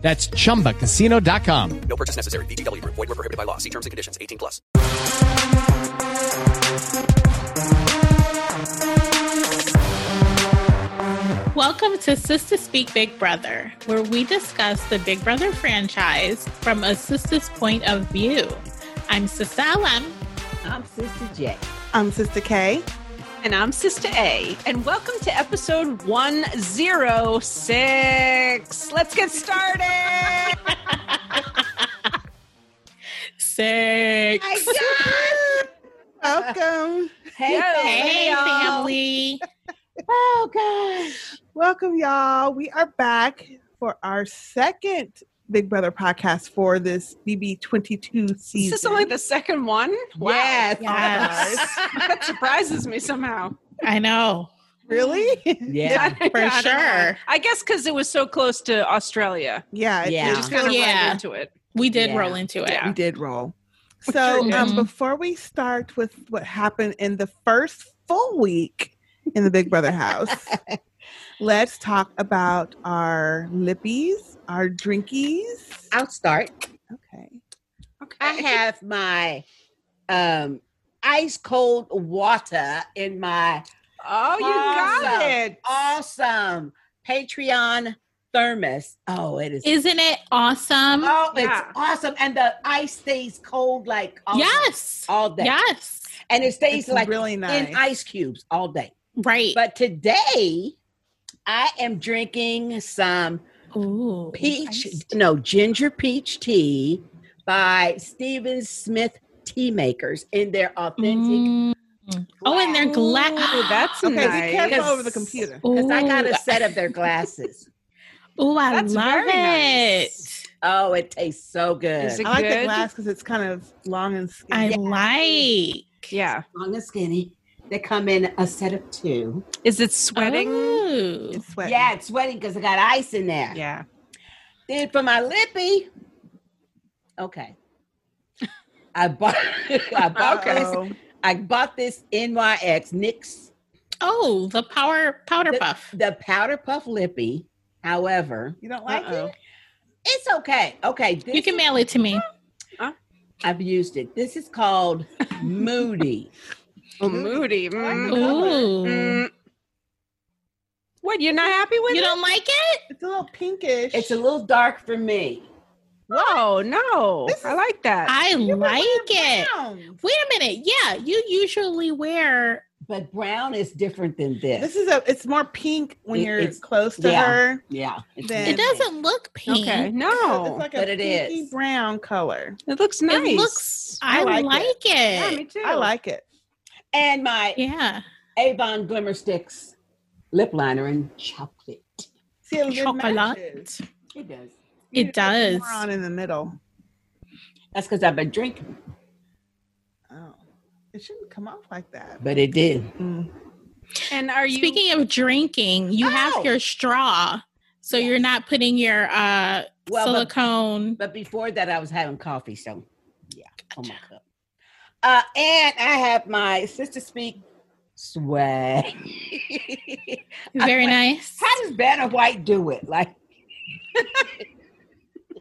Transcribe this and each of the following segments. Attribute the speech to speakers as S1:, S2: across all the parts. S1: That's chumbacasino.com.
S2: No purchase necessary. VGW Group. Void were prohibited by law. See terms and conditions. 18 plus.
S3: Welcome to Sister Speak Big Brother, where we discuss the Big Brother franchise from a sister's point of view. I'm Sister Alem.
S4: I'm Sister J.
S5: I'm Sister K.
S6: And I'm Sister A, and welcome to episode 106. Let's get started.
S3: Six.
S5: Welcome.
S4: Hey,
S6: Yo.
S3: Hey,
S4: hey, y'all.
S3: family.
S4: Oh, gosh.
S5: Welcome, y'all. We are back for our second Big Brother podcast for this BB22
S6: Is
S5: season.
S6: this only the second one?
S4: Yes.
S3: Yes.
S6: that surprises me somehow.
S3: I know.
S5: really?
S4: Yeah.
S3: For
S6: I don't know why.
S3: sure.
S6: I guess because it was so close to Australia.
S5: yeah. it-
S4: Yeah.
S6: We just kind of
S3: Yeah.
S6: ran into it.
S3: We did
S4: Yeah.
S3: roll into it.
S5: We
S6: Yeah.
S5: did roll.
S6: Sure
S5: So,
S6: did.
S5: um, before we start with what happened in the first full week in the Big Brother house, let's talk about our lippies, our drinkies.
S4: I'll start.
S5: Okay.
S6: Okay.
S4: I have my um, ice cold water in my
S6: oh, you got
S4: Awesome.
S6: it.
S4: awesome Patreon thermos. Oh, it is.
S3: Isn't it awesome?
S4: oh, it's
S6: Yeah.
S4: awesome. And the ice stays cold like all,
S3: Yes.
S4: all day.
S3: Yes.
S4: And it stays
S5: It's
S4: like
S5: really nice.
S4: in ice cubes all day.
S3: Right.
S4: But today, I am drinking some
S3: Ooh.
S4: peach, no, ginger peach tea by Stephen Smith Tea Makers in their authentic.
S3: Mm. Oh, and they're glass.
S6: Ooh, that's
S5: Okay,
S6: nice.
S5: be careful over the computer.
S4: Because I got a set of their glasses.
S3: Ooh, I
S6: That's
S3: love
S6: very
S3: it.
S6: nice.
S4: Oh, it tastes so good.
S6: Is it
S5: I like
S6: good?
S5: the glass because it's kind of long and skinny.
S3: I like.
S6: Yeah.
S4: Long and skinny. They come in a set of two.
S6: Is it sweating?
S3: Ooh.
S5: It's sweaty.
S4: Yeah, it's sweating because I got ice in there.
S6: Yeah.
S4: Then for my lippy, okay. I bought I bought this
S5: Uh-oh.
S4: I bought this NYX NYX
S3: Oh, the power powder
S4: The-
S3: puff.
S4: the powder puff lippy. However,
S5: You don't like
S6: Uh-oh.
S5: it?
S4: it's okay. Okay, this
S3: You can mail it to me.
S4: I've used it. This is called Moody.
S6: Oh, moody. Mm.
S3: Ooh.
S6: Mm. What? You're not happy with
S3: You
S6: it?
S3: don't like it?
S5: It's a little pinkish.
S4: It's a little dark for me.
S6: Whoa, no.
S5: This
S6: I like that.
S3: I
S5: You've been
S3: like
S5: wearing
S3: it.
S5: brown.
S3: Wait a minute. Yeah, you usually wear
S4: But brown is different than this.
S5: This is a. It's more pink when
S4: It-
S5: you're
S4: it's-
S5: close to
S4: yeah.
S5: her.
S4: yeah. it's
S5: Then-
S3: it
S4: different.
S3: doesn't look pink.
S6: okay,
S5: So
S6: no.
S5: it's like a
S4: But it is.
S5: pinky brown color.
S6: it looks nice.
S3: It looks I,
S5: I
S3: like,
S5: like
S3: it.
S6: yeah, me too.
S5: I like it.
S4: And my
S3: Yeah.
S4: Avon Glimmer Sticks lip liner in chocolate.
S5: See, it
S3: Chocolate.
S5: matches.
S4: It does.
S3: It does.
S5: More on in the middle.
S4: That's because I've been drinking,
S5: Oh, it shouldn't come off like that.
S4: but it did.
S5: Mm.
S6: And are you
S3: Speaking of drinking, you
S4: Oh.
S3: have your straw. So you're not putting your uh
S4: Well, but-
S3: silicone.
S4: But before that, I was having coffee. So, yeah, oh my cup. Uh, and I have my sister speak swag.
S3: very
S4: I-
S3: nice.
S4: How does Banner White do it? Like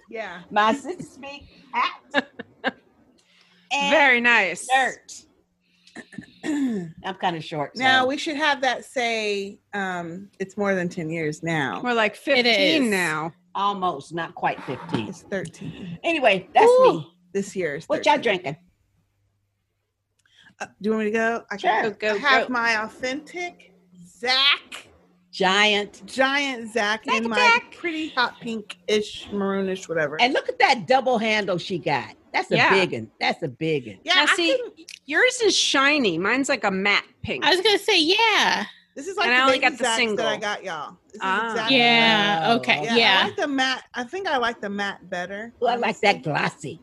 S5: Yeah.
S4: my sister speak hat and
S6: very nice?
S4: shirt. I'm kind of short. so-
S5: Now we should have that say. Um, it's more than ten years now.
S6: We're like
S3: is.
S6: 15 now.
S4: almost not quite 15.
S5: It's thirteen.
S4: Anyway, that's
S3: Ooh.
S4: me.
S5: This year is. 13.
S4: What y'all drinking?
S5: Uh, do you want me to go? I
S4: Sure.
S6: Go,
S5: I have
S6: go.
S5: my authentic Zach,
S4: Giant.
S5: giant Zach,
S4: Zach
S5: in my
S4: attack.
S5: pretty hot pinkish, maroonish, whatever.
S4: And look at that double handle she got. That's a
S6: Yeah.
S4: big one. That's a big one.
S5: yeah,
S6: Now,
S5: I
S6: see-
S5: couldn't-
S6: Yours is shiny. Mine's like a matte pink.
S3: I was gonna say, yeah.
S5: this is like
S6: And
S5: the
S6: I only
S5: baby
S6: got the
S5: Zach's that I
S6: single.
S5: got, y'all. This is
S6: Ah.
S5: exactly-
S3: Yeah.
S4: Wow.
S3: Okay.
S5: yeah,
S3: yeah.
S5: I like the matte. I think I like the matte better.
S4: Well, I like that glossy.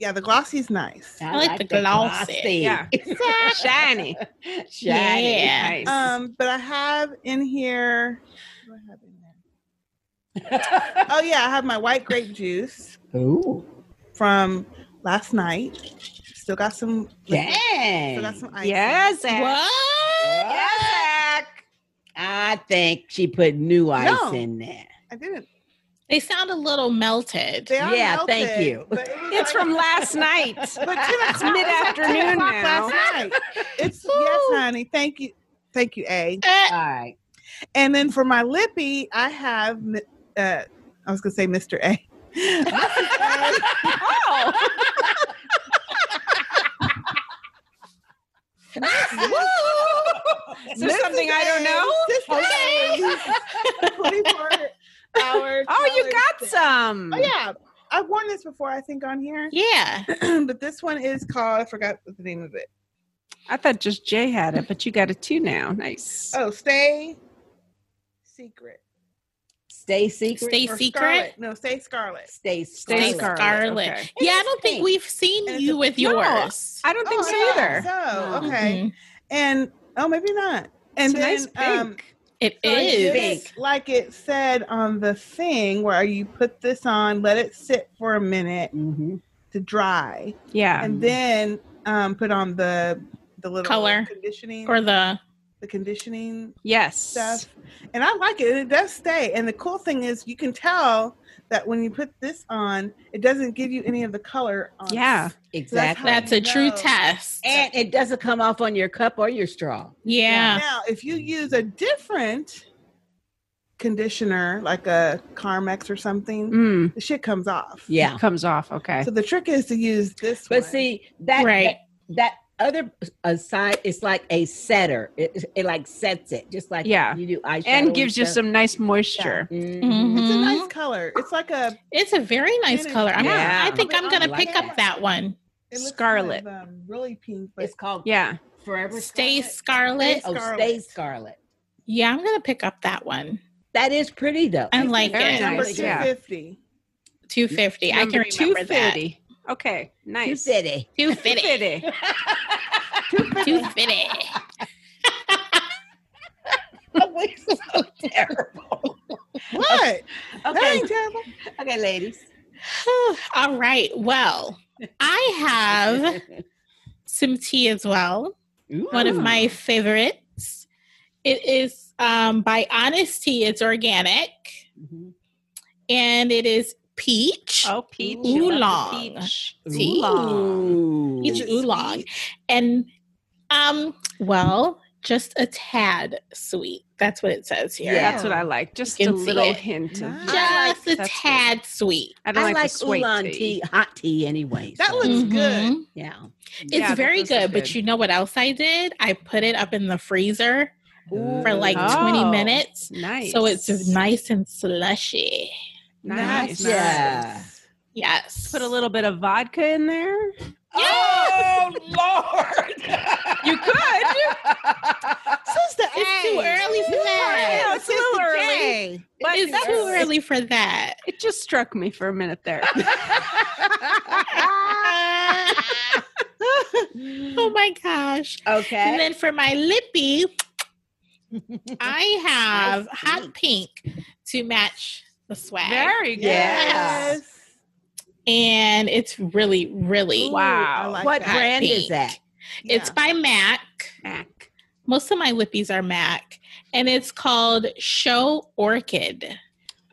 S5: Yeah, the glossy's nice.
S3: I like the glossy.
S6: Yeah. Shiny.
S4: Shiny.
S3: Yeah.
S6: Nice.
S5: Um, but I have in here. What do I have in there? Oh yeah, I have my white grape juice
S4: Ooh.
S5: from last night. Still got some. Still got
S4: Dang.
S5: some ice. in it.
S6: yes, Zach.
S3: What?
S6: Yes, Zach.
S4: I think she put new ice
S5: No.
S4: in there.
S5: I didn't.
S3: They sound a little melted.
S5: They are
S4: Yeah,
S5: melted,
S4: thank you.
S5: but it was
S6: It's
S5: like-
S6: from last night.
S5: But ten
S6: It's
S5: o'clock-
S6: mid
S5: ten
S6: afternoon
S5: o'clock
S6: now.
S5: Last night. It's yes, honey. Thank you, thank you, A.
S3: Uh,
S4: All right.
S5: And then for my lippy, I have. mi- Uh, I was gonna say Mr. A.
S6: Oh, Is there
S5: Mrs.
S6: something I don't know?
S5: Mrs. A's 24 hour.
S6: oh, you
S5: color
S6: got
S5: set.
S6: some.
S5: Oh, yeah. I've worn this before, I think, on here.
S3: Yeah.
S5: but this one is called, I forgot what the name of it.
S6: I thought just Jay had it, but you got it too now. Nice.
S5: Oh, Stay Secret.
S4: Stay secret.
S3: Stay
S5: Or
S3: secret.
S5: Scarlet. No, Stay Scarlet.
S4: Stay,
S6: Stay
S3: Stay
S6: scarlet.
S3: scarlet.
S6: Okay.
S3: Yeah, I don't think we've seen
S5: And it's
S3: you
S5: a-
S3: with
S6: No,
S3: yours.
S6: I don't think so
S5: Oh, yeah,
S6: either.
S5: So,
S4: No.
S5: okay.
S3: Mhm.
S5: And, oh, maybe not.
S6: it's
S5: And
S6: a
S5: then,
S6: nice
S5: um,
S6: pink.
S3: It
S5: so I
S3: is.
S5: did it like it said on the thing where you put this on, let it sit for a minute
S4: Mm-hmm.
S5: to dry.
S6: yeah.
S3: Mm.
S5: and then um, put on the the little
S3: Color.
S5: conditioning
S3: Or the
S5: the conditioning
S6: Yes.
S5: stuff. And I like it. It does stay. And the cool thing is, you can tell that when you put this on, it doesn't give you any of the color. On.
S6: Yeah.
S4: Exactly.
S3: that's a true
S5: No.
S3: test.
S4: Oh, and it doesn't come off on your cup or your straw.
S3: yeah.
S5: Now, if you use a different conditioner, like a Carmex or something,
S6: Mm,
S5: the shit comes off.
S4: Yeah.
S6: Comes off. Okay.
S5: So the trick is to use this.
S4: But
S5: one.
S4: see that
S3: Right.
S4: that, that other aside it's like a setter. It, it like sets it just like
S6: Yeah.
S4: you do eyeshadow
S6: and gives you some nice moisture.
S4: hmm
S5: it's a
S3: Mhm.
S5: nice color. It's like a
S3: It's a very nice
S5: And it-
S3: color. I'm gonna-
S6: Yeah.
S3: I think I'm
S5: I
S3: going to
S4: like
S3: pick
S5: that.
S3: up that one.
S5: it looks
S6: Scarlet.
S5: kind of, um, really pink, but
S4: It's called
S6: Yeah.
S4: Forever
S3: Stay
S4: Scarlet.
S3: Scarlet.
S4: Oh,
S5: Scarlet.
S4: Stay Scarlet.
S3: Yeah, I'm going to pick up that one.
S4: That is pretty though.
S3: I like
S6: Very
S3: it.
S6: nice.
S5: number
S4: Yeah.
S5: two fifty.
S3: 250. I can
S6: Number
S3: remember that.
S6: 250. Okay.
S4: You
S6: Nice.
S4: did it.
S3: 250.
S6: 250.
S3: 250.
S4: We're so terrible.
S5: What? That
S4: Okay,
S5: ain't terrible.
S4: okay, ladies.
S3: All right. Well, I have some tea as well. One of my
S6: Hmm.
S3: favorites. It is um, by Honest Tea. It's organic
S4: Mhm.
S3: and it is peach
S6: Oh, peach.
S3: Ooh.
S6: I love the
S3: Oolong.
S6: Peach.
S3: tea.
S4: Ooh.
S3: Peach oolong. And um, well, just a tad sweet. That's what it says here.
S4: Yeah.
S6: That's what I like. Just
S3: can
S6: a
S3: see
S6: little
S3: it.
S6: hint of
S5: Nice.
S6: I
S3: Just
S6: like-
S3: a
S6: that's good.
S3: tad sweet.
S6: I
S4: I
S6: don't
S4: like,
S6: like, the sweet
S4: oolong tea. hot tea anyway.
S5: That looks
S3: Mhm.
S5: good.
S4: yeah.
S3: It's
S6: Yeah, that
S3: very
S6: does look
S3: good,
S6: good.
S3: but you know what else I did? I put it up in the freezer for like
S6: Oh.
S3: 20 minutes.
S6: Nice.
S3: So it's just nice and slushy.
S6: Nice.
S4: Yeah.
S3: Yes.
S6: Put a little bit of vodka in there.
S4: Oh Lord.
S6: You could.
S5: Sister
S3: It's too early for
S6: Yeah,
S3: that.
S6: it's a little early. But
S3: It's too early for that.
S6: It just struck me for a minute there.
S3: Oh my gosh. And
S4: okay.
S3: then for my lippy, I have hot pink to match the swag.
S6: Very good.
S4: Yeah.
S3: And it's really, really
S6: Wow.
S5: I like
S4: What
S5: that.
S4: brand is
S3: pink.
S4: that?
S3: It's by MAC.
S6: Mac.
S3: Most of my lippies are MAC. And it's called Show Orchid.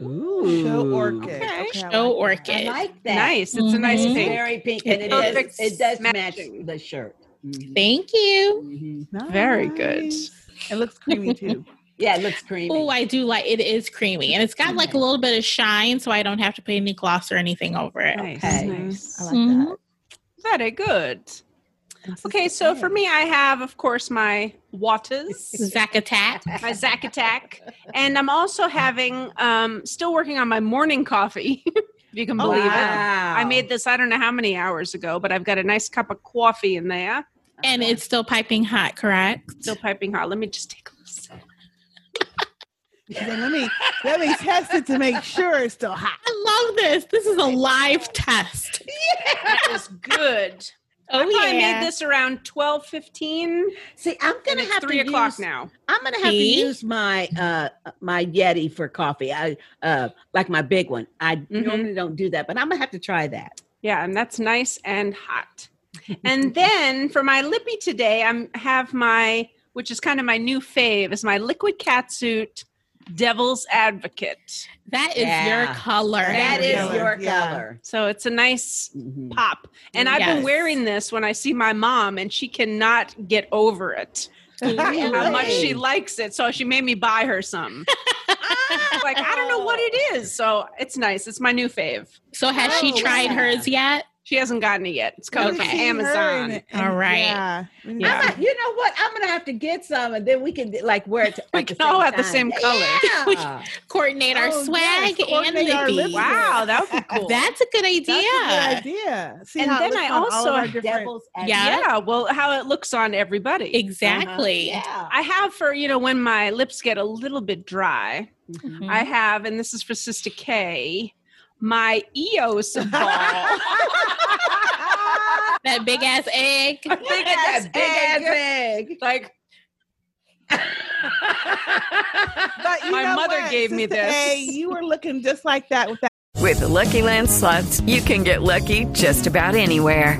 S4: Ooh.
S5: show orchid.
S6: Okay.
S5: Okay, I
S3: Show
S5: like that.
S4: I
S3: Orchid.
S4: like that.
S6: Nice. It's a nice
S3: Mhm.
S4: It's
S6: pink.
S4: very pink and it,
S3: It
S4: does,
S6: is.
S4: it does match
S6: Matching.
S4: the shirt. Mhm.
S3: Thank you.
S4: Mhm.
S6: Very good.
S5: Nice. It looks creamy too.
S4: Yeah, it looks creamy.
S3: Oh, I do like it is creamy and it's got like a little bit of shine, so I don't have to put any gloss or anything over it.
S6: Nice.
S4: Okay.
S6: Nice.
S5: I like
S3: Mhm.
S5: that.
S6: Very good.
S5: And Sister
S6: Okay, so
S5: A.
S6: for me, I have, of course, my waters,
S3: Zack attack.
S6: my Zack Attack, and I'm also having, um, still working on my morning coffee, if you can
S4: Oh,
S6: believe it.
S4: wow.
S6: I made this I don't know how many hours ago, but I've got a nice cup of coffee in there.
S3: And it's still piping hot, correct?
S6: Still piping hot. Let me just take a little sip.
S5: She's like, let me let me test it to make sure it's still hot.
S3: I love this. This is a live test.
S6: That was good.
S3: Oh,
S6: I probably
S3: yeah.
S6: made this around twelve fifteen.
S4: See, I'm
S6: and
S4: gonna
S6: it's
S4: have
S6: three
S4: to
S6: o'clock
S4: use,
S6: now.
S4: I'm gonna have
S3: See?
S4: to use my uh my Yeti for coffee. I uh like my big one. I
S3: Mm-hmm.
S4: normally don't do that, but I'm gonna have to try that.
S6: Yeah, and that's nice and hot. and then for my lippy today, I'm have my which is kind of my new fave is my liquid catsuit devil's advocate.
S3: That is
S4: Yeah.
S3: your color.
S4: that is
S5: color,
S4: your
S5: yeah.
S4: color.
S6: So it's a nice
S4: Mhm.
S6: pop. And I've been
S3: Yes.
S6: wearing this when I see my mom and she cannot get over it. How much she
S4: Really?
S6: likes it. So she made me buy her some. like I don't know what it is. So it's nice. It's my new fave.
S3: So has she
S4: Oh,
S3: tried
S4: yeah.
S3: hers yet?
S6: She hasn't gotten it yet. It's coming
S3: Okay.
S6: from
S5: See her in
S6: Amazon.
S5: it, and
S3: All right.
S5: Yeah. we need
S4: I'm
S5: to-
S4: not- you know what? I'm gonna have to get some, and then we can like wear it.
S6: We can all have the same color.
S3: We
S4: Yeah.
S3: Coordinate our
S5: Oh, yes,
S3: swag and
S5: coordinate our
S3: lippies.
S5: lipstick.
S6: Wow, that would be cool.
S3: That's a good idea.
S5: That's a good idea. See
S6: And
S5: how it
S6: then
S5: looks
S6: I
S5: on all of
S6: also
S5: our
S6: have
S5: different-
S4: Devil's Uh-huh.
S3: Yeah.
S6: yeah, well, how it looks on everybody.
S3: Exactly.
S4: Yeah.
S6: I have for, you know, when my lips get a little bit dry,
S3: Mhm.
S6: I have, and this is for Sister K, my EOS ball.
S3: that big ass egg.
S6: A big
S4: Ah, That
S6: ass
S4: big ass
S6: egg.
S4: egg.
S6: Like,
S5: But you
S6: My
S5: know
S6: mother
S5: what,
S6: gave me
S5: Sister
S6: this.
S5: A, you were looking just like that with that.
S7: With the Lucky Land slots, you can get lucky just about anywhere.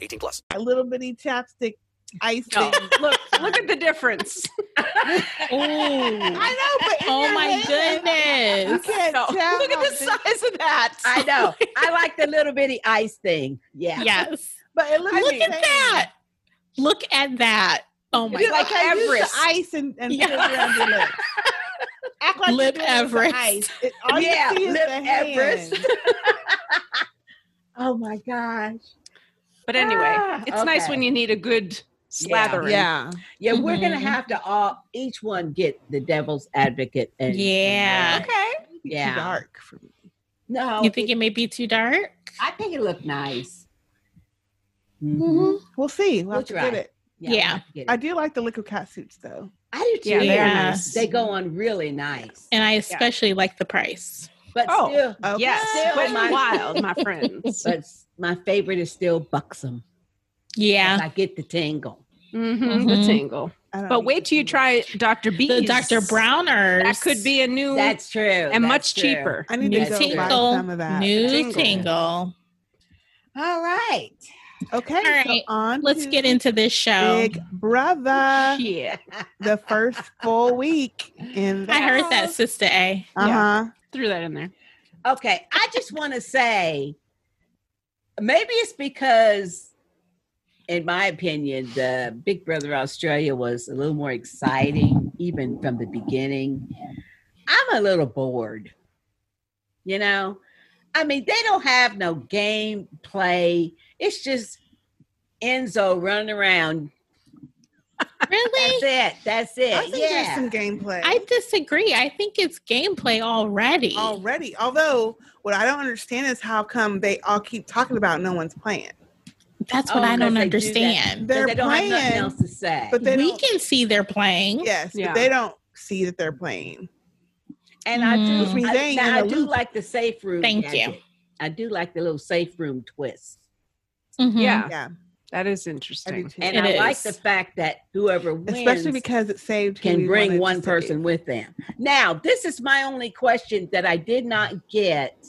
S2: 18 plus.
S5: a little bitty chapstick ice
S6: no,
S5: thing.
S6: look, look at the difference.
S3: Oh,
S5: I know, but in
S3: oh
S5: your
S3: my
S5: head, You
S3: goodness.
S5: can't
S6: No,
S5: tell
S6: look at
S5: how
S6: the
S5: big-
S6: size of that.
S4: I know. I like the little bitty ice thing. Yeah.
S3: Yes.
S5: But it looks
S3: Look at that. Look at that. Oh my
S5: It's
S3: God.
S5: like Everest.
S6: Everest.
S5: ice and, and put it
S3: Yeah.
S5: around your lips. Act like
S3: Lip
S5: you're doing it with the
S3: Everest.
S5: Ice. It, all
S4: Yeah,
S5: you see is
S4: Lip
S5: the hand.
S4: Everest. Oh my gosh.
S6: But anyway,
S4: Ah,
S6: it's nice
S4: okay.
S6: when you need a good slathering.
S5: Yeah.
S4: Yeah, we're gonna
S3: Mhm.
S4: have to all each one get the devil's advocate. And,
S3: Yeah.
S4: and, uh,
S6: Okay.
S5: Too
S4: yeah.
S5: dark for me.
S4: No,
S3: You think it may be too dark?
S4: I think it looked nice. Mhm.
S3: Mhm.
S5: We'll see. We'll,
S4: We'll
S5: have to
S4: try.
S5: get it.
S4: we'll
S3: Yeah.
S4: have to get
S5: I
S4: it.
S5: do like the liquid cat suits though.
S4: I do too.
S6: Yeah, they're
S3: Yeah.
S6: nice.
S4: They go on really nice,
S3: And I especially like the price.
S4: but
S6: Oh.
S4: still,
S5: Okay.
S6: Yes,
S4: Still
S6: Wet
S4: my-
S6: and wild, my friends.
S4: but s- my favorite is still buxom. 'cause
S3: Yeah.
S4: I get the tingle.
S6: hmm The
S3: Mhm.
S6: tingle.
S5: I don't
S6: But
S5: need
S6: wait
S5: to
S6: till you
S5: see it.
S6: try Dr. B's.
S3: The Dr. Browners.
S6: That could be a new
S4: That's true,
S6: and much
S4: that's true.
S6: cheaper.
S5: I need
S3: new
S5: to go buy
S3: tingle.
S5: some of that.
S3: New
S6: Tingle.
S3: tingle.
S4: All right,
S5: Okay.
S3: All
S5: So
S3: right,
S5: on
S3: Let's
S5: to
S3: get into this show.
S5: Big
S4: Oh,
S5: Brother.
S6: Yeah.
S5: the first full week in
S3: I heard that, Sister A.
S5: Uh huh.
S6: Threw that in there.
S4: okay. I just want to say, maybe it's because, in my opinion, the Big Brother Australia was a little more exciting, even from the beginning. I'm a little bored, you know. I mean, they don't have no game play. It's just Enzo running around. That's
S3: Really?
S4: it. That's it.
S5: I think there's
S4: yeah.
S5: some gameplay
S3: I disagree. I think it's gameplay already.
S5: already. Although what I don't understand is how come they all keep talking about no one's playing,
S3: That's what
S4: Oh,
S3: I don't
S4: 'cause they do that.
S3: understand.
S4: 'Cause
S5: They're
S4: they don't have nothing
S5: playing,
S4: else to say.
S5: but they
S3: We
S5: don't-
S3: can see they're playing.
S5: Yes,
S6: Yeah.
S5: but they don't see that they're playing.
S4: And I do,
S3: Which
S5: means
S4: I,
S5: they ain't
S4: now
S5: in
S4: I
S5: the
S4: do
S5: loop.
S4: like the safe
S3: Mm-hmm.
S4: room.
S3: Thank you.
S4: gadget. I do like the little safe room twist,
S3: Mhm.
S6: Yeah,
S5: Yeah,
S6: that is
S5: I do
S6: interesting.
S5: too.
S4: and
S3: It
S4: I like
S3: is.
S4: the fact that whoever wins,
S5: especially because it saved who
S4: can
S5: we
S4: bring
S5: wanted
S4: one
S5: to save.
S4: person with them. Now, this is my only question that I did not get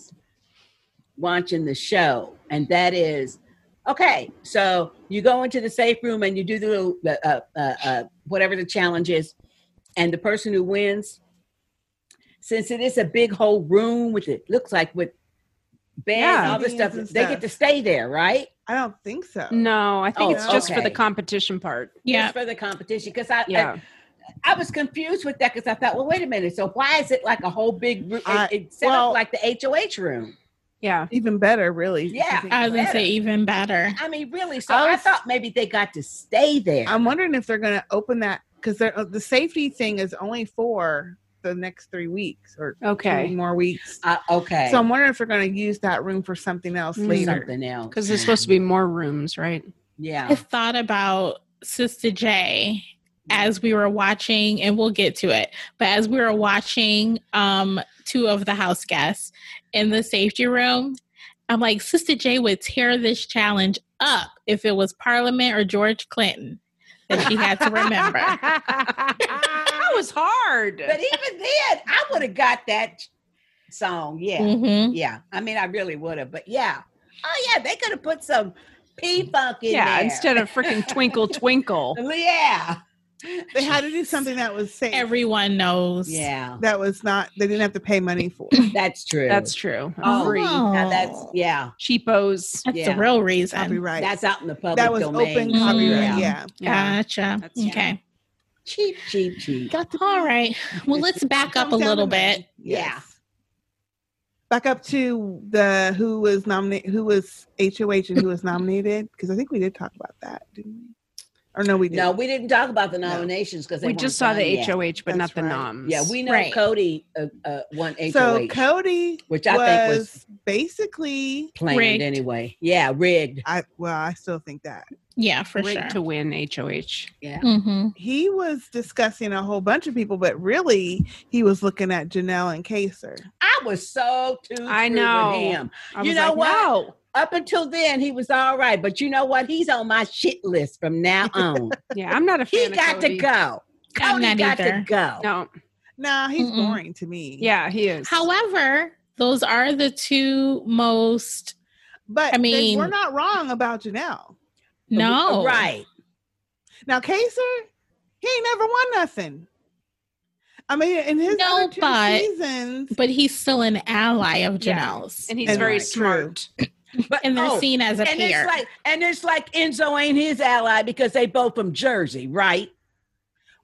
S4: watching the show, and that is okay. So you go into the safe room and you do the the, uh, uh, uh, whatever the challenge is, and the person who wins, since it is a big whole room with it looks like with bands and
S5: Yeah.
S4: all this stuff,
S5: Meetings and
S4: they get to stay there, right?
S5: I don't think so.
S6: No, I think
S4: Oh,
S6: it's just for the
S4: okay.
S6: competition part.
S3: Yeah.
S4: Just for the competition, because I, I
S6: Yeah.
S4: I was confused with that because I thought, well, wait a minute. So why is it like a whole big room?
S5: I-
S4: It, it set
S5: well-
S4: up like the HOH room.
S6: Yeah.
S5: Even better, really. if you
S4: Yeah.
S5: think
S3: I was
S5: about
S3: gonna
S5: it.
S3: say even better.
S4: I mean, really. So
S5: I
S4: I,
S5: was-
S4: thought maybe they got to stay there.
S5: I'm wondering if they're going to open that because the safety thing is only for the next three weeks or
S6: Okay.
S5: two more weeks.
S4: Uh, okay.
S5: So I'm wondering if they're going to use that room for something else
S6: Mm.
S5: later.
S4: something else.
S6: Because there's supposed to be more rooms, right?
S4: Yeah.
S3: I thought about Sister J as we were watching, and we'll get to it, but as we were watching um two of the house guests in the safety room, I'm like, Sister J would tear this challenge up if it was Parliament or George Clinton that she had to remember.
S6: that was hard.
S4: But even then, I would have got that song. Yeah.
S6: Mm-hmm.
S3: Mhm.
S4: Yeah. I mean, I really would have. But yeah. Oh, yeah. They could have put some P Funk in
S6: yeah,
S4: there.
S6: instead of freaking twinkle twinkle.
S4: Yeah.
S5: They had to do something that was safe.
S3: Everyone knows.
S4: Yeah.
S5: that was not, they didn't have to pay money for.
S4: That's true.
S6: That's true.
S4: Oh,
S6: Free.
S4: Now that's, yeah.
S6: Cheapos.
S3: That's
S4: Yeah.
S3: the real reason.
S5: copyright.
S4: That's out in the public
S5: that was
S4: domain.
S5: open
S3: Mm.
S5: copyright.
S4: Yeah.
S5: Yeah.
S3: Gotcha.
S6: That's true.
S3: okay.
S4: Cheap, cheap, cheap.
S3: All right. Well, let's back up a
S5: Comes down
S3: little
S5: to money.
S3: bit.
S4: Yeah.
S5: Back up to the who was nominated, who was HOH and who was nominated, because I think we did talk about that, didn't we? Or no, we didn't.
S4: No, we didn't talk about the nominations because
S6: We just saw the
S4: yet.
S6: HOH, but not
S5: That's
S6: the
S5: right.
S6: noms.
S4: Yeah, we know
S3: Right.
S4: Cody uh, uh, won HOH,
S5: so Cody
S4: which I
S5: was,
S4: think was
S5: basically,
S4: planned
S3: Rigged.
S4: anyway. Yeah, rigged.
S5: I well, I still think that
S3: Yeah, for
S6: Rigged
S3: sure.
S6: to win HOH.
S4: Yeah.
S3: hmm
S5: he was discussing a whole bunch of people, but really he was looking at Janelle and Kaser.
S4: I was so too.
S6: I
S4: through
S6: know.
S4: with him.
S6: I
S4: You
S6: was
S4: know
S6: like,
S4: what?
S6: "No."
S4: Up until then, he was all right, but you know what? He's on my shit list from now on.
S6: Yeah, I'm not a
S4: he
S6: fan. of
S4: got to
S6: Cody.
S4: go. Cody
S3: I'm not
S4: got
S3: either.
S4: to go.
S6: No.
S5: Nah, he's
S3: Mm-mm.
S5: boring to me.
S6: Yeah, he is.
S3: However, those are the two most
S5: but
S3: I
S5: I mean, we're
S3: mean-
S5: not wrong about Janelle.
S3: no
S4: right?
S5: Now Kaser, he ain't never won nothing. I mean, in his
S3: No,
S5: other two
S3: but-
S5: seasons,
S3: But he's still an ally of
S6: Yeah.
S3: Janelle's,
S6: and he's
S5: And-
S6: very
S5: Right.
S6: smart.
S4: But
S3: and they're
S4: oh,
S3: seen as a
S4: and
S3: pair.
S4: it's like and it's like Enzo ain't his ally because they both from Jersey, right?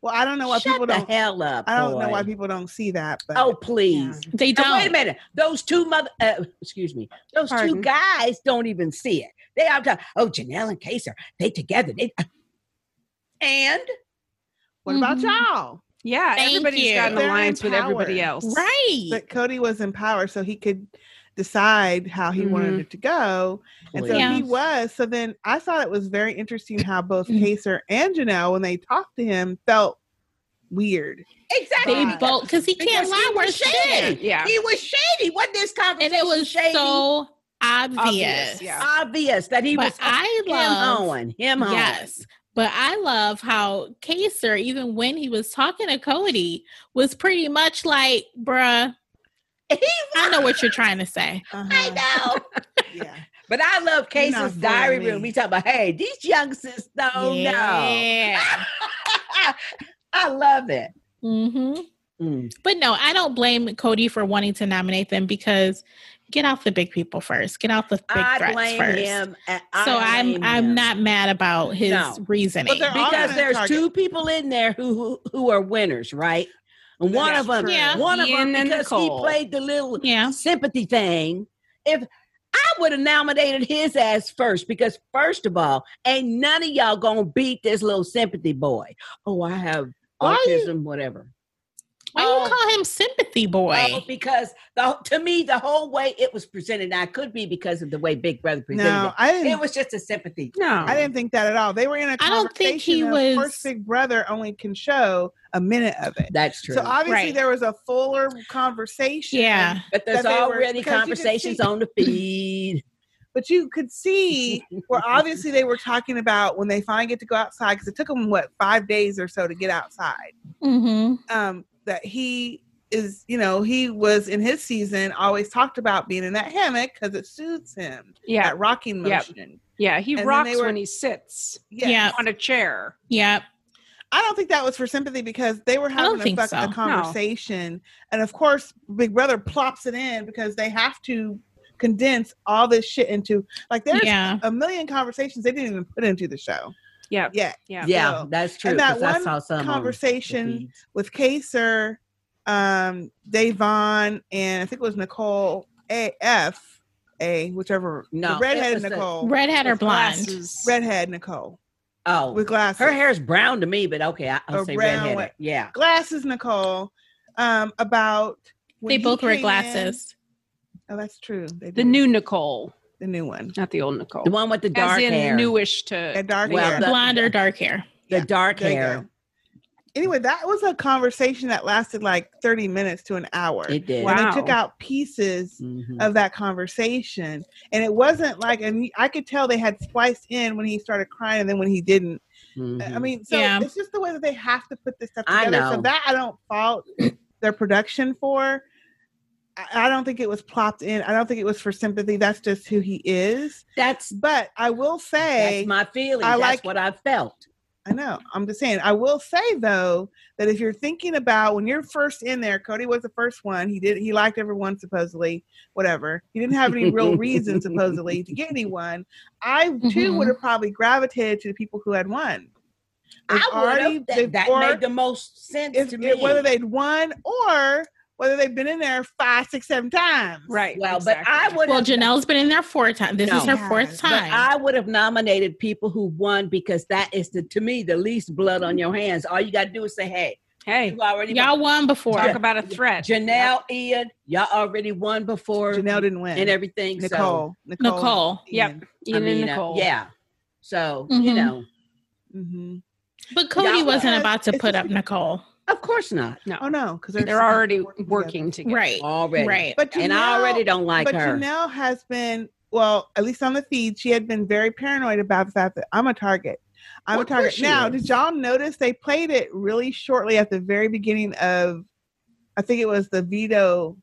S5: well, I don't know why
S4: Shut
S5: people
S4: the
S5: don't.
S4: hell up.
S5: I don't know
S4: boy.
S5: why people don't see that. But
S4: Oh please.
S3: they
S4: Now,
S3: don't.
S4: wait a minute. Those two mother, uh, excuse me, those
S6: Pardon.
S4: two guys don't even see it. They all talk, oh, Janelle and Kaser, they together. They, uh, and
S5: what about
S3: Mhm.
S4: mm-hmm.
S5: y'all?
S6: Yeah,
S3: Thank
S6: everybody's
S3: you.
S6: got an
S5: They're
S6: alliance with everybody
S5: empowered.
S6: else.
S3: Right.
S5: But Cody was in power, so he could decide how he wanted
S4: Mm-hmm.
S6: Mhm.
S5: it to go. And so
S4: Please.
S3: Yeah.
S5: he was. So then I thought it was very interesting how both
S4: Mm-hmm.
S5: Pacer and Janelle, when they talked to him, felt weird.
S4: exactly.
S3: they
S5: God.
S3: both because he
S4: because
S3: can't lie
S4: he
S3: worth
S4: was
S3: shit,
S4: shady.
S6: Yeah.
S4: He was shady. What this
S3: and
S4: conversation
S3: it was
S4: shady,
S3: so obvious.
S6: Obvious, yeah.
S4: obvious that he
S3: But
S4: was
S3: I
S4: him
S3: love
S4: on him on.
S3: Yes. But I love how Kaser, even when he was talking to Cody, was pretty much like, bruh,
S4: He
S3: I know what you're trying to say.
S4: I
S5: Uh-huh.
S4: know,
S5: Yeah.
S4: but I love Kaser's
S5: fooling
S4: diary
S5: me.
S4: room. We talk about hey, these youngsters don't know.
S3: yeah.
S4: I love it.
S3: hmm
S4: Mm.
S3: But no, I don't blame Cody for wanting to nominate them because get out the big people first. Get out the big
S4: I
S3: threats
S4: blame
S3: first.
S4: him. and
S3: So
S4: I
S3: I'm
S4: blame
S3: I'm
S4: him.
S3: not mad about his
S4: No.
S3: reasoning.
S5: But they're all
S4: because
S5: gonna
S4: there's
S5: target.
S4: two people in there who who, who are winners, right? And one
S5: That's
S4: of them,
S5: true.
S3: Yeah.
S4: one of
S6: Ian
S4: them,
S6: and
S4: because he
S6: Nicole.
S4: played the little
S3: Yeah.
S4: sympathy thing. If I would have nominated his ass first, because first of all, ain't none of y'all gonna beat this little sympathy boy. Oh, I have
S5: Why you-
S4: autism, whatever.
S3: Why
S4: Oh.
S3: you call him sympathy boy?
S4: Oh, because the, to me, the whole way it was presented, now it could be because of the way Big Brother presented
S5: No, I
S4: it. It
S5: didn't.
S4: was just a sympathy.
S6: No.
S5: I didn't think that at all. They were in a
S3: I
S5: conversation.
S3: don't think he
S5: and Of course,
S3: was-
S5: Big Brother only can show a minute of it.
S4: That's true.
S5: So obviously
S3: Right.
S5: there was a fuller conversation.
S3: yeah.
S4: but there's
S5: that they were-
S4: already
S5: because you could see-
S4: conversations on the feed.
S5: But you could see where obviously they were talking about when they finally get to go outside because it took them what five days or so to get outside.
S3: Mm-hmm.
S5: Um, that he is, you know, he was in his season always talked about being in that hammock because it soothes him.
S6: Yeah.
S5: That rocking
S6: Yep.
S5: motion.
S6: Yeah. He
S5: And then
S6: rocks
S5: they were-
S6: when he sits
S5: Yes.
S3: Yeah.
S6: on a chair.
S3: Yep.
S5: I don't think that was for sympathy because they were
S3: don't
S5: having a,
S3: think
S5: fuck-
S3: so,
S5: a
S3: no.
S5: conversation, and of course, Big Brother plops it in because they have to condense all this shit into like there's
S3: Yeah.
S5: a million conversations they didn't even put into the show
S6: Yeah.
S5: yet.
S6: Yeah.
S4: yeah,
S5: So-
S4: that's true.
S5: and that
S4: 'cause I
S5: one
S4: saw some on the
S5: conversation
S4: feed.
S5: with Kaser, um, Davon, and I think it was Nicole A F A, whichever
S4: No,
S5: the
S4: it
S5: redhead
S4: was the-
S5: Nicole,
S3: Redhead or
S6: With
S3: blonde.
S6: glasses.
S5: redhead Nicole
S4: Oh,
S5: with glasses.
S4: her hair's brown to me, but okay, I, I'll
S5: A
S4: say
S5: brown
S4: redheaded.
S5: one.
S4: Yeah,
S5: glasses Nicole um, about when
S3: They
S5: he
S3: both wear
S5: came in-
S3: glasses.
S5: Oh, that's true. They
S6: The
S5: do.
S6: new Nicole,
S5: the new one.
S6: not the old Nicole.
S4: the one with the dark
S6: As in
S4: hair.
S6: newish
S5: That
S6: to.
S5: dark
S4: Uh, Well,
S5: hair.
S4: the-
S3: Blonde or dark hair.
S4: the
S5: yeah,
S4: dark
S5: There you
S4: hair.
S5: go. Anyway, that was a conversation that lasted like 30 minutes to an hour.
S4: It did.
S5: And
S6: Wow.
S5: they took out pieces
S4: Mhm.
S5: of that conversation. And it wasn't like, and I could tell they had spliced in when he started crying and then when he didn't.
S4: Mhm.
S5: I mean, so
S3: Yeah.
S5: it's just the way that they have to put this stuff
S4: I
S5: together. So
S4: know.
S5: that I don't fault their production for. I I don't think it was plopped in. I don't think it was for sympathy. That's just who he is.
S4: that's
S5: But I will say,
S4: that's my feeling.
S5: I
S4: that's
S5: like-
S4: what I felt.
S5: I know. I'm just saying. I will say though that if you're thinking about when you're first in there, Cody was the first one. He did. He liked everyone supposedly. Whatever. He didn't have any real reason supposedly to get anyone. I too
S3: Mhm.
S5: would have probably gravitated to the people who had won. They've
S4: I
S5: they've
S4: would that, that
S5: already-
S4: made the most sense
S5: if-
S4: to
S5: if-
S4: me.
S5: whether they'd won or whether they've been in there five, six, seven times.
S6: Right.
S4: well,
S6: exactly.
S4: but I would.
S3: Well,
S4: have-
S3: Janelle's been in there four times. This is
S4: No.
S3: her fourth
S5: But
S3: time.
S4: But I would have nominated people who won because that is the to me the least blood on your hands. All you got to do is say, "Hey,
S6: Hey,
S4: you already
S3: Y'all won before.
S6: talk about a threat.
S4: Janelle, Ian, y'all already won before
S5: Janelle didn't win.
S4: and everything. So,
S5: Nicole. Nicole.
S3: Nicole.
S6: Yep. Ian
S4: I
S6: and
S4: mean, uh,
S6: Nicole. Mm-hmm.
S4: yeah. So you
S3: Mhm.
S4: know,
S5: hmm
S3: But Cody
S4: Y'all
S3: wasn't
S5: won.
S3: about to
S5: It's
S3: put
S5: just
S3: up Nicole.
S4: of course not
S5: Oh no, because
S6: They're already working together.
S3: Right.
S4: already.
S3: Right.
S5: But
S4: And I
S5: Janelle-
S4: already don't like
S5: but
S4: her.
S5: Janelle has been, well, at least on the feed, she had been very paranoid about the fact that I'm a target. I'm
S4: Well,
S5: a
S4: of course
S5: target.
S4: she
S5: Now,
S4: is.
S5: did y'all notice they played it really shortly at the very beginning of, I think it was the veto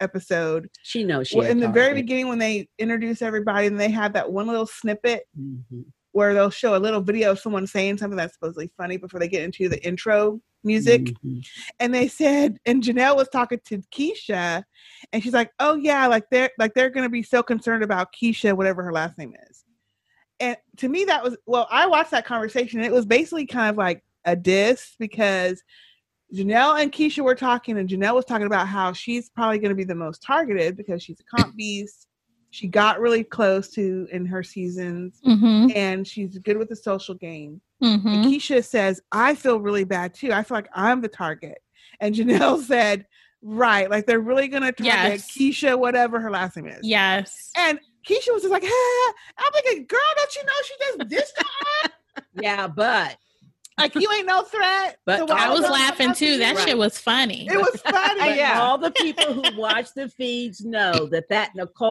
S5: episode.
S4: she knows she.
S5: Well,
S4: a
S5: in the very
S4: target.
S5: beginning, when they introduce everybody and they have that one little snippet Mm-hmm.
S4: Mhm.
S5: where they'll show a little video of someone saying something that's supposedly funny before they get into the intro music
S4: Mhm.
S5: and they said and janelle was talking to keisha and she's like oh yeah like they're like they're gonna be so concerned about keisha whatever her last name is and to me that was well i watched that conversation and it was basically kind of like a diss because janelle and keisha were talking and janelle was talking about how she's probably gonna be the most targeted because she's a comp beast she got really close to in her seasons
S3: Mm-hmm.
S5: and she's good with the social game
S3: Mm-hmm.
S5: and Keisha says, I feel really bad too. I feel like I'm the target. And Janelle said, Right, like they're really gonna target
S3: Yes.
S5: Keisha, whatever her last name is.
S3: Yes.
S5: And Keisha was just like, "Ah." I'm like, girl, don't you know she just this
S4: Yeah, but
S5: like you ain't no threat.
S4: But
S5: why
S4: I
S3: I was
S5: would
S3: laughing
S5: fuck
S3: too.
S5: you?
S3: That
S5: Right.
S3: shit was funny.
S5: it was funny.
S4: but all the people who watch the feeds know that that Nicole.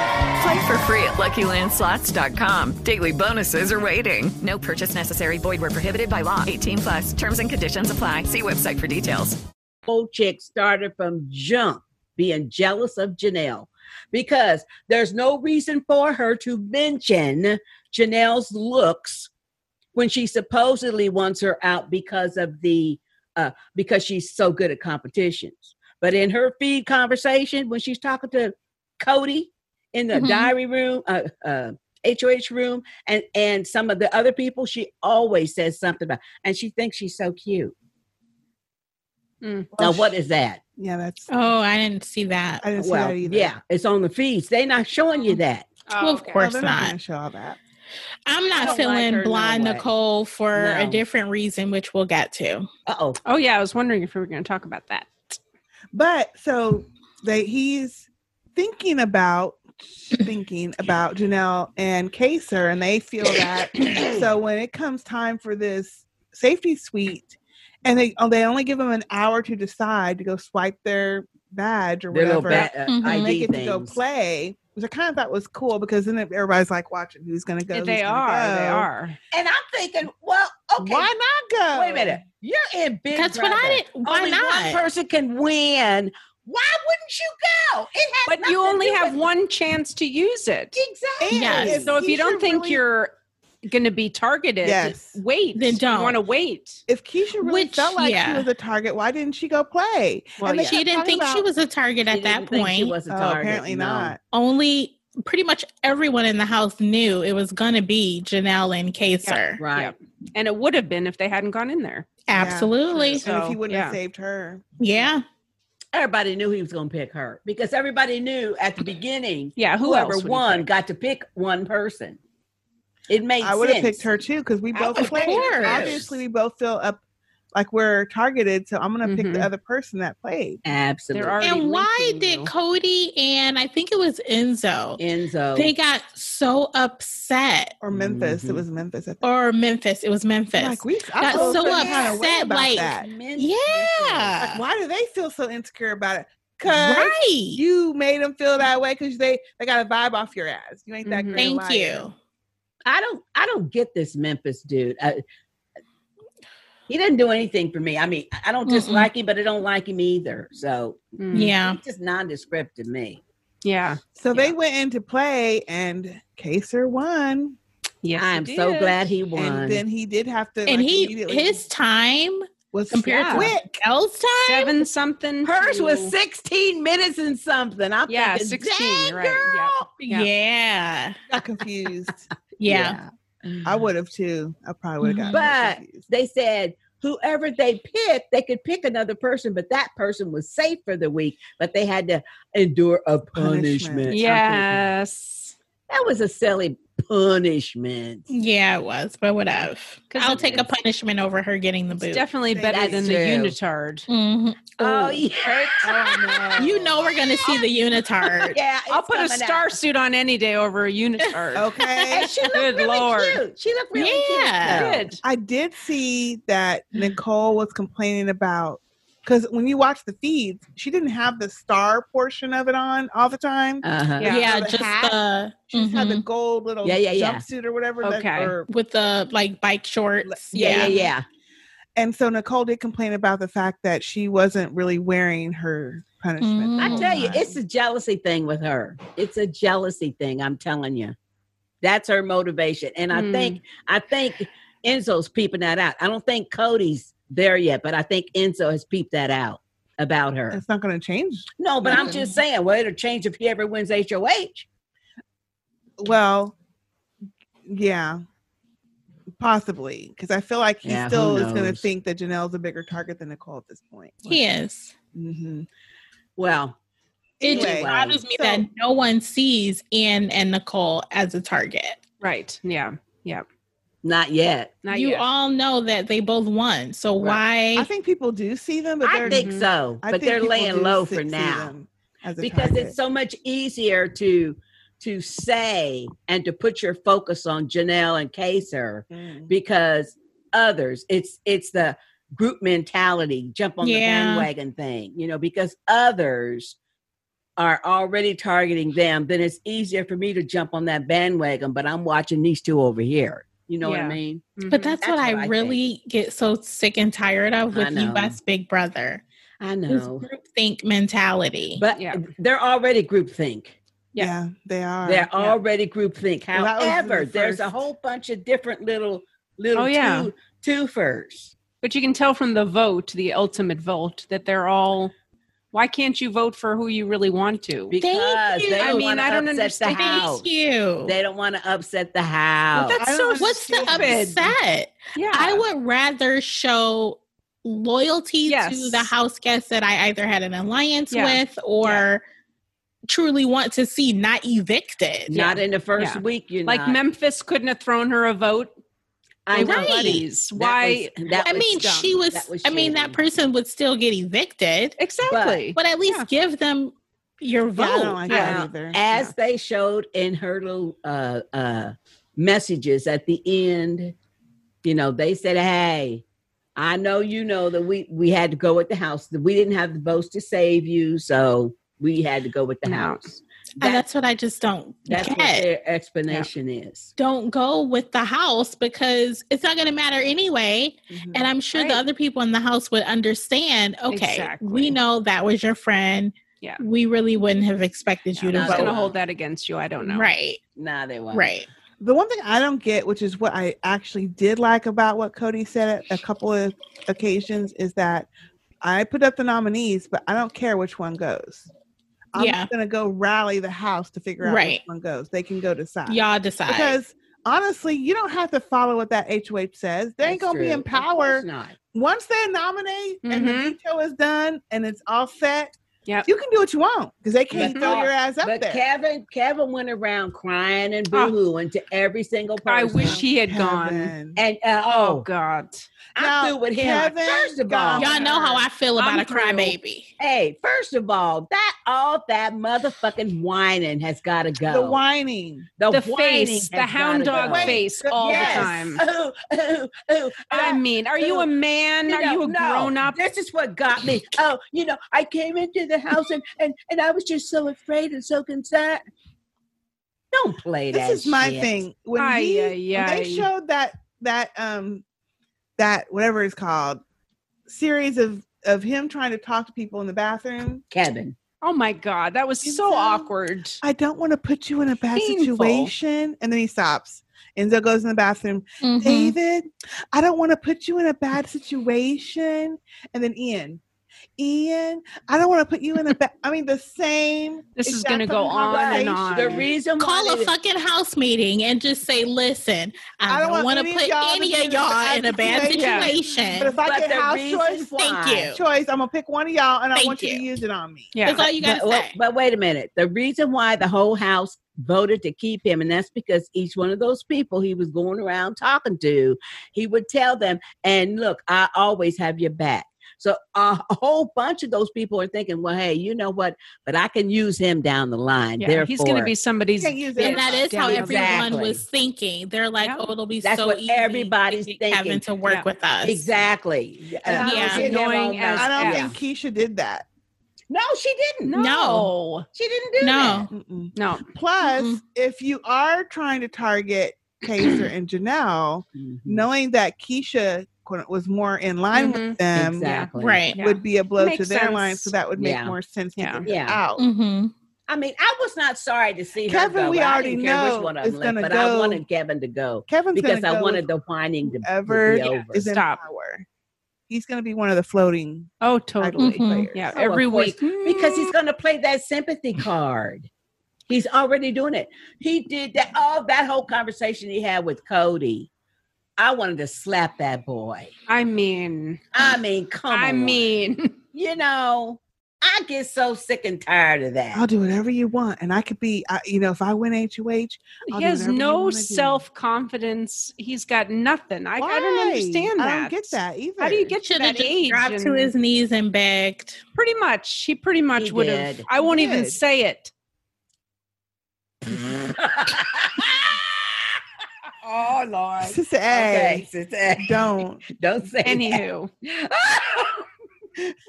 S7: Play for free at LuckyLandSlots.com. Daily bonuses are waiting. No purchase necessary. Void where prohibited by law. 18 plus terms and conditions apply. See website for details.
S4: whole chick started from jump being jealous of Janelle because there's no reason for her to mention Janelle's looks when she supposedly wants her out because of the uh, because she's so good at competitions. But in her feed conversation, when she's talking to Cody in the
S3: Mhm.
S4: diary room, uh, uh, HOH room and and some of the other people, she always says something about, and she thinks she's so cute. now, what is that?
S5: Yeah, that's.
S3: Oh, I didn't see that.
S5: I didn't see
S4: well,
S5: that either.
S4: yeah, it's on the feeds. They're not showing
S6: Uh-huh.
S4: you that.
S3: well, of course
S5: they're
S3: not.
S5: gonna show all that.
S3: I'm
S4: I
S3: not
S4: don't like
S3: feeling
S4: her no
S3: blind
S4: way.
S3: Nicole for a
S4: No.
S3: different reason, which we'll get to.
S4: Uh oh.
S6: Oh yeah, I was wondering if we were going to talk about that.
S5: But so they he's thinking about thinking about Janelle and Kaser, and they feel that. so when it comes time for this safety suite, and they oh, they only give them an hour to decide to go swipe their badge or
S4: Their little
S5: whatever,
S4: bat, uh,
S3: Mhm.
S5: and they
S4: ID
S5: get to go
S4: things.
S5: play. Which I kind of thought was cool because then everybody's like watching who's going to go.
S6: they
S5: who's gonna
S6: are. They
S5: go.
S6: are.
S4: And I'm thinking, well, okay,
S5: Why not go?
S4: wait a minute. You're in big.
S3: That's what
S4: Brother.
S3: I did. Why
S4: only one
S3: not?
S4: person can win. Why wouldn't you go? It has
S6: But you
S4: nothing to
S6: only
S4: do
S6: have
S4: with-
S6: one chance to use it.
S4: Exactly.
S3: Yes.
S6: So if
S5: he
S6: you don't
S5: should
S6: think
S5: really-
S6: you're going to be targeted,
S5: Yes.
S6: wait.
S3: Then don't.
S6: You want to wait.
S5: if Keisha really
S3: Which-
S5: felt like she
S3: yeah.
S5: was a target, why didn't she go play?
S4: Well,
S5: And they
S4: yeah.
S3: She
S5: kept
S3: didn't
S5: talking
S3: think she
S5: about-
S3: was a target
S4: She
S3: at that
S4: didn't think she
S3: point.
S4: was a
S5: Oh,
S4: target,
S5: apparently
S4: no.
S5: not.
S3: Only pretty much everyone in the house knew it was going to be Janelle and Kaser.
S4: Right.
S6: Yep. And it would have been if they hadn't gone in there.
S3: Absolutely.
S5: And if he
S6: So,
S5: wouldn't have
S6: yeah.
S5: saved her,
S3: Yeah.
S4: Everybody knew he was going to pick her because everybody knew at the beginning
S6: Yeah. Who
S4: whoever
S6: else would he
S4: won
S6: pick?
S4: got to pick one person. It made
S5: I would
S4: sense.
S5: have picked her too because we
S4: I
S5: both
S4: would- of
S5: played.
S3: course.
S5: Obviously, we both feel up like we're targeted, so I'm gonna pick
S3: Mm-hmm.
S5: the
S6: Mhm.
S5: other person that played.
S4: Absolutely.
S6: There are- already
S3: And why
S6: linking
S3: did
S6: you.
S3: Cody and I think it was Enzo,
S4: Enzo.
S3: they got so upset
S5: Or Memphis, it
S4: Mhm.
S5: was Memphis. I think.
S3: Mm-hmm. or Memphis. It was Memphis.
S5: like we I
S3: got
S5: feel
S3: so
S5: some kind of way
S3: upset,
S5: about
S3: like-
S5: that.
S3: yeah.
S5: Like, why do they feel so insecure about it? Cause
S3: right.
S5: you made them feel that way because they they got a vibe off your ass. You ain't that
S6: Mhm.
S5: great.
S3: Mm-hmm. Thank
S5: liar.
S3: you.
S4: I don't. I don't get this Memphis dude. I, he didn't do anything for me. I mean, I don't
S3: Mm-mm.
S4: dislike him, but I don't like him either. So
S6: Mm.
S3: Yeah.
S4: he's just nondescript to me.
S6: Yeah.
S5: So they
S4: Yeah.
S5: went into play, and Kaser won,
S6: Yes.
S4: I'm
S6: he
S4: so
S6: did.
S4: glad he won.
S5: and then he did have to.
S3: And
S5: like,
S3: he
S5: immediately
S3: his time
S5: was
S3: compared
S6: Yeah.
S3: to
S5: quick.
S3: Elle's time.
S6: seven something.
S4: Hers
S6: to-
S4: was 16 minutes and something. I'm
S6: Yeah,
S4: thinking,
S6: 16,
S4: "Dang,
S6: you're right. Yeah.
S4: girl!"
S3: Yeah. Yeah.
S5: Got confused.
S3: Yeah.
S5: I
S4: Mm-hmm.
S5: would have too. I probably would have
S4: But-
S5: gotten. confused.
S4: They said whoever they picked, they could pick another person, but that person was safe for the week, but they had to endure a punishment.
S5: Punishment.
S4: I'm thinking,
S6: Yes.
S4: That was a silly punishment.
S3: it was, but whatever.
S6: 'Cause
S3: I'll
S6: it-
S3: take a punishment over her getting the
S6: It's
S3: boot.
S6: definitely
S5: Say
S6: better
S4: that's
S6: than the
S4: true.
S6: unitard.
S3: Mhm.
S4: Oh,
S6: Ooh.
S4: yeah. Oh,
S3: You know we're gonna see the unitard.
S4: yeah.
S6: I'll
S4: it's
S6: put a
S4: coming
S6: star
S4: out.
S6: suit on any day over a unitard.
S5: okay.
S4: And she looked
S6: Good
S4: really
S6: Lord.
S4: cute. She looked really
S3: Yeah.
S4: cute. though.
S6: Good.
S5: I did see that
S4: Mm.
S5: Nicole was complaining about because when you watch the feeds, she didn't have the star portion of it on all the time.
S4: Uh-huh.
S6: Yeah.
S3: Yeah,
S5: The
S3: just
S5: hat.
S3: uh
S5: She just had the
S3: mhm.
S5: gold little
S4: Mm-hmm. Yeah, yeah, yeah.
S5: jumpsuit or whatever. that-
S6: Okay.
S5: or-
S3: with the like bike shorts.
S4: Yeah. Yeah.
S3: Yeah.
S4: Yeah.
S5: and so Nicole did complain about the fact that she wasn't really wearing her punishment. the
S3: Mm.
S4: I
S5: whole
S4: tell you,
S5: time.
S4: it's a jealousy thing with her. It's a jealousy thing. I'm telling you, that's her motivation. And I
S6: Hmm.
S4: think, I think Enzo's peeping that out. I don't think Cody's there yet, but I think Enzo has peeped that out about her.
S5: It's not going to change.
S4: No, but I'm just saying, well, it'll change if he ever wins HOH.
S5: Well, yeah, possibly because I feel like he
S4: Yeah, who
S5: still is going to
S4: knows?
S5: think that Janelle's a bigger target than Nicole at this point.
S3: He is.
S5: hmm
S4: Well,
S3: It
S5: Anyway,
S3: just bothers me
S5: so-
S3: that no one sees Ian and Nicole as a target.
S6: Right. Yeah.
S4: not yet.
S6: Not
S3: you
S6: yet.
S3: all know that they both won. So
S5: I
S3: why
S5: think people do see them, but
S4: I
S5: they're,
S4: think so,
S5: I
S4: but
S5: think
S4: they're
S5: people do
S4: laying low
S5: see-
S4: for
S5: see
S4: now.
S5: them as a
S4: because
S5: target.
S4: it's so much easier to to say and to put your focus on Janelle and Kaser
S5: Mm.
S4: because others it's it's the group mentality jump on the
S3: Yeah.
S4: bandwagon thing you know because others are already targeting them then it's easier for me to jump on that bandwagon but I'm watching these two over here you know
S6: Yeah.
S4: what I mean
S3: but
S6: Mhm.
S3: that's,
S4: Mm-hmm. That's
S3: what, I,
S4: what I
S3: really get so sick and tired of
S4: I
S3: with
S4: know.
S3: US Big Brother.
S4: I
S3: This
S4: know
S3: group think mentality.
S4: but
S6: Yeah.
S4: they're already groupthink
S5: yeah.
S6: Yeah.
S5: they are.
S4: They're
S6: yeah.
S4: already groupthink.
S5: Well, that was the
S4: However, there's a
S5: first-
S4: whole bunch of different little little
S6: Oh, yeah.
S4: two, twofers.
S6: But you can tell from the vote, the ultimate vote, that they're all Why can't you vote for who you really want to?
S4: Because they
S6: I
S4: don't
S6: mean,
S4: wanna
S6: I don't
S4: upset
S6: understand.
S4: the house.
S3: you.
S4: They don't want to upset the house.
S6: But that's so
S3: What's the
S6: stupid.
S3: upset?
S6: Yeah.
S3: I would rather show loyalty
S6: Yes.
S3: to the house guests that I either had an alliance
S6: Yeah.
S3: with or truly want to see not evicted.
S4: not in the first
S6: Yeah.
S4: week. You're
S6: like
S4: not.
S6: Memphis couldn't have thrown her a vote.
S4: I
S6: They were
S3: Right.
S6: buddies.
S4: That
S6: Why?
S4: was- that
S3: I
S4: was
S3: mean,
S4: dumb.
S3: she was,
S4: That
S3: I mean, that
S4: shady.
S3: person would still get evicted,
S6: exactly.
S3: but at least give them your
S5: Yeah, I
S3: vote.
S5: don't like
S4: yeah.
S5: that either.
S4: as they showed in her little uh, uh, messages at the end, you know, they said, "Hey, I know you know that we we had to go with the house. That we didn't have the boats to save you, so we had to go with the
S6: No.
S4: house."
S3: and
S4: That-
S3: that's what I just don't
S4: that's what
S3: get.
S4: their explanation is.
S3: don't go with the house because it's not going to matter anyway. And I'm sure the
S6: Right.
S3: other people in the house would understand. Okay,
S6: Exactly.
S3: we know that was your friend.
S6: Yeah.
S3: we really wouldn't have expected you
S6: I'm
S3: to
S6: not
S3: vote.
S6: going to hold that against you. I don't know.
S3: Right,
S4: Nah, they won't.
S3: right.
S5: The one thing I don't get, which is what I actually did like about what Cody said at a couple of occasions, is that I put up the nominees, but I don't care which one goes. I'm
S3: Yeah.
S5: going to go rally the house to figure out
S3: Right.
S5: which one goes. They can go decide.
S3: Y'all decide.
S5: uh, Because honestly, you don't have to follow what that HOH says. They ain't
S4: That's
S5: going to be
S4: true.
S5: in
S4: Of course
S5: power.
S4: Not.
S5: Once they nominate and
S3: Mm-hmm.
S5: the
S6: Mhm.
S5: veto is done and it's all set,
S6: Yep.
S5: you can do what you want because they can't
S4: Mhm.
S5: throw your ass up
S4: But
S5: there.
S4: Kevin, Kevin went around crying and
S6: Oh.
S4: boohooing to every single person.
S6: I wish he had gone.
S5: Kevin.
S4: And uh,
S6: Oh
S4: oh,
S6: God.
S5: Now,
S4: I'm through with him.
S5: Kevin
S4: First of
S5: got-
S4: all,
S3: Y'all know how I feel about
S6: I'm
S3: a crybaby.
S4: Hey, first of all, that all that motherfucking whining has got to go.
S5: The whining.
S6: The face, the hound dog face, all
S5: yes.
S6: the time.
S4: Oh, oh, oh.
S6: I mean, are you a man?
S4: You
S6: are you
S4: know,
S6: a
S4: no,
S6: grown up?
S4: This is what got me. Oh, you know, I came into the house and and, and I was just so afraid and so concerned. Don't play that.
S5: This is my
S4: shit.
S5: thing. When,
S6: Ay,
S5: he-
S6: ay,
S5: when
S6: ay.
S5: they showed that that um that whatever it's called series of of him trying to talk to people in the bathroom,
S4: Kevin.
S6: Oh my God, that was
S5: You
S6: so
S5: know,
S6: awkward.
S5: I don't want to put you in a bad
S6: Painful.
S5: situation. And then he stops. Enzo goes in the bathroom.
S6: Mm-hmm.
S3: Mhm.
S5: David, I don't want to put you in a bad situation. And then Ian, Ian, I don't want to put you in a bad. I mean, the same.
S6: This is
S5: exact
S6: going to go
S5: fucking
S6: on and
S5: conversation.
S6: on.
S4: The reason
S3: Call
S4: why
S3: a
S4: they-
S3: fucking house meeting and just say, "Listen, I,
S5: I don't
S3: don't
S5: want
S3: want to
S5: any of
S3: put
S5: y'all to
S3: any
S5: be
S3: of
S5: in a
S3: y'all
S5: bad
S3: in a bad
S5: situation."
S3: situation."
S5: But if I
S4: But
S5: get
S4: the
S5: house
S4: reason
S5: choice,
S4: why-
S3: Thank you.
S5: choice, I'm gonna pick one of y'all, and I
S3: Thank
S5: want you.
S3: you.
S5: to use it on me.
S6: yeah.
S3: That's all you gotta
S4: but, well,
S3: say.
S4: but wait a minute. The reason why the whole house voted to keep him, and that's because each one of those people he was going around talking to, he would tell them, and look, I always have your back. So a whole bunch of those people are thinking, well, hey, you know what? But I can use him down the line.
S6: yeah.
S4: Therefore,
S6: He's going to be somebody's.
S5: Can't use it.
S3: and that is how
S4: Exactly.
S3: everyone was thinking. They're like,
S6: Yeah.
S3: "Oh, it'll be
S4: That's
S3: so
S4: what
S3: easy
S4: everybody's
S3: to get Kevin to
S4: thinking.
S3: work
S6: Yeah.
S3: with us."
S4: exactly.
S5: And
S4: Uh,
S5: I
S3: Yeah.
S5: don't think-
S6: Annoying as
S5: I don't
S6: F.
S5: think Keisha did that.
S4: No, she didn't.
S6: No.
S4: She didn't do
S3: No.
S5: Mm-mm.
S6: No.
S5: Plus,
S3: Mm-mm.
S5: if you are trying to target Kaiser and Janelle,
S4: that.
S5: knowing that Keisha quote, was more in line with them
S4: exactly.
S3: Right.
S6: Mm-hmm. Yeah.
S5: would be a blow to
S6: Makes
S5: their line, so
S6: sense.
S5: that would make
S4: Yeah.
S5: more sense to
S6: Yeah. Mm.
S5: get
S4: Yeah.
S5: out.
S3: Mm-hmm.
S4: I mean, I was not sorry to see her
S5: Kevin,
S4: go.
S5: we
S4: I
S5: already
S4: didn't care
S5: know
S4: which one of
S5: is
S4: them left,
S5: gonna
S4: but I
S5: go-
S4: wanted Kevin to go
S5: Kevin's
S4: because
S5: gonna
S4: I
S5: go
S4: wanted
S5: with
S4: the whining to, to
S5: whoever
S4: be over.
S5: is in
S6: Stop.
S5: power. He's going to be one of the floating
S6: Oh,
S5: type of
S6: totally.
S3: Mhm.
S5: players.
S6: Yeah.
S4: Oh,
S6: every
S4: of course,
S6: week.
S4: because he's going to play that sympathy card. He's already doing it. He did that. All that whole conversation he had with Cody. I wanted to slap that boy.
S6: I mean,
S4: I
S5: Mm.
S4: mean, come on.
S6: I mean,
S4: you know, I get so sick and tired of that.
S5: I'll do whatever you want, and I could be, I, you know, if I win HOH, I'll
S6: he
S5: do
S6: has
S5: whatever you
S6: no
S5: wanna do.
S6: self confidence. He's got nothing. I, I
S5: Why?
S6: don't understand that.
S5: I don't get that either.
S6: How do you get to
S3: Should have
S6: that
S3: just
S6: age?
S3: dropped to
S6: and-
S3: his knees and begged.
S6: Pretty much. He pretty much
S4: He
S6: would have.
S4: did.
S6: I won't even
S5: did.
S6: say it.
S4: oh Lord.
S5: Sister
S4: Okay,
S5: A,
S4: sister A,
S5: don't.
S4: don't say anything.
S6: Anywho,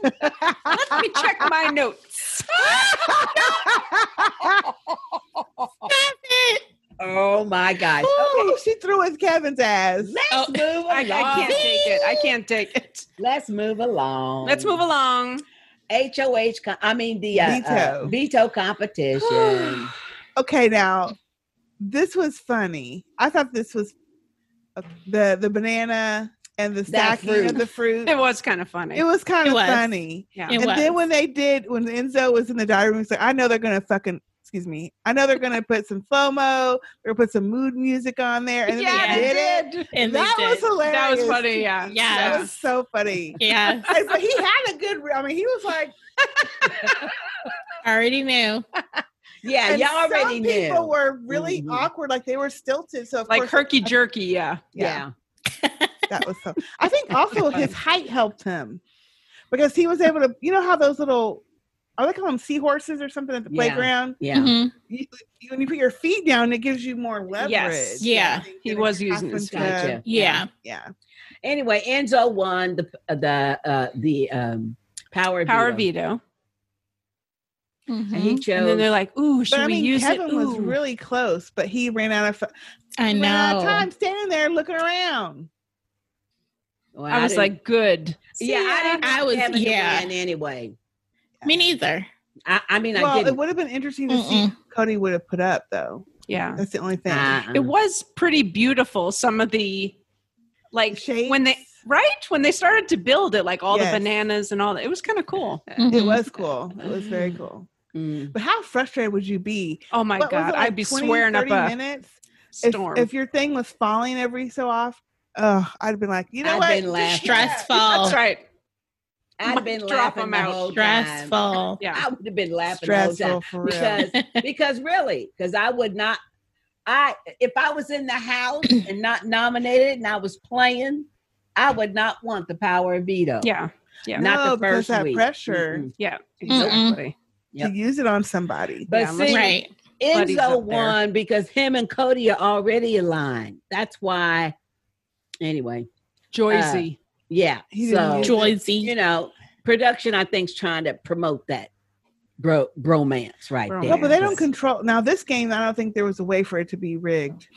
S6: let me check my notes.
S5: Oh,
S3: Stop it.
S4: oh my gosh.
S5: Ooh,
S4: Okay.
S5: Oh, she threw his Kevin's ass.
S4: Let's
S3: Oh,
S4: move along.
S6: I, I can't take it. I can't take it.
S4: Let's move along.
S5: Oh.
S6: Let's move along.
S4: HOH, co- I mean, the uh, veto.
S5: Veto.
S4: Uh, veto competition.
S5: Okay, now this was funny. I thought this was the the uh, banana and the
S6: That
S5: stacking
S6: fruit.
S5: of the fruit.
S6: It was kind of funny.
S5: It was kind
S6: It
S5: of
S6: was.
S5: funny.
S6: Yeah.
S5: and
S6: It
S5: then
S6: was.
S5: when they did, when Enzo was in the diary room, he's like, I know they're going to fucking, excuse me, I know they're going to put some FOMO, they're going to put some mood music on there. And then
S6: Yeah,
S5: they
S6: they
S5: did it.
S6: did.
S3: And
S5: that
S3: they
S5: was
S3: did.
S5: hilarious.
S6: That was funny. Yeah.
S5: That was so funny.
S3: Yeah.
S5: And so he had a good, I mean, he was like,
S3: Already knew.
S4: Yeah,
S5: and
S4: y'all already
S5: some
S4: knew.
S5: people were really
S4: Mhm.
S5: awkward, like they were stilted. So, of
S6: Mm-hmm. like
S5: course,
S6: herky jerky. Yeah.
S5: yeah. that was so. I think also his height helped him because he was able to. You know how those little, are they call them seahorses or something at the
S4: Yeah.
S5: playground?
S4: Yeah.
S6: Mm-hmm.
S3: Mhm.
S5: You, you- when you put your feet down, it gives you more leverage.
S6: Yes.
S3: Yeah.
S5: I think
S6: He
S5: it
S6: was using
S5: happened
S6: his
S5: to-
S6: feet, yeah.
S3: Yeah.
S5: Yeah.
S4: Anyway, Enzo won the the uh, the um, power
S6: Power
S4: veto.
S6: veto. Mm-hmm.
S3: Mhm.
S4: And he chose.
S6: And then they're like, ooh, should
S5: But I
S6: we
S5: mean,
S6: use
S5: Kevin
S6: it?
S5: was
S6: Ooh.
S5: really close, but he ran out of,
S3: I
S5: he ran out of
S3: know.
S5: time standing there looking around.
S4: Well,
S6: I was
S4: didn't-
S6: like, good.
S4: yeah, I didn't.
S3: I
S4: I
S3: was-
S4: was
S5: e-,
S4: Kevin to
S3: yeah.
S4: win anyway.
S3: Me neither.
S4: I, I mean, I
S5: well, it
S4: didn't.
S5: would have been interesting to see what Cody would have put up, though.
S6: Yeah.
S5: That's the only thing.
S4: Uh-uh.
S6: It was pretty beautiful. Some of the, like,
S5: Shapes.
S6: when they, right? When they started to build it, like all
S5: Yes.
S6: the bananas and all that. It was kind of cool.
S5: It
S3: Mhm.
S5: was cool. It was very cool.
S4: Mm.
S5: But how frustrated would you be?
S6: Oh my
S5: What was it,
S6: God.
S5: like
S6: I'd be
S5: 20,
S6: swearing up
S5: 30
S6: a
S5: minutes. If,
S6: storm.
S5: if your thing was falling every so off, uh, I'd been like, you know
S4: I'd
S5: what?
S4: been laughing.
S3: Stressful.
S6: That's right.
S4: I'd been
S6: Drop
S4: laughing
S6: 'em
S4: the
S6: out.
S4: whole time.
S3: Stressful.
S6: Yeah.
S4: I would have been laughing the whole
S5: stressful
S4: time
S5: for real.
S4: because because really because I would not. I if I was in the house and not nominated and I was playing, I would not want the power of
S5: Oh.
S4: veto.
S6: Yeah. Yeah.
S4: not
S5: No,
S4: the
S5: because
S4: first
S5: that
S4: week.
S5: pressure.
S4: Mm-mm.
S6: Yeah.
S3: Mm-mm.
S6: Exactly.
S4: Yep.
S5: to use it on somebody.
S4: But
S6: Yeah, let's
S4: see,
S3: Right.
S6: Buddy's
S4: Enzo
S6: up there.
S4: won because him and Cody are already aligned. That's why. Anyway,
S6: Joyzy.
S4: yeah.
S5: He didn't
S4: so
S5: use-
S4: you
S3: Joyzy.
S4: know, production I think's trying to promote that bro bromance right
S6: Bromance.
S4: there.
S5: no, but they don't
S6: Yes.
S5: control. Now this game, I don't think there was a way for it to be rigged.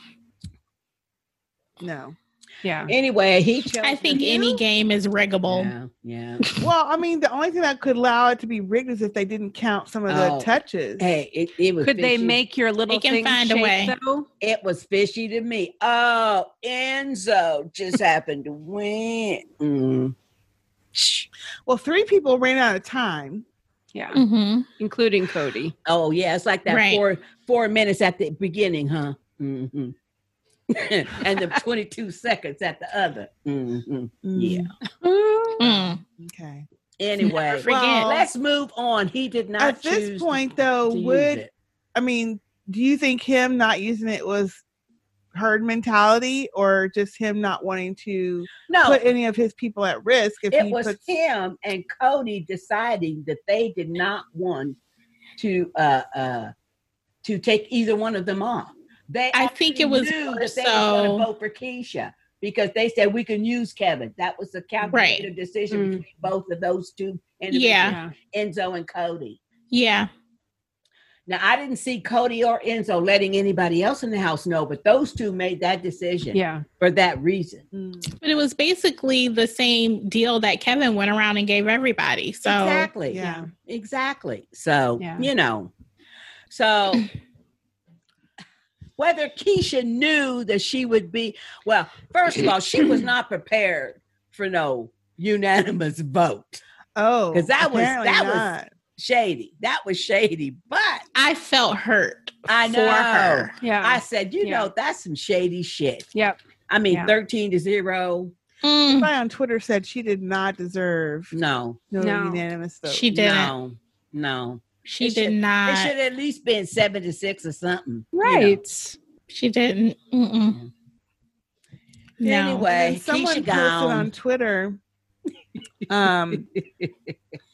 S5: Uh, No.
S6: Yeah.
S4: Anyway, he. Chose
S3: I think
S4: the-
S3: any game is riggable.
S4: Yeah, yeah.
S5: Well, I mean, the only thing that could allow it to be rigged is if they didn't count some of the
S4: Oh.
S5: touches.
S4: Hey, it, it was.
S6: Could they
S4: fishy.
S6: make your little
S3: They can
S6: thing
S3: find a
S6: shake,
S3: way.
S6: though?
S4: It was fishy to me. Oh, Enzo just happened to win.
S5: Mm-hmm.
S4: Mm.
S5: Well, three people ran out of time.
S6: Yeah.
S3: Mm-hmm.
S6: Including Cody.
S4: Oh yeah, it's like that
S3: Right.
S4: four four minutes at the beginning, huh? hmm and the twenty two seconds at the other.
S5: Mm-hmm.
S4: hmm Yeah.
S3: Mm.
S5: Mm, Okay.
S4: Anyway,
S3: Forget.
S5: Well,
S4: let's move on. He did not.
S5: At
S4: choose
S5: this point,
S4: to
S5: though,
S4: use
S5: would
S4: it.
S5: I mean, do you think him not using it was herd mentality or just him not wanting to
S4: no?
S5: put any of his people at risk if
S4: it
S5: he
S4: was
S5: puts
S4: him and Cody deciding that they did not want to uh uh to take either one of them off. They
S3: I think it
S4: actually
S3: was
S4: knew
S3: more
S4: that they were
S3: so-
S4: going to vote for Keisha because they said we can use Kevin. That was a calculated decision
S6: Mm.
S4: between both of those two and
S3: Yeah.
S4: Enzo and Cody.
S3: Yeah.
S4: Now I didn't see Cody or Enzo letting anybody else in the house know, but those two made that
S6: Yeah.
S4: decision
S6: Yeah.
S4: for that reason.
S5: Mm,
S3: But it was basically the same deal that Kevin went around and gave everybody. So
S4: exactly.
S5: yeah.
S4: Exactly. So,
S6: Yeah.
S4: you know, so whether Keisha knew that she would be, well, first of all, she was not prepared for no unanimous vote.
S5: Oh,
S4: 'Cause that was-
S5: apparently
S4: that was-
S5: not.
S4: Shady. That was shady. But
S3: I felt hurt
S4: I
S3: for
S4: know.
S3: her.
S4: I said, you
S6: Yeah.
S4: know, that's some shady shit.
S6: Yep.
S4: I mean,
S6: Yeah.
S4: 13 to zero.
S3: Mm,
S5: Somebody on Twitter said she did not deserve
S4: No,
S5: no,
S6: No.
S5: unanimous vote.
S3: she didn't. Uh,
S4: no, no.
S3: She
S4: It
S3: did
S4: should-
S3: not.
S4: it should at least been 76 or something. you know.
S6: Right.
S3: She didn't. Mm-mm. No.
S4: Anyway.
S5: And then
S4: Keisha
S5: someone posted
S4: gone.
S5: on Twitter. Um,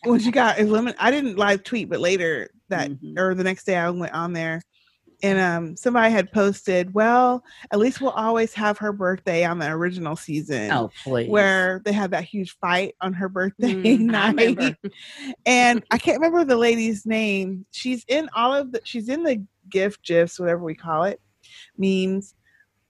S5: when she got eliminated, I didn't live tweet, but later that
S4: Mhm.
S5: or the next day I went on there and um somebody had posted, well, at least we'll always have her birthday on the original season.
S4: Oh, please.
S5: Where they had that huge fight on her birthday
S6: Mm,
S4: I
S5: night,
S4: remember.
S5: and I can't remember the lady's name. She's in all of the. She's in the gift gifs, whatever we call it, memes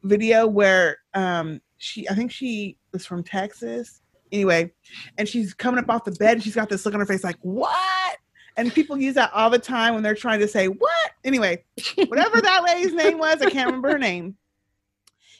S5: video where um she. I think she was from Texas. Anyway, and she's coming up off the bed. And she's got this look on her face, like what? And people use that all the time when they're trying to say what. Anyway, whatever that lady's name was, I can't remember her name.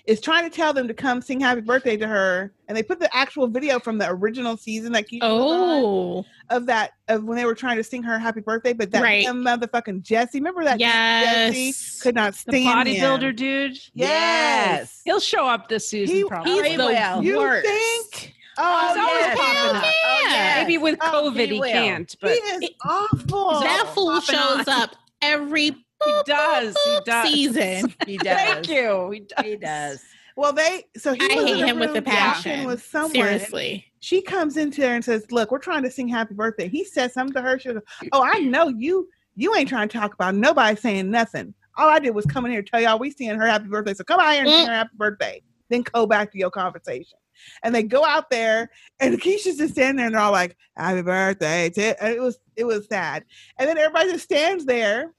S5: is trying to tell them to come sing happy birthday to her, and they put the actual video from the original season that you
S3: oh
S5: of that of when they were trying to sing her happy birthday, but that
S3: Right.
S5: dumb motherfucking Jesse, remember that
S3: Yes.
S5: Jesse could not
S6: The
S5: stand him.
S6: bodybuilder dude.
S5: Yes.
S6: He'll show up this season probably.
S4: he's the
S5: You
S3: worst.
S5: think?
S6: He's
S5: Oh,
S6: always
S5: yes.
S6: popping up.
S3: yeah.
S6: Maybe with
S5: Oh,
S6: COVID he,
S4: will.
S6: can't, but
S5: he is awful.
S3: that fool
S6: off and
S3: shows
S6: on.
S3: up every
S6: he
S3: boop,
S6: does. He
S3: boop
S6: does.
S3: season.
S4: He does.
S6: Thank you. He does.
S4: He does.
S5: Well, they so he
S3: I
S5: was in
S3: hate
S5: the
S3: him with a
S5: room dancing
S3: passion.
S5: with someone.
S3: Seriously.
S5: She comes into there and says, "Look, we're trying to sing Happy Birthday." He says something to her. She goes, "Oh, I know you. You ain't trying to talk about it. nobody saying nothing. All I did was come in here and tell y'all we singing her Happy Birthday. So come out here and
S4: Mm.
S5: sing her Happy Birthday. Then go back to your conversation." And they go out there, and Keisha's just standing there, and they're all like, "Happy Birthday!" To-" And it was it was sad. And then everybody just stands there,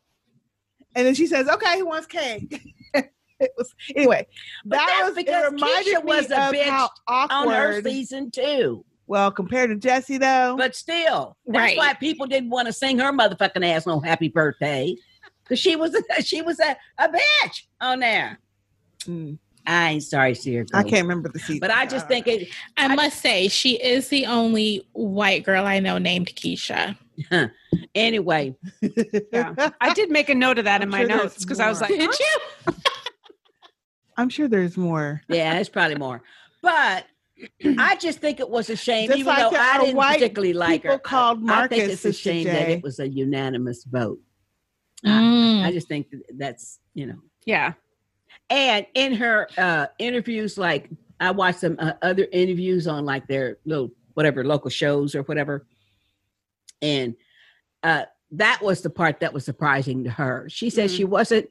S5: and then she says, "Okay, who wants cake?" it was anyway.
S4: But
S5: that
S4: that's
S5: was it
S4: because
S5: reminded me
S4: Keisha was a
S5: of
S4: bitch
S5: how
S4: on her
S5: awkward.
S4: season two.
S5: Well, compared to Jesse though,
S4: But still, that's
S3: Right.
S4: why people didn't want to sing her motherfucking ass no happy birthday. Because she was a, she was a, a bitch on there.
S5: Mm,
S4: I ain't sorry, Sierra.
S5: I can't remember the season.
S4: But I just think it
S3: I, must say, she is the only white girl I know named Keisha.
S4: anyway.
S6: Yeah. I did make a note of that
S5: I'm
S6: in my
S5: sure there's
S6: notes because I was
S5: more.
S6: like, huh?
S3: you?
S5: I'm sure there's more.
S4: Yeah, it's probably more. But I just think it was a shame,
S5: Just
S4: even
S5: like
S4: though
S5: there
S4: I
S5: are
S4: didn't
S5: white
S4: particularly like
S5: people
S4: her.
S5: called
S4: I think
S5: Marcus,
S4: it's a
S5: Sister
S4: shame that
S5: J.
S4: it was a unanimous vote.
S3: Mm.
S4: I just think that that's you know.
S6: yeah.
S4: And in her uh interviews, like I watched some uh, other interviews on like their little whatever local shows or whatever, and uh that was the part that was surprising to her. She said
S5: Mm-hmm.
S4: she wasn't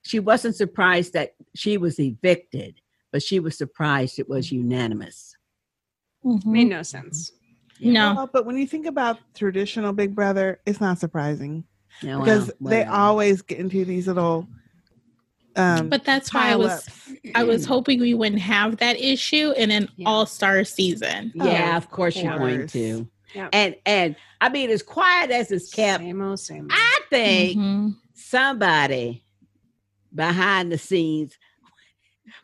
S4: she wasn't surprised that she was evicted, but she was surprised it was unanimous.
S6: Made no sense.
S3: Mm-hmm. No.
S5: Well, but when you think about traditional Big Brother, it's not surprising
S4: Yeah,
S5: because
S4: well,
S5: they
S4: Oh, well.
S5: always get into these little um
S3: But that's why I
S5: pile
S3: was
S5: ups.
S3: I was hoping we wouldn't have that issue in an
S6: Yeah.
S3: all-star season.
S4: Yeah,
S5: Oh,
S4: of course you're going
S5: course.
S4: to.
S6: Yep.
S4: And and I mean, as quiet as it's kept,
S6: Same old, same old.
S4: I
S5: Mm-hmm.
S4: think
S6: Mm-hmm.
S3: Mhm.
S4: somebody behind the scenes,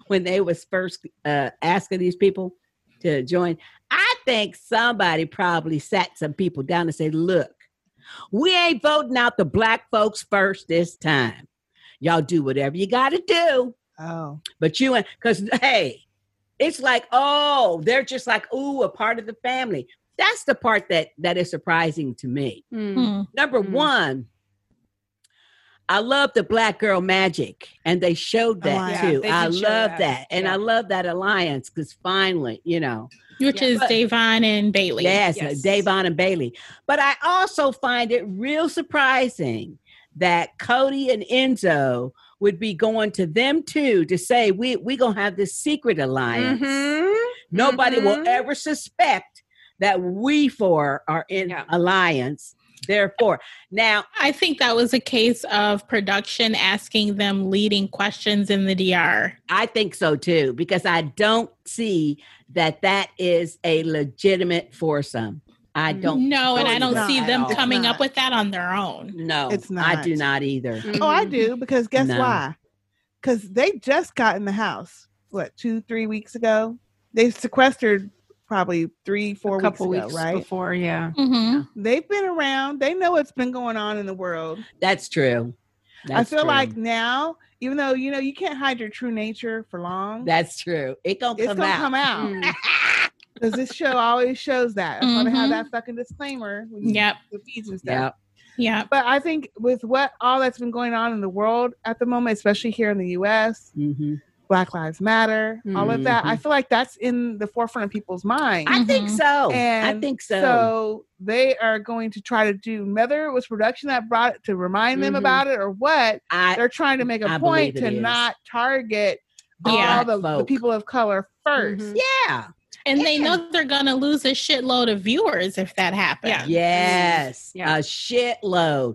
S4: when they was first uh, asking these people to join, I think somebody probably sat some people down and said, "Look, we ain't voting out the black folks first this time. Y'all do whatever you got to do."
S5: Oh,
S4: But you and because hey, it's like oh, they're just like ooh, a part of the family. That's the part that that is surprising to me.
S6: Mm.
S3: Mm.
S4: Number
S6: Mm.
S4: one, I love the black girl magic, and they showed that
S5: Alliance.
S4: too.
S6: Oh, Yeah, they
S4: I
S6: did
S4: love
S6: show
S4: that.
S6: that.
S4: and
S6: Yeah.
S4: I love that alliance because finally, you know,
S3: Which
S6: Yeah.
S3: is
S4: But-
S3: Davon and Bailey.
S4: yes,
S6: Yes.
S4: Davon and Bailey. But I also find it real surprising that Cody and Enzo would be going to them too to say we we gonna have this secret alliance.
S6: Mhm.
S4: Nobody
S6: Mhm.
S4: will ever suspect that we four are in
S6: Yeah.
S4: alliance. Therefore, now
S3: I think that was a case of production asking them leading questions in the DR.
S4: I think so too because I don't see that that is a legitimate foursome. I
S5: Mm-hmm.
S4: don't.
S3: No, and
S4: Oh,
S3: I don't
S5: it's
S3: see
S5: not.
S3: them
S4: It's
S3: coming
S5: not.
S3: up with that on their own.
S4: No,
S5: It's
S4: I
S5: not.
S4: do not either.
S5: oh, I
S6: Mhm.
S5: do because guess
S4: No.
S5: why? Because they just got in the house. What two, three weeks ago? They sequestered probably three, four
S6: A couple
S5: weeks,
S6: weeks,
S5: ago, right?
S6: before, yeah.
S3: Mhm.
S5: They've been around. They know what's been going on in the world.
S4: That's true.
S5: I
S4: That's
S5: feel
S4: true.
S5: like now, even though you know you can't hide your true nature for long,
S4: that's true. It gonna
S5: it's
S4: come
S5: gonna
S4: out. Mm-hmm.
S5: come out
S6: Mm.
S5: because this show always shows that. I'm gonna have
S3: Mhm.
S5: that fucking disclaimer. When you
S3: Yep.
S5: do the feeds and stuff.
S4: Mm-hmm. Yeah,
S3: Yep.
S5: But I think with what all that's been going on in the world at the moment, especially here in the U.S.,
S4: hmm
S5: Black Lives Matter, all of that, I feel like that's in the forefront of people's minds.
S4: Mm-hmm. I think
S3: Mhm.
S4: so.
S5: Mm-hmm. And
S4: I think so.
S5: So they are going to try to do whether it was production that brought it to remind them
S6: Mhm.
S5: about it or what.
S4: Mm-hmm. I
S5: they're trying to make a
S4: I
S5: point
S4: believe it
S5: to
S4: is.
S5: not target
S3: Yeah.
S5: all the, the
S4: Folk.
S5: people of color 1st
S6: Mhm.
S4: yeah.
S3: And they know they're going to lose a shitload of viewers if that happens.
S6: Yeah.
S4: Yes,
S6: Yeah.
S4: a shitload,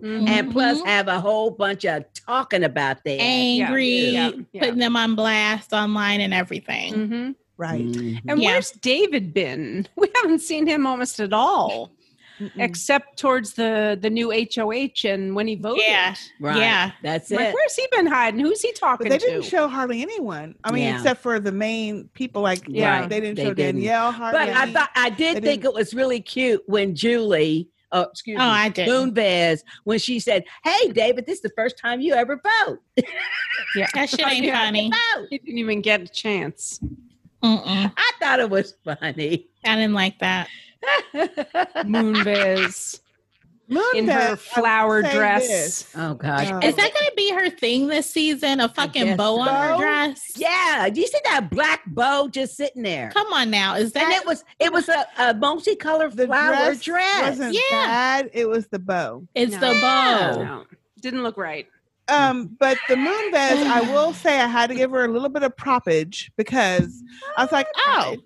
S6: Mhm.
S5: Mm-hmm.
S4: and plus
S3: Mhm.
S4: have a whole bunch of talking about that.
S3: Angry,
S6: Yeah. Yeah.
S3: putting them on blast online and everything.
S6: Mhm.
S5: Right.
S4: Mhm.
S6: And
S3: Yeah.
S6: where's David been? We haven't seen him almost at all. except towards the the new HOH and when he voted.
S3: Yeah,
S4: Right. Yeah. That's
S6: Like,
S4: it.
S6: where's he been hiding? Who's he talking
S5: But they
S6: to?
S5: didn't show hardly anyone. I mean,
S4: Yeah.
S5: except for the main people. Like,
S6: Yeah.
S5: yeah, they didn't
S4: They
S5: show
S4: didn't.
S5: Danielle hardly.
S4: But I thought I did
S5: They
S4: think it was really cute when Julie, oh, excuse
S3: Oh,
S4: me,
S3: I did.
S4: Moonves, when she said, "Hey, David, this is the first time you ever vote.
S6: Yeah.
S3: That shit ain't
S6: Oh, Yeah.
S3: funny.
S4: Vote."
S6: He didn't even get a chance.
S3: Mm-mm.
S4: I thought it was funny.
S3: I didn't like that.
S6: Moonves
S5: Moonves,
S6: in
S5: I
S6: her
S5: will
S6: flower
S5: say
S6: dress.
S5: this.
S4: oh gosh.
S5: No.
S3: Is that going to be her thing this season? A fucking
S4: guess
S3: bow on her
S5: so.
S3: dress?
S4: yeah, do you see that black bow just sitting there?
S3: Come on now. Is that
S4: and it was it was a, a multicolored
S5: The
S4: flower
S5: dress,
S4: dress.
S5: wasn't
S3: Yeah.
S5: bad. It was the bow.
S3: It's
S6: No.
S3: the bow.
S6: No, didn't look right.
S4: Mm-hmm.
S5: Um, but the moon vest, I will say I had to give her a little bit of propage because I was like, oh,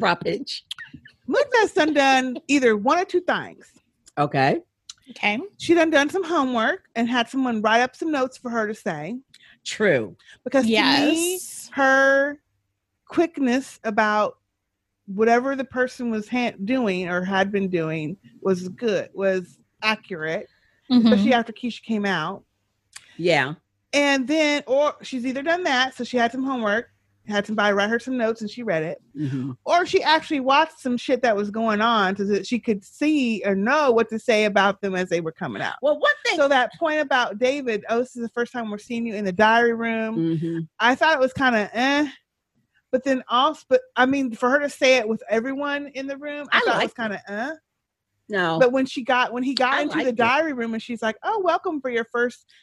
S4: Propage.
S5: moon vest done done either one or two things.
S4: Okay.
S3: Okay.
S5: She done done some homework and had someone write up some notes for her to say
S4: True.
S5: because to me,
S3: Yes.
S5: her quickness about whatever the person was ha- doing or had been doing was good, was accurate,
S3: Mhm.
S4: Mm-hmm.
S5: especially after Keisha came out.
S4: Yeah.
S5: And then, or she's either done that, so she had some homework, had somebody write her some notes, and she read it.
S4: Mhm.
S5: or she actually watched some shit that was going on so that she could see or know what to say about them as they were coming out.
S4: Well, one thing.
S5: So that point about David, oh, this is the first time we're seeing you in the diary room.
S4: Mhm.
S5: I thought it was kind of eh, but then also, but I mean, for her to say it with everyone in the room, I,
S4: I
S5: thought it was
S4: liked
S5: kind of eh.
S4: No.
S5: But when she got when he got
S4: I
S5: into
S4: liked
S5: the
S4: it.
S5: diary room and she's like, "Oh, welcome for your first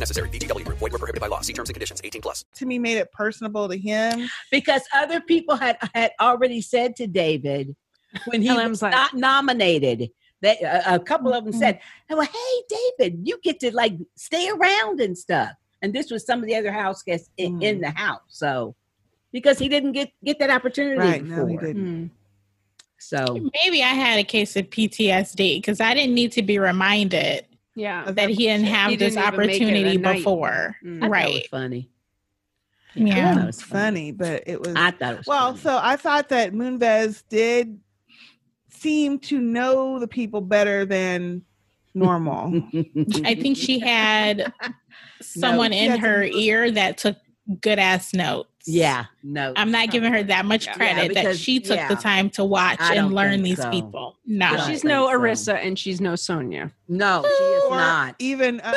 S2: necessary. VGW Group. Void where prohibited by law. See terms and conditions. 18 plus.
S5: To me, made it personable to him.
S4: because other people had had already said to David when he
S6: LM's
S4: was
S6: like-
S4: not nominated. They, a, a couple of them
S3: Mm-hmm.
S4: said, "Well, hey, David, you get to like stay around and stuff." And this was some of the other house guests in,
S3: Mm.
S4: in the house, so because he didn't get get that opportunity
S5: Right.
S4: before.
S5: No, he didn't.
S4: So
S3: Maybe I had a case of PTSD because I didn't need to be reminded
S6: Hmm. Yeah.
S3: that he didn't have
S6: Oh, He
S3: this
S6: didn't even make it a
S3: opportunity
S6: night.
S3: before.
S6: Mm.
S4: I thought it was
S3: Right.
S4: funny.
S3: Yeah.
S4: That
S5: It
S4: was
S5: was funny, but it was
S4: I thought it was
S5: Well,
S4: funny.
S5: so I thought that Moonves did seem to know the people better than normal.
S3: I think she had someone
S5: she
S3: in
S5: had
S3: her
S5: some-
S3: ear that took good ass notes.
S4: yeah, no,
S3: I'm not giving her that much
S6: Yeah,
S3: credit that
S4: because-
S3: she took
S4: yeah.
S3: the time to watch
S4: I
S3: and
S4: don't
S3: learn
S4: think
S3: these
S4: so.
S3: people.
S6: But
S3: No.
S4: I don't
S6: she's
S4: think
S6: no
S4: so.
S6: Arissa and she's no Sonia.
S4: no, she is
S5: Or
S4: not.
S5: Even uh,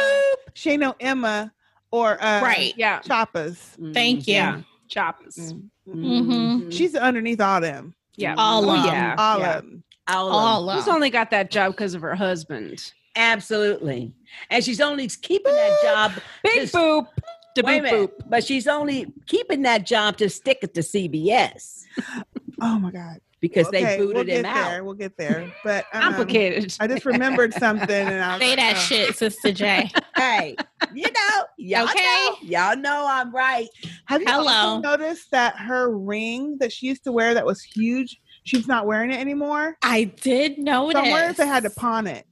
S5: Shano Emma or uh,
S3: Right.
S6: Yeah.
S5: Choppas.
S4: Mm-hmm.
S3: Thank you.
S6: Yeah. Choppers.
S5: Mm.
S3: Mhm.
S5: She's underneath all them. Um,
S6: Yeah.
S3: All
S6: oh,
S3: of 'em.
S6: yeah.
S5: All
S6: yeah.
S5: of them.
S4: All of them.
S3: All of
S6: She's
S3: them.
S6: only got that job because of her husband.
S4: Absolutely. And she's only keeping that job.
S6: Big
S4: Just-
S6: boop. Da
S4: Wait
S6: boop
S4: a
S6: boop.
S4: minute, but she's only keeping that job to stick it to CBS
S5: Oh my God.
S4: because they
S5: Okay,
S4: booted
S5: we'll
S4: him
S5: get
S4: out.
S5: There. We'll get there. But um,
S6: Complicated.
S5: I just remembered something and I was
S3: Say
S5: like,
S3: that
S5: oh.
S3: shit, Sister J.
S4: Hey, you know, y'all
S3: Okay.
S4: know, y'all know I'm right.
S5: Have you
S3: Hello.
S5: also noticed that her ring that she used to wear that was huge, she's not wearing it anymore?
S3: I did notice.
S5: Somewhere they had to pawn it.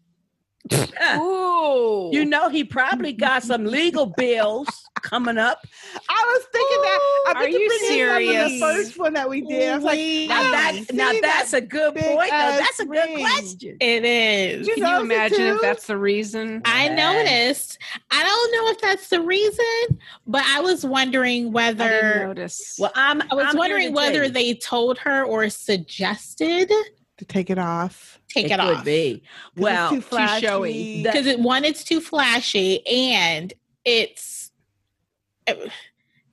S6: Ooh.
S4: You know, he probably got some legal bills coming up.
S5: I was thinking that. I
S6: Are
S5: think the
S6: you
S5: thing is, I remember
S6: serious?
S5: The first one that we did, I was like,
S3: Wait.
S4: Now
S5: I
S4: that,
S5: don't
S4: now
S5: see
S4: that's a good
S5: big
S4: point. though.
S5: ass
S4: that's a good
S5: ring.
S4: question.
S3: It is.
S5: You
S6: Can
S5: know
S6: you
S5: the
S6: imagine if
S5: two?
S6: that's the reason?
S3: I noticed. I don't know if that's the reason, but I was wondering
S6: I didn't
S3: whether
S6: notice.
S4: Well, I'm.
S3: I was
S4: I'm here to
S3: wondering
S4: tell
S3: whether
S4: you,
S3: they told her or suggested
S5: to take it off.
S3: take it,
S4: it could
S3: off
S4: be.
S5: 'cause
S4: Well,
S5: it's too flashy.
S6: showy.
S4: The-
S3: because it one it's too flashy and it's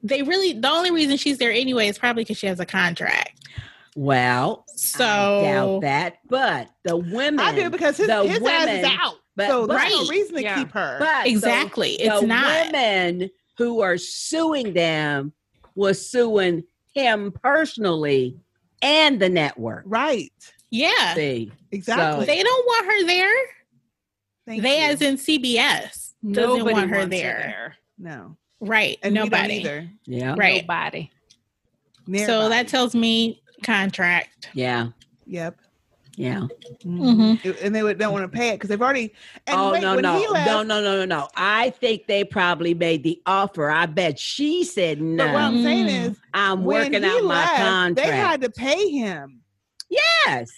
S3: they really the only reason she's there anyway is probably because she has a contract.
S4: well,
S3: So
S4: I doubt that, but the women.
S5: I do because his,
S4: the
S5: his ass is
S4: women-
S5: out.
S4: But,
S5: so
S4: but-
S5: there's no
S3: Right.
S5: reason to
S6: Yeah.
S5: keep her.
S4: But the-
S3: exactly,
S4: the,
S3: it's not.
S4: women who are suing them was suing him personally and the network.
S5: right.
S3: Yeah.
S4: See,
S5: Exactly.
S3: They don't want her there.
S5: Thank
S3: they,
S5: you.
S3: as in CBS, doesn't
S6: Nobody
S3: want her
S6: wants
S3: there.
S6: there.
S5: No.
S3: Right.
S5: And we don't
S3: nobody.
S5: either.
S4: Yeah.
S3: Right.
S6: Nobody.
S3: So
S5: Nearby.
S3: that tells me contract.
S4: Yeah.
S5: Yep.
S4: Yeah.
S3: Mhm.
S5: It- And they would, don't want to pay it because they've already. And
S4: oh
S5: wait,
S4: no
S5: when
S4: no
S5: he left,
S4: no no no no no! I think they probably made the offer. I bet she said no.
S5: But what I'm saying
S3: Mm.
S5: is,
S4: I'm
S5: when
S4: working
S5: he
S4: out my
S5: left,
S4: contract.
S5: They had to pay him.
S4: yes.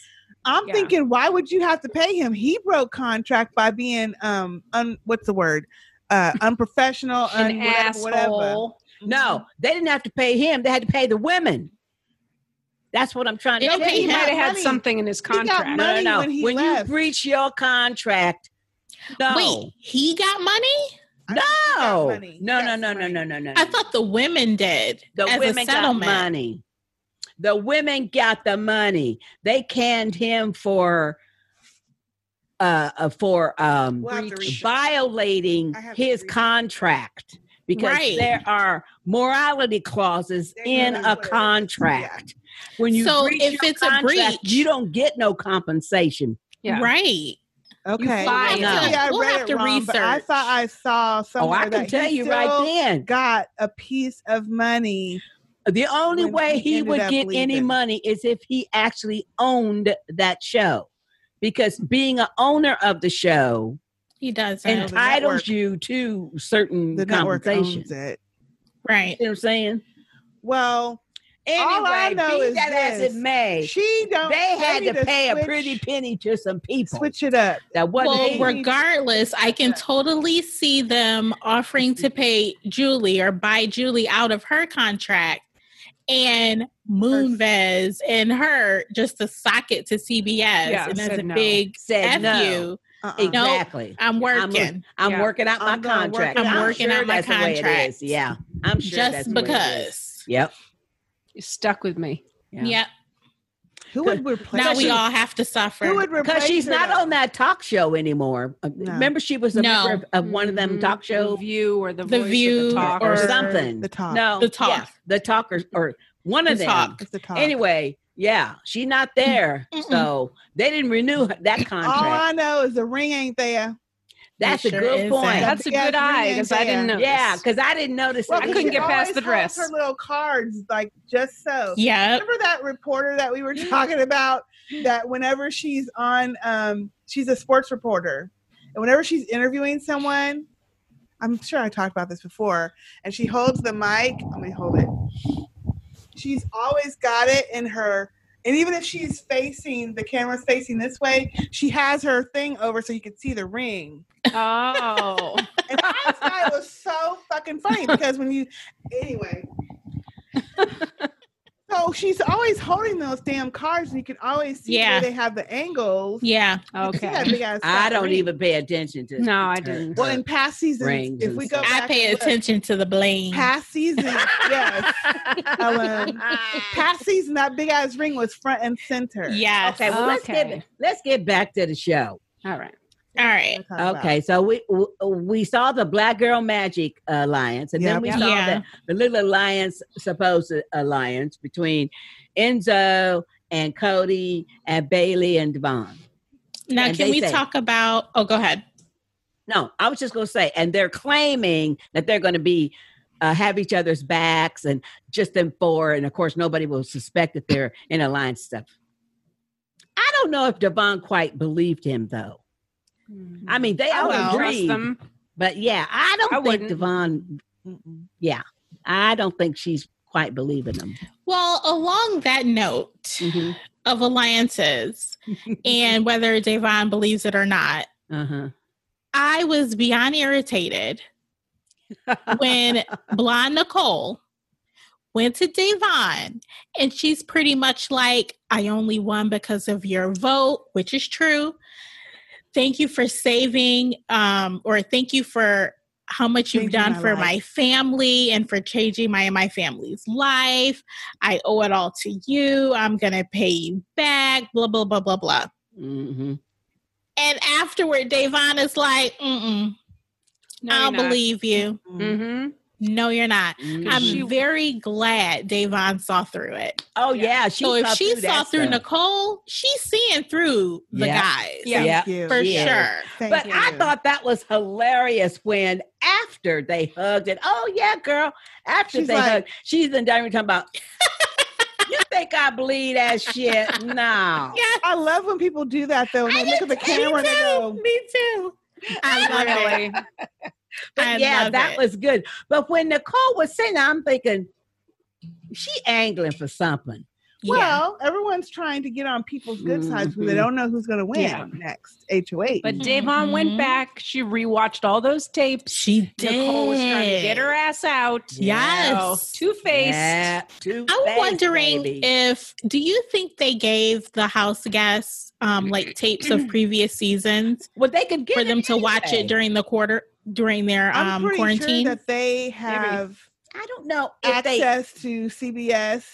S5: I'm
S6: Yeah.
S5: thinking, why would you have to pay him? He broke contract by being um, un, what's the word? Uh, unprofessional,
S6: An
S5: un, whatever,
S6: asshole.
S5: whatever.
S4: No, they didn't have to pay him. They had to pay the women. That's what I'm trying to
S3: They
S4: tell
S3: paid
S6: He
S4: you.
S6: might have had
S5: money.
S6: something in his
S5: got
S6: contract.
S5: money.
S4: No, no, no.
S5: when he
S4: When,
S5: left.
S4: you breach your contract, no,
S3: Wait, he got money?
S5: I
S4: no,
S5: think he got
S4: no,
S5: money.
S4: no, no,
S5: Yes,
S4: no, no,
S5: money.
S4: no, no, no.
S3: I thought the women did.
S4: the
S3: as
S4: women
S3: a
S4: got
S3: settlement.
S4: money. The women got the money. They canned him for uh, uh for um
S5: We'll have to research.
S4: violating
S5: I have to
S4: his
S5: research.
S4: contract because
S3: Right.
S4: there are morality clauses
S5: There
S4: in
S5: really
S4: a
S5: were.
S4: contract. When you
S3: So
S4: breach
S3: if
S4: your
S3: it's a
S4: contract,
S3: breach-
S4: you don't get no compensation.
S6: Yeah.
S3: Right.
S5: Okay.
S6: buy
S5: Maybe
S4: it.
S5: I
S3: We'll
S5: read
S3: have
S5: it
S3: to
S5: wrong, but I
S3: research.
S5: thought I saw somewhere
S4: oh, I can
S5: that
S4: tell
S5: he
S4: you
S5: still
S4: right then.
S5: Got a piece of money.
S4: The only
S5: when
S4: way
S5: he
S4: he
S5: ended
S4: would
S5: up
S4: get any
S5: leaving.
S4: money is if he actually owned that show. Because being a owner of the show
S3: He does.
S5: And
S3: have-
S5: I- network-
S4: entitles you to certain
S5: The network
S4: compensation.
S5: owns it.
S3: right.
S4: You know what I'm saying?
S5: Well, All I
S4: Anyway,
S5: know
S4: be
S5: is
S4: that as
S5: this.
S4: it may,
S5: she don't.
S4: they had
S5: need
S4: to pay
S5: switch-
S4: a pretty penny to some people.
S5: Switch it up.
S4: that wasn't
S3: Well,
S4: it.
S3: regardless, I can totally see them offering to pay Julie or buy Julie out of her contract and Moonvez and her just a socket to CBS.
S6: Yeah,
S3: and that's
S6: said
S3: a
S6: no.
S3: big
S4: said
S3: F
S4: no.
S3: you.
S5: Uh-uh.
S4: Exactly.
S3: I'm
S4: I'm
S3: working.
S4: I'm
S6: Yeah.
S4: working out my
S5: I'm gonna work
S4: contract.
S5: it
S4: I'm
S5: out.
S4: working out my contract. Yeah. I'm sure
S3: just
S4: that's the way it is.
S3: because.
S4: Yep.
S6: You stuck with me.
S4: Yeah.
S3: Yep.
S5: Who would replace?
S3: Now we
S5: her?
S3: all have to suffer.
S5: Who would replace?
S4: Because she's
S5: her
S4: not
S5: though?
S4: on that talk show anymore. Uh,
S5: No.
S4: Remember, she was a
S3: No. Mm-hmm.
S4: member of, of one of them
S6: Mhm.
S4: talk
S6: The
S4: show
S6: View or the,
S3: The
S6: Voice or
S3: View
S6: the talk
S4: or,
S3: or-
S4: something.
S5: The Talk.
S4: No,
S3: The Talk.
S4: yes, the talkers or one of
S3: The
S4: them.
S3: Talk.
S5: It's the talk.
S4: Anyway, yeah, she's not there,
S3: Mm-mm.
S4: so they didn't renew her- that
S5: all
S4: contract.
S5: I know is the ring ain't there.
S4: That's
S3: It
S4: a
S3: sure
S4: good
S3: isn't.
S4: point.
S5: That
S6: That's a
S5: big-ass
S6: good eye
S5: ring
S6: because
S5: ain't
S6: I didn't
S5: there.
S6: know.
S4: yeah, because I didn't notice.
S5: Well,
S4: it
S6: I
S5: because
S6: couldn't
S5: she
S6: get past
S5: always
S6: the
S5: holds
S6: dress.
S5: Her little cards, like just so.
S3: Yep.
S5: Remember that reporter that we were talking about? That whenever she's on, um, she's a sports reporter, and whenever she's interviewing someone, I'm sure I talked about this before. And she holds the mic. Let me hold it. She's always got it in her. And even if she's facing the camera's facing this way, she has her thing over so you can see the ring.
S6: Oh.
S5: And I thought it was so fucking funny because when you, anyway. So she's always holding those damn cards, and you can always see
S3: Yeah.
S5: where they have the angles.
S3: Yeah.
S6: Okay.
S4: I don't even pay attention to.
S6: No, I
S4: her-
S6: didn't.
S5: Well, in past seasons,
S4: Rings
S5: if
S4: and
S5: we go,
S4: stuff.
S3: I
S5: back
S3: pay
S5: and look,
S3: attention to the blame.
S5: Past seasons, yes. Ellen. Past season, that big ass ring was front and center.
S3: Yes.
S4: Okay, well let's
S6: Okay.
S4: get let's get back to the show.
S6: All right.
S3: All right.
S5: Talk about.
S4: Okay, so we w- we saw the Black Girl Magic Alliance, and then
S5: Yep.
S4: we
S3: Yep.
S4: saw
S3: Yeah.
S4: the, the little alliance, supposed alliance between Enzo and Cody and Bailey and Devon.
S3: Now,
S4: And
S3: can
S4: they
S3: we
S4: say-
S3: talk about? Oh, go ahead.
S4: No, I was just going to say, and they're claiming that they're going to be uh, have each other's backs and just them four, and of course nobody will suspect that they're in alliance stuff. I don't know if Devon quite believed him though. I mean, they
S6: I
S4: all
S6: wouldn't trust
S4: agreed.
S6: them.
S4: But yeah, I don't
S6: I
S4: think
S6: wouldn't.
S4: Devon. Yeah, I don't think she's quite believing him.
S3: Well, along that note
S6: Mm-hmm.
S3: of alliances and whether Devon believes it or not,
S4: Uh-huh.
S3: I was beyond irritated when Blonde Nicole went to Devon and she's pretty much like, I only won because of your vote, which is true. Thank you for saving, um, or thank you for how much you've
S5: Changing
S3: done
S5: my
S3: for
S5: life.
S3: my family and for changing my my family's life. I owe it all to you. I'm gonna pay you back. Blah blah blah blah blah.
S4: hmm
S3: And afterward, Davon is like, Mm-mm,
S6: No,
S3: I don't believe you.
S6: Mm-hmm.
S3: No, you're not. I'm
S4: She-
S3: very glad Davon saw through it.
S4: Oh yeah, she
S3: so if
S4: saw
S3: she
S4: through
S3: saw
S4: that
S3: through
S4: stuff.
S3: Nicole, she's seeing through the
S4: Yeah.
S3: guys.
S4: Yeah.
S5: Thank
S4: Yeah.
S5: you.
S3: for
S4: Yeah.
S3: sure.
S5: Thank
S4: but
S5: you.
S4: I thought that was hilarious when after they hugged and oh yeah, girl, after
S5: She's
S4: they
S5: like-
S4: hugged, she's in dining room talking about you think I believe that shit? No.
S3: Yeah,
S5: I love when people do that though. And they look at the camera and they go,
S3: me too. I love it.
S6: Really.
S4: But
S3: I
S4: yeah,
S3: love
S4: that
S3: it.
S4: was good. But when Nicole was saying that, I'm thinking she angling for something.
S3: yeah.
S5: Well, everyone's trying to get on people's good sides because they
S4: Mhm.
S5: don't know who's going to win
S4: Yeah.
S5: next. HOH.
S6: But Davon
S3: Mhm.
S6: went back. She rewatched all those tapes.
S3: she did.
S6: Nicole was trying to get her ass out.
S3: Yes.
S6: Two faced.
S4: Yeah, two
S3: I'm
S4: faced,
S3: wondering
S4: baby.
S3: if do you think they gave the house guests um like tapes of previous seasons
S4: well they could get
S3: for
S4: it
S3: them to watch
S4: anyway.
S3: it during the quarter during their
S5: I'm
S3: um
S5: pretty
S3: quarantine?
S5: sure that they have
S4: I don't know if they Mm-hmm.
S5: access to CBS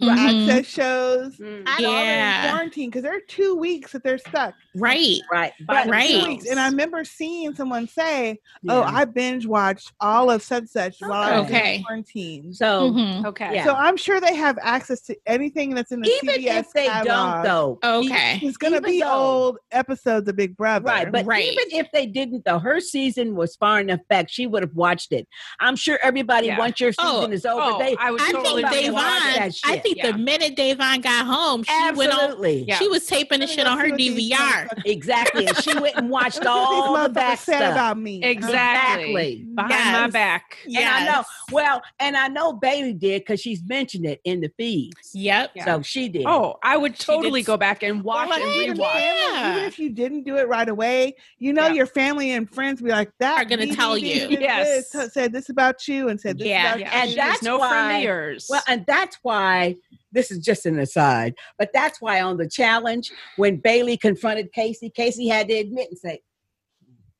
S5: for
S3: Mhm.
S5: access shows.
S6: Mm.
S5: And all they're
S3: Yeah.
S5: in quarantine because there are two weeks that they're stuck.
S3: right.
S4: right,
S5: By
S4: but
S5: the
S3: Right.
S5: Two weeks. And I remember seeing someone say,
S4: Yeah.
S5: Oh, I binge watched all of such and such while I was
S3: Okay.
S5: in quarantine.
S4: so
S3: Mhm.
S6: Okay.
S4: Yeah.
S5: So I'm sure they have access to anything that's in the
S4: even
S5: CBS
S4: if they
S5: catalog.
S4: don't though
S3: Oh, Okay.
S5: It's gonna
S4: Even
S5: be
S4: though-
S5: old episodes of Big Brother,
S4: Right, but
S3: Right.
S4: even if they didn't, though, her season was far enough back. She would have watched it. I'm sure everybody
S6: Yeah.
S4: once your season
S3: Oh,
S4: is over,
S6: Oh,
S4: they
S6: I would
S3: I
S6: totally
S3: think Davon.
S6: watch
S4: about watch
S6: that.
S4: that
S3: I
S4: shit.
S3: think
S6: Yeah.
S3: the minute Davon got home, she went on.
S4: absolutely
S6: Yeah.
S3: She was taping the shit on her
S5: Let's see what these
S3: DVR.
S5: motherfuckers-
S4: exactly. And she went and watched
S5: let's see what
S4: all the
S5: these motherfuckers
S4: back
S5: said
S4: stuff.
S5: about me.
S6: Exactly.
S4: Exactly.
S6: Behind my
S3: Yes.
S6: back.
S4: Yeah, I know.
S3: Yes.
S4: Well, and I know Bailey did because she's mentioned it in the feeds.
S3: Yep.
S6: Yeah.
S4: So she did.
S6: Oh, I would totally
S3: did-
S6: go back and watch
S5: Like,
S6: and
S5: even,
S6: rewatch.
S5: family-
S3: Yeah.
S5: even if you didn't do it right away, you know
S6: Yeah.
S5: your family and friends be like that
S3: Are gonna
S5: DVD
S3: tell you.
S5: did
S6: Yes.
S5: this, said this about you and said this
S3: Yeah.
S5: about
S6: Yeah.
S4: And
S6: She was
S4: that's
S6: no friend
S4: why-
S6: of yours.
S4: Well, and that's why this is just an aside, but that's why on the challenge when Bailey confronted Casey, Casey had to admit and say,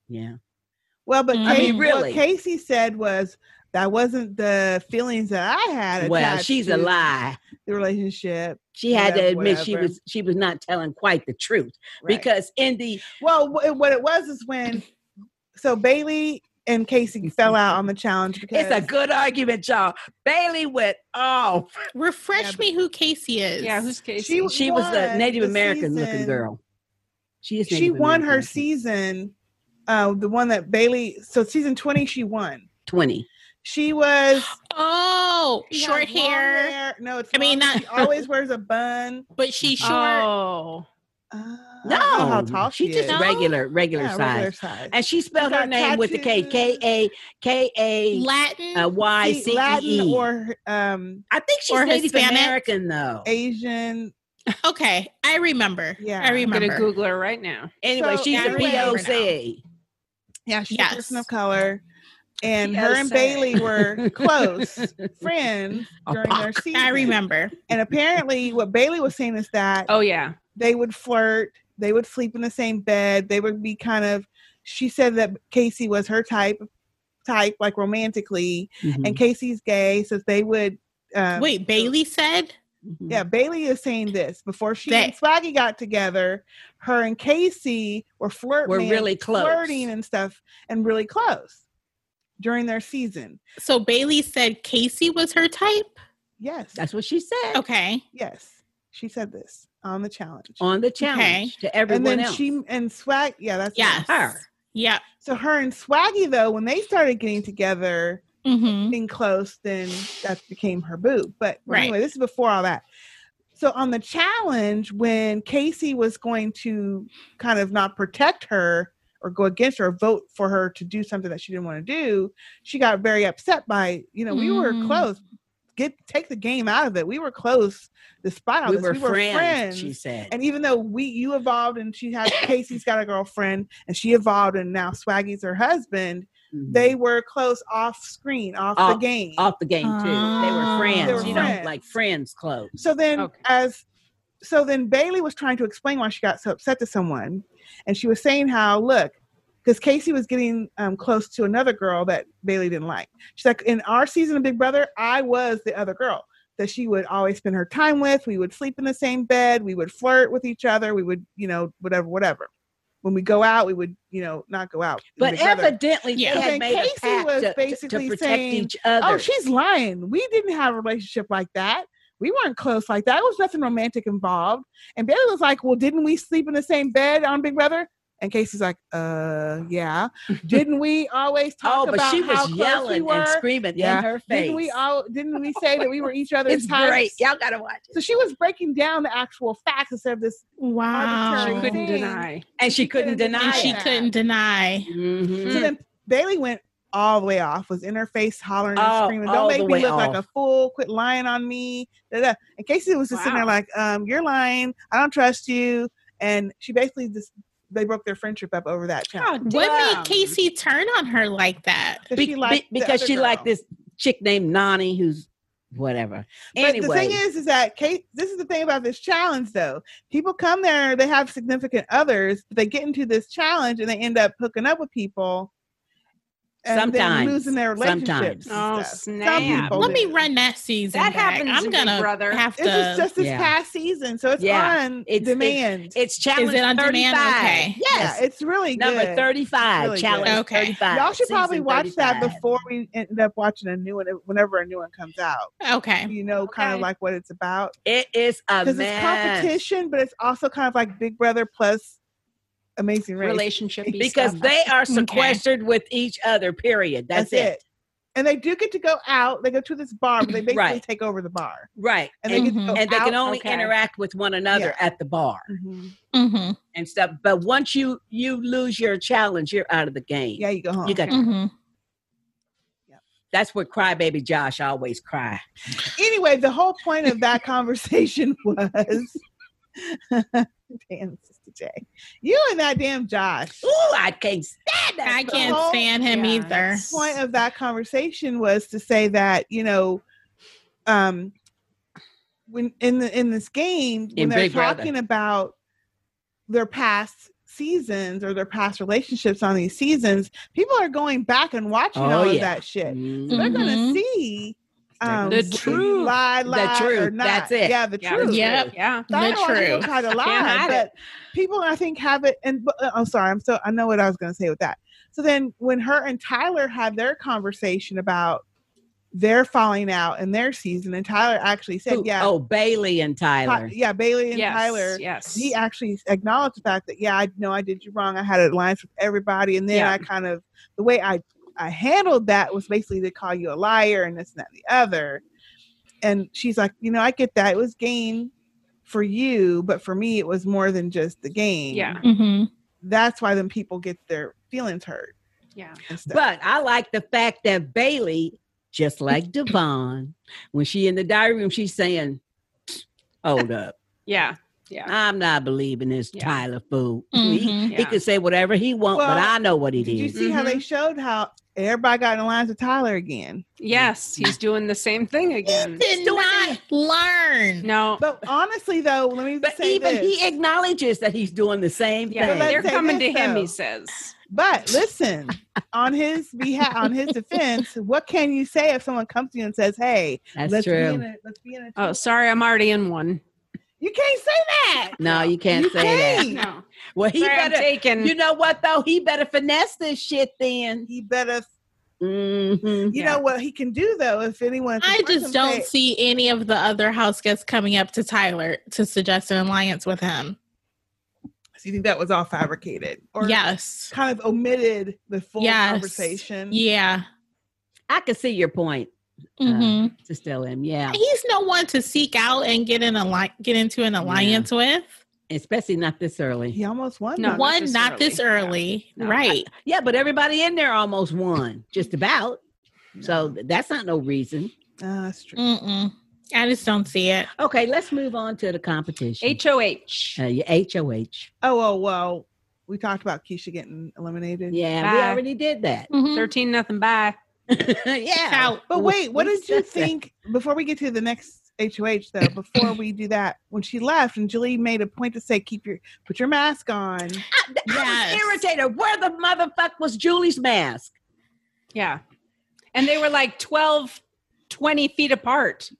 S4: "Yeah,
S5: Well, but
S3: Mm.
S5: Casey,
S3: I
S4: mean, really.
S5: what Casey said was that wasn't the feelings that I had.
S4: well,
S5: attached
S4: she's
S5: to
S4: a lie."
S5: The relationship.
S4: She had to
S5: Whatever,
S4: admit she
S5: whatever.
S4: was she was not telling quite the truth because in the
S5: Well, wh- what it was is when so Bailey and Casey fell out on the challenge because
S4: it's a good argument, y'all. Bailey went off.
S3: Refresh
S5: Yeah,
S3: me who Casey is.
S6: yeah, who's Casey?
S5: She was-
S4: She was a
S5: won
S4: Native
S5: the
S4: American looking
S5: season.
S4: girl. She is.
S5: she
S4: Native
S5: won her
S4: American.
S5: season, uh, the one that Bailey. So season twenty, she won.
S4: twenty.
S5: She was
S3: oh,
S5: she had
S3: short
S5: long
S3: hair,
S5: No, it's
S3: I mean,
S5: long hair.
S3: not-
S5: she always wears a bun.
S3: but she's short.
S6: Oh.
S5: Uh,
S4: No,
S5: I don't know how tall she,
S4: she just
S5: is.
S3: No?
S4: regular regular
S5: Yeah,
S4: size.
S5: regular size.
S4: And she spelled
S5: She
S4: her
S5: got
S4: name with the K K
S5: tattoos.
S4: A K A
S3: Latin.
S4: uh, Y
S5: See,
S4: C E
S5: Latin
S4: E.
S5: or um,
S4: I think she's
S3: or
S4: Native
S3: Hispanic.
S4: American though.
S5: Asian.
S3: okay, I remember.
S5: Yeah.
S3: I
S6: I'm going
S5: I'm
S6: to
S3: remember.
S6: Google her right now.
S4: Anyway,
S5: So
S4: she's a
S3: anyway-
S4: POC.
S5: Yeah, she's a person
S3: Yes.
S5: of color. And
S6: She
S5: her
S6: does
S5: and
S6: say.
S5: Bailey were close friends
S4: A
S5: during their season.
S3: I remember.
S5: And apparently, what Bailey was saying is that
S6: Oh, yeah.
S5: they would flirt, they would sleep in the same bed, they would be kind of. She said that Casey was her type, type like romantically,
S4: Mm-hmm.
S5: and Casey's gay, so they would. Um,
S3: Wait, Bailey said
S4: Mhm.
S5: Yeah, Bailey is saying this before she
S3: That-
S5: and Swaggy got together. Her and Casey were flirting,
S4: Were really close.
S5: flirting and stuff, and really close during their season.
S3: so. Bailey said Casey was her type.
S5: Yes,
S4: That's what she said
S3: Okay,
S5: yes, she said this on the challenge,
S4: on the challenge to
S5: and
S4: everyone
S5: then
S4: else.
S5: she and Swag. Yeah, that's
S3: yes,
S4: Her.
S3: yeah.
S5: So her and Swaggy though, when they started getting together,
S3: Mm-hmm.
S5: being close, then that became her boo. But
S3: Right.
S5: anyway, this is before all that. So on the challenge, when Casey was going to kind of not protect her or go against her, or vote for her to do something that she didn't want to do, she got very upset by, you know, we were
S3: Mm.
S5: close. Get take the game out of it. We were close despite all
S4: we
S5: this.
S4: were
S5: we were
S4: friends,
S5: friends.
S4: She said.
S5: And even though we you evolved and she has Casey's got a girlfriend and she evolved and now Swaggy's her husband,
S4: Mhm.
S5: they were close off screen, off,
S4: Off-
S5: the game.
S4: off the game too. They were
S3: Oh.
S4: friends,
S5: Ah. They were
S4: you
S5: friends.
S4: know, like friends close.
S5: So then
S6: Okay.
S5: as so then Bailey was trying to explain why she got so upset to someone. And she was saying how, look, because Casey was getting um, close to another girl that Bailey didn't like. She's like, in our season of Big Brother, I was the other girl that she would always spend her time with. We would sleep in the same bed. We would flirt with each other. We would, you know, whatever, whatever. when we go out, we would, you know, not go out. with
S4: But
S5: Big Brother.
S4: evidently, they
S5: And
S4: had made a
S5: Casey
S4: pact
S5: was
S4: to- to-
S5: basically
S4: to protect
S5: saying,
S4: each other.
S5: "Oh, she's lying. We didn't have a relationship like that. We weren't close like that. There was nothing romantic involved." And Bailey was like, "Well, didn't we sleep in the same bed on Big Brother?" And Casey's like, "Uh, yeah. Didn't we always
S4: Oh,
S5: talk
S4: but
S5: about
S4: she
S5: how
S4: was
S5: close we
S4: yelling
S5: were?
S4: and screaming in her face.
S5: Didn't we all? Didn't we say that we were each other's?
S4: It's great. Y'all gotta watch
S5: it. So she was breaking down the actual facts instead of this
S3: Wow.
S5: arbitrary
S3: She couldn't
S5: thing.
S3: deny.
S4: And she couldn't deny.
S3: And Oh, she
S5: that.
S3: couldn't deny.
S5: So
S4: Mm.
S5: then Bailey went all the way off, was in her face hollering
S4: Oh,
S5: and screaming, Don't
S4: all
S5: make
S4: the
S5: me
S4: way
S5: look like a
S4: off.
S5: fool, quit lying on me. Da, da. And Casey was just sitting there
S4: Wow.
S5: like, um, you're lying, I don't trust you. And she basically just they broke their friendship up over that challenge.
S3: What made Casey turn on her like that?
S5: Because
S4: Be-
S5: she liked
S4: be-
S5: the
S4: because
S5: other
S4: she liked
S5: girl.
S4: this chick named Nani, who's whatever.
S5: But
S4: anyway,
S5: the thing is, is that Kate, this is the thing about this challenge though. People come there, they have significant others, but they get into this challenge and they end up hooking up with people. And then
S4: Sometimes.
S5: losing their relationships.
S4: Sometimes.
S5: and
S6: Oh,
S5: stuff. Some
S6: snap.
S5: people
S3: Let
S5: do.
S3: me run that season.
S6: That
S3: back.
S6: happens
S3: I'm
S6: in Big
S3: gonna
S6: Brother.
S3: have to.
S5: This is just this
S4: Yeah.
S5: past season, so it's
S4: Yeah.
S5: on
S4: It's-
S5: demand.
S4: it's challenge
S3: Is it on
S4: 35.
S3: demand? Okay.
S4: Yes.
S5: yeah, it's really
S4: Number
S5: good.
S4: 35,
S5: Really good.
S4: challenge
S3: Okay.
S4: 35.
S5: Y'all should
S4: season
S5: probably watch that
S4: 35.
S5: before we end up watching a new one whenever a new one comes out.
S3: Okay.
S5: You know, kind of
S6: Okay.
S5: like what it's about
S4: It is a
S5: because it's
S4: mess.
S5: competition, but it's also kind of like Big Brother plus Amazing Race.
S6: relationship
S4: Because they are sequestered with each other, period. That's, it.
S5: And they do get to go out. They go to this bar, but they basically
S4: Right.
S5: take over the bar,
S4: Right.
S5: and they get to
S3: Mhm.
S5: go
S4: And they can
S5: out-
S4: only
S6: okay.
S4: interact with one another at the bar
S5: Mhm.
S3: Mm-hmm.
S4: and stuff. But once you you lose your challenge, you're out of the game.
S5: Yeah, you go home.
S4: You got
S3: Mm-hmm.
S4: that's where crybaby Josh always cry.
S5: anyway, the whole point of that conversation was damn sister J. You and that damn Josh.
S4: Ooh, I can't stand that.
S3: I can't
S5: whole-
S3: stand him
S6: yeah,
S3: either.
S5: The point of that conversation was to say that, you know, um when in the in this game, when
S4: In
S5: they're
S4: Big Brother.
S5: talking about their past seasons or their past relationships on these seasons, people are going back and watching
S4: Oh,
S5: all of
S4: yeah.
S5: that shit.
S4: Mm.
S5: So they're gonna
S3: Mhm.
S5: see
S4: Mm-hmm.
S5: um,
S6: The
S5: whether you
S6: truth.
S5: lie,
S4: The
S5: lie or
S4: truth.
S5: not.
S4: That's it.
S5: Yeah, the
S6: Yeah.
S5: truth.
S3: Yep.
S6: yeah.
S5: So I
S3: The
S5: know a lot of people
S3: truth.
S5: try to lie,
S6: hide
S5: but people I think have it. And but, uh, I'm sorry, I'm so I know what I was going to say with that. So then, when her and Tyler had their conversation about their falling out in their season, and Tyler actually said,
S4: Who-
S5: "Yeah,
S4: Oh, Bailey and
S5: Ty-
S4: Tyler.
S5: yeah, Bailey and
S6: yes,
S5: Tyler."
S6: Yes.
S5: He actually acknowledged the fact that, yeah, I know I did you wrong. I had an alliance with everybody, and then
S6: Yeah.
S5: I kind of the way I I handled that was basically to call you a liar and this and that and the other. And she's like, you know, I get that. It was game for you, but for me, it was more than just the game.
S6: yeah.
S3: Mm-hmm.
S5: that's why then people get their feelings hurt.
S6: Yeah.
S5: and stuff.
S4: But I like the fact that Bailey, just like Devon, when she in the diary room, she's saying, "Hold up,
S6: Yeah.
S4: I'm not believing this
S6: Yeah.
S4: Tyler fool. He,
S3: Mhm.
S4: he could say whatever he want, but
S5: Well,
S4: I know what he
S5: did you
S4: did.
S5: see how they showed how everybody got in lines with Tyler again?
S6: Yes. He's doing the same thing again.
S3: Did not learn.
S6: No.
S5: But honestly, though, let me
S4: But
S5: say
S4: even
S5: this.
S4: he acknowledges that he's doing the same
S6: Yeah.
S4: thing.
S5: let's
S6: They're
S5: say
S6: coming to
S5: this,
S6: him,
S5: though.
S6: he says.
S5: But listen, on his behalf, on his defense, what can you say if someone comes to you and says, "Hey,
S4: That's
S5: let's be in
S4: true.
S5: a let's be in a
S6: Oh,
S5: team"?
S6: sorry. I'm already in one.
S5: you can't say that.
S4: No, you can't
S5: You
S4: say that.
S5: can't.
S6: No.
S4: Well, he
S6: Sorry, I'm
S4: better.
S6: taken.
S4: You know what though? He better finesse this shit then.
S5: He better.
S4: hmm
S5: You
S6: Yeah.
S5: know what he can do though. If anyone, if
S3: I
S5: a person
S3: just don't
S5: say-
S3: see any of the other house guests coming up to Tyler to suggest an alliance with him.
S5: So you think that was all fabricated, or
S3: yes.
S5: kind of omitted the full
S3: Yes.
S5: conversation?
S3: Yeah.
S4: I can see your point,
S3: hmm
S4: to still him. Yeah,
S3: He's no one to seek out and get in a li- get into an alliance with.
S4: especially not this early.
S5: He almost won.
S6: No,
S5: that.
S6: what-
S3: one,
S6: this
S3: not
S6: early.
S3: this early.
S6: No.
S3: Right.
S4: Yeah, but everybody in there almost won, just about. So th- that's not no reason.
S5: Uh, that's
S3: Mm.
S5: true.
S3: Mm-mm. I just don't see it.
S4: Okay, let's move on to the competition.
S6: HOH.
S4: Uh, yeah, HOH.
S5: Oh well, well, we talked about Keisha getting eliminated.
S4: Yeah, we
S6: Bye.
S4: already did that.
S5: Mm-hmm.
S3: Mhm.
S6: 13 nothing. Bye.
S4: yeah.
S3: Out.
S5: But
S4: We-
S5: wait, what
S4: we
S5: did you
S4: said that.
S5: think before we get to the next HOH though? Before we do that, when she left and Julie made a point to say, "Keep your put your mask on."
S4: I, th- I
S3: Yes.
S4: was irritated. Where the motherfuck was Julie's mask?
S6: Yeah. And they were like 12, 20 feet apart.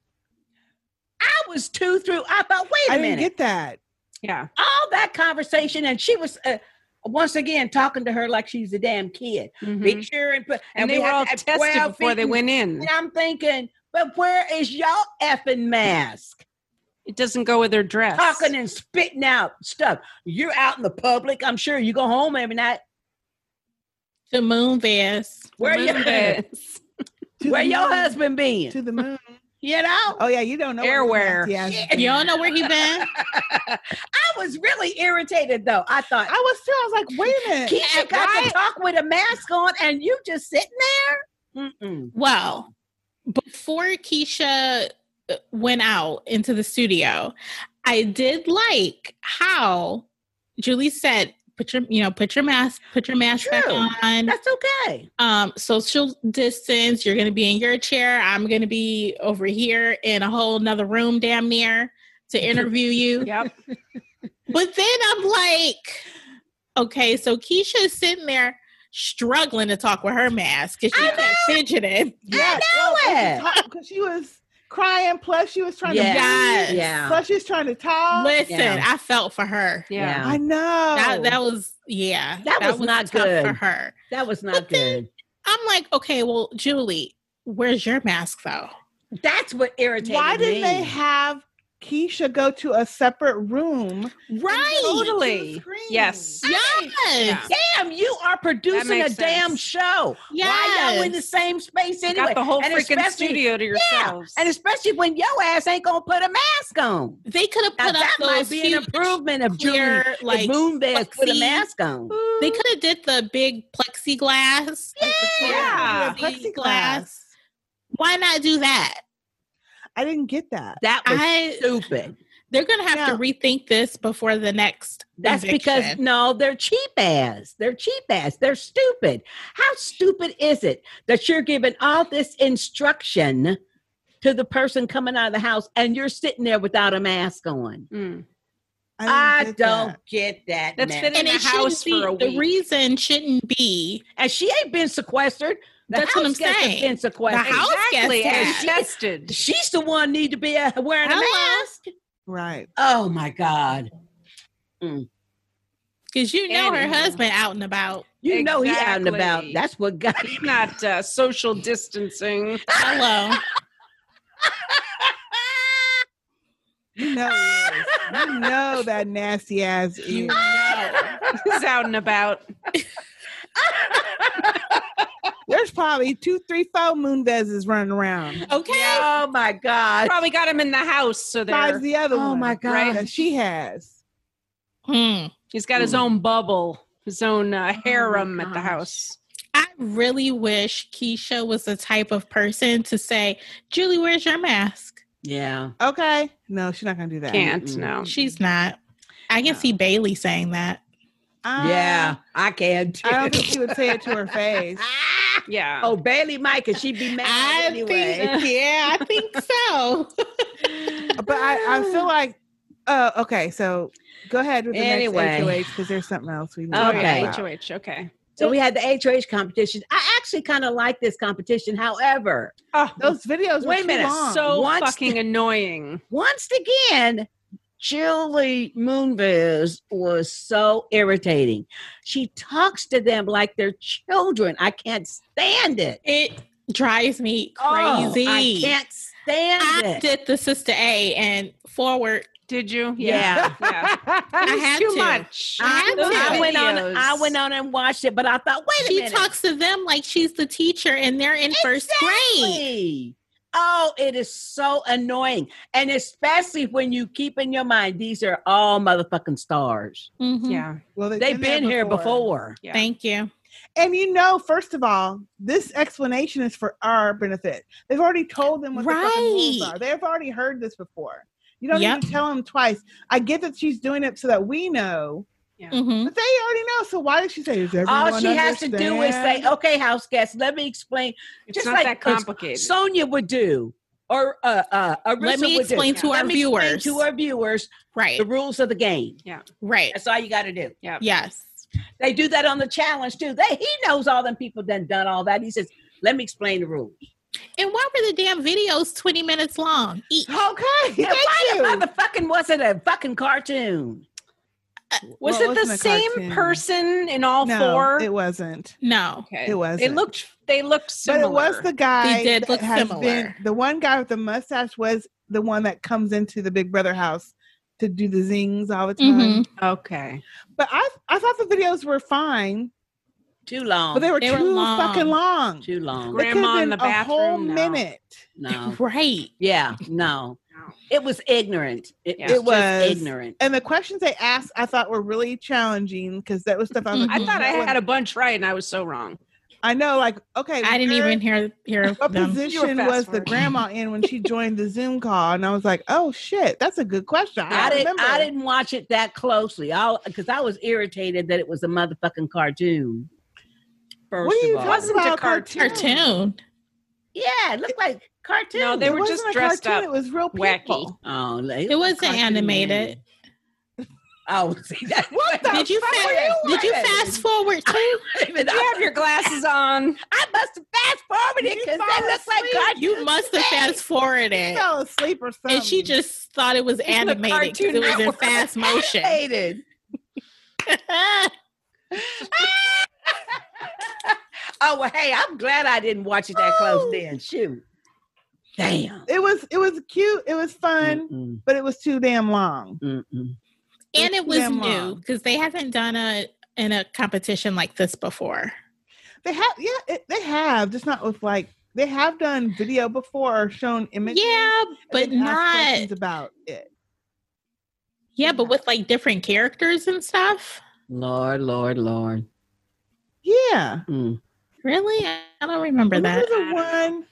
S4: I was two through. I thought, wait a
S5: I didn't
S4: minute.
S5: get that.
S6: Yeah.
S4: All that conversation, and she was. Uh, once again talking to her like she's a damn kid. Be sure and
S6: Mm-hmm.
S4: put.
S6: And they
S4: we
S6: were
S4: had
S6: all
S4: to have
S6: tested
S4: 12
S6: before they went in.
S4: And I'm thinking, but where is y'all effing mask?
S6: It doesn't go with her dress.
S4: Talking and spitting out stuff. You're out in the public. I'm sure you go home every night.
S3: The moon vest.
S4: Where
S6: moon
S4: your
S6: vest.
S4: Where
S5: the
S4: your
S5: moon.
S4: husband been?
S5: to the moon.
S4: You know.
S5: Oh yeah, you don't know.
S6: Airwear.
S5: Yes.
S3: You don't know where he been?
S4: I was really irritated though. I thought
S5: I was too. I was like, wait a minute.
S4: Keisha got to talk with a mask on, and you just sitting there. Mm-mm.
S3: Well, before Keisha uh, went out into the studio, I did like how Julie said, "Put your, you know, put your mask, put your mask back
S4: True.
S3: on.
S4: That's okay.
S3: Um, social distance. You're going to be in your chair. I'm going to be over here in a whole nother room, damn near, to interview you."
S6: Yep.
S3: But then I'm like, okay, so Keisha is sitting there struggling to talk with her mask because she
S4: I
S3: kept fidgeting.
S4: I know it.
S5: Because she was crying. Plus, she was trying
S4: Yeah.
S5: to.
S3: Yes.
S5: breathe,
S4: Yeah.
S5: Plus, she was trying to
S4: Oh.
S5: talk.
S3: Listen,
S4: Yeah.
S3: I felt for her.
S6: Yeah.
S5: I know.
S3: That, that was yeah.
S4: Oh. That was not
S3: tough
S4: good.
S3: for her.
S4: That was not
S3: But then-
S4: good.
S3: I'm like, okay, well, Julie, where's your mask though?
S4: That's what irritated
S5: Why didn't
S4: me.
S5: they have Keisha go to a separate room?
S3: Right.
S6: Totally. Yes.
S3: Yes.
S6: Yeah.
S4: Damn, you are producing a
S6: makes
S4: damn
S6: sense.
S4: show. Why y'all in the
S3: Yes.
S4: same space
S6: You
S4: anyway?
S6: got the whole
S4: And
S6: freaking
S4: especially-
S6: studio to yourselves.
S4: And especially when your ass ain't gonna put a mask on.
S3: They could have
S4: Now
S3: put up
S4: that might
S3: those
S4: be an
S3: huge,
S4: improvement of Julie.
S3: clear,
S4: Like
S3: like
S4: Moonbed put a
S3: plexi-
S4: mask on.
S3: They could have did the big plexiglass. Yeah.
S6: Yeah.
S5: Plexiglass.
S3: Why not do that?
S5: I didn't get that.
S4: That was
S3: I-
S4: stupid.
S3: They're gonna have to
S5: No.
S3: rethink this before the next.
S4: That's because
S3: eviction.
S4: no, they're cheap ass. They're cheap ass. They're stupid. How stupid is it that you're giving all this instruction to the person coming out of the house and you're sitting there without a mask on?
S6: Mm.
S5: didn't
S4: I,
S5: get
S4: don't
S5: that.
S4: get that.
S6: That's
S4: man.
S6: been in
S3: and
S6: the
S3: it
S6: house
S3: house be,
S6: for a
S3: the
S6: week.
S3: reason shouldn't be
S4: and she ain't been sequestered. The
S3: That's what
S4: house
S3: I'm
S4: guest has
S3: saying.
S4: Been sequestered.
S3: The house
S6: exactly.
S3: guest
S6: And
S3: has.
S6: tested.
S4: She's the one need to be uh, wearing a
S3: Hello?
S4: mask.
S5: Right.
S4: Oh my god!
S3: because you know her
S6: Anyhow.
S3: husband out and about.
S4: You know he out and about.
S6: Exactly.
S4: That's what got
S6: He's not uh, social distancing.
S3: Hello.
S5: You know it is. You know that nasty ass
S3: you
S5: is.
S3: know.
S6: He's out and about.
S5: There's probably two, three, four Moonvezes running around.
S3: Okay.
S4: Oh my god!
S6: Probably got him in the house, so
S5: Besides
S6: there
S5: the other one.
S4: Oh my god!
S6: Right?
S5: That she has.
S3: Hmm.
S6: he's got his own bubble, his own uh, harem at the
S4: Oh gosh.
S6: house.
S3: I really wish Keisha was the type of person to say, Julie, where's your mask?
S4: Yeah.
S5: Okay. No, she's not gonna do that.
S6: Can't no.
S3: She's not. I can
S4: No.
S3: see Bailey saying that.
S5: Uh,
S4: yeah, I can too.
S5: I don't think she would say it to her face.
S4: Ah!
S6: Yeah.
S4: Oh, Bailey Mike, and she'd be mad
S3: I
S4: anyway.
S3: think, yeah, I think so.
S5: But I, I feel like uh, okay, so go ahead with the
S4: Anyway.
S5: next HOH because there's something else we need
S6: Oh,
S5: to
S4: Okay.
S5: talk about.
S6: HOH. Okay.
S4: So we had the HOH competition. I actually kind of like this competition. However,
S6: Oh,
S5: Those videos were
S4: Wait a
S5: too
S4: minute,
S5: long.
S6: so
S4: Once
S6: fucking annoying.
S4: once again, Julie Moonves was so irritating. She talks to them like they're children. I can't stand it.
S3: It drives me crazy.
S4: Oh, I can't stand
S3: I
S4: it.
S3: did the Sister A and forward.
S6: Did you?
S4: Yeah.
S6: yeah.
S3: I
S6: It was
S3: had
S6: too
S3: to.
S6: much.
S4: I,
S3: Those
S4: I went on.
S6: videos.
S4: I went on and watched it, but I thought, wait a
S3: She
S4: minute.
S3: talks to them like she's the teacher and they're in first grade.
S4: Exactly. Oh, it is so annoying, and especially when you keep in your mind these are all motherfucking stars.
S3: Mhm.
S6: Yeah.
S5: well,
S4: They've been,
S5: there
S4: here before.
S6: Yeah.
S3: Thank you.
S5: And you know, first of all, this explanation is for our benefit. They've already told them what the fucking rules
S3: Right.
S5: are. They've already heard this before. You don't
S3: Yep.
S5: need to tell them twice. I get that she's doing it so that we know,
S3: Mhm.
S5: but they already know. So why did she say? Does everyone
S4: All she has to do is say,
S5: understand?"
S4: "Okay, house guests, let me explain."
S6: It's
S4: Just
S6: not
S4: like
S6: that
S4: it's-
S6: complicated.
S4: Sonia would do, or uh, uh, Arisa
S3: Let me
S4: would do.
S3: explain to
S4: Let
S3: our
S4: me explain
S3: viewers.
S4: to our viewers,
S3: Right.
S4: the rules of the game.
S3: Right.
S4: That's all you got to do.
S6: yeah.
S3: Yes.
S4: They do that on the challenge too. They he knows all them people done done all that. He says, "Let me explain the rules."
S3: And why were the damn videos 20 minutes long? E, Each?
S5: Okay,
S4: Yeah,
S5: thank
S4: why
S5: you.
S4: the motherfucking was it a fucking cartoon?
S6: Was
S5: Well,
S6: it the
S5: wasn't a
S6: same
S5: cartoon.
S6: person in all
S5: no,
S6: four?
S5: It wasn't.
S3: No.
S6: Okay.
S5: It wasn't.
S6: They looked. They looked
S5: But
S6: similar.
S5: it was the guy.
S3: They did
S5: that
S3: look
S5: has
S3: similar.
S5: been- the one guy with the mustache was the one that comes into the Big Brother house to do the zings all the time.
S3: Mhm.
S6: Okay.
S5: But I, I thought the videos were fine,
S4: Too long.
S5: but they were
S3: They were
S5: too
S3: long.
S5: fucking long.
S4: too long.
S5: It could've
S6: Grandma in
S5: been
S6: the
S5: a whole
S6: bathroom, no.
S5: minute.
S4: No.
S3: Right.
S4: Yeah. No.
S6: No.
S4: It was ignorant. It,
S6: Yeah.
S4: was,
S5: It was.
S4: just ignorant.
S5: And the questions they asked, I thought were really challenging because that was stuff I was like,
S6: I thought I
S5: Mm-hmm.
S6: had
S5: "That one-
S6: a bunch right, and I was so wrong.
S5: I know, like, okay,
S3: I didn't
S5: where-
S3: even hear hear
S5: What
S3: them.
S5: position
S6: fast
S5: was the
S6: forwarding.
S5: grandma in when she joined the Zoom call? And I was like, oh shit, that's a good question. I,
S4: I didn't.
S5: remember.
S4: I didn't watch it that closely. All because I was irritated that it was a motherfucking cartoon. First
S5: What are you
S4: of all,
S5: talking
S6: Wasn't a
S5: about?
S6: cartoon.
S3: Cartoon.
S4: yeah, it looked like cartoon.
S6: No, they
S5: It
S6: were
S5: wasn't
S6: just
S5: a
S6: dressed
S5: cartoon,
S6: up
S5: It was real
S6: wacky.
S5: people.
S4: Oh, like,
S3: It wasn't
S4: cartoon
S3: animated.
S4: man. Oh, see that?
S5: What the
S3: Did you
S5: fuck
S3: fa-
S5: are you
S3: Did you
S5: watching?
S3: fast forward too?
S4: Even
S6: Do you have your glasses on?
S4: I must have fast forwarded
S5: You
S4: because
S5: fall
S4: that looks like
S5: asleep.
S4: cartoon.
S3: You must have
S4: man.
S3: fast forwarded
S5: You
S3: it.
S5: fell asleep or something.
S3: And she just thought it was
S6: a
S3: animated 'cause
S6: cartoon
S3: it was in
S6: network.
S3: fast motion.
S4: Animated. oh well, hey, I'm glad I didn't watch it that close. Then shoot, damn.
S5: It was it was cute. It was fun,
S4: Mm-mm,
S5: but it was too damn long.
S4: mm-mm.
S3: and it was
S5: Yeah,
S3: new
S5: Mom.
S3: because they haven't done a in a competition like this before.
S5: They have yeah, it, they have just not with like they have done video before or shown images.
S3: Yeah, but
S5: and asked
S3: not
S5: questions about it.
S3: yeah, but with like different characters and stuff.
S4: Lord, Lord, Lord.
S5: Yeah,
S4: Mm,
S3: Really, I I don't remember that.
S5: Remember the one?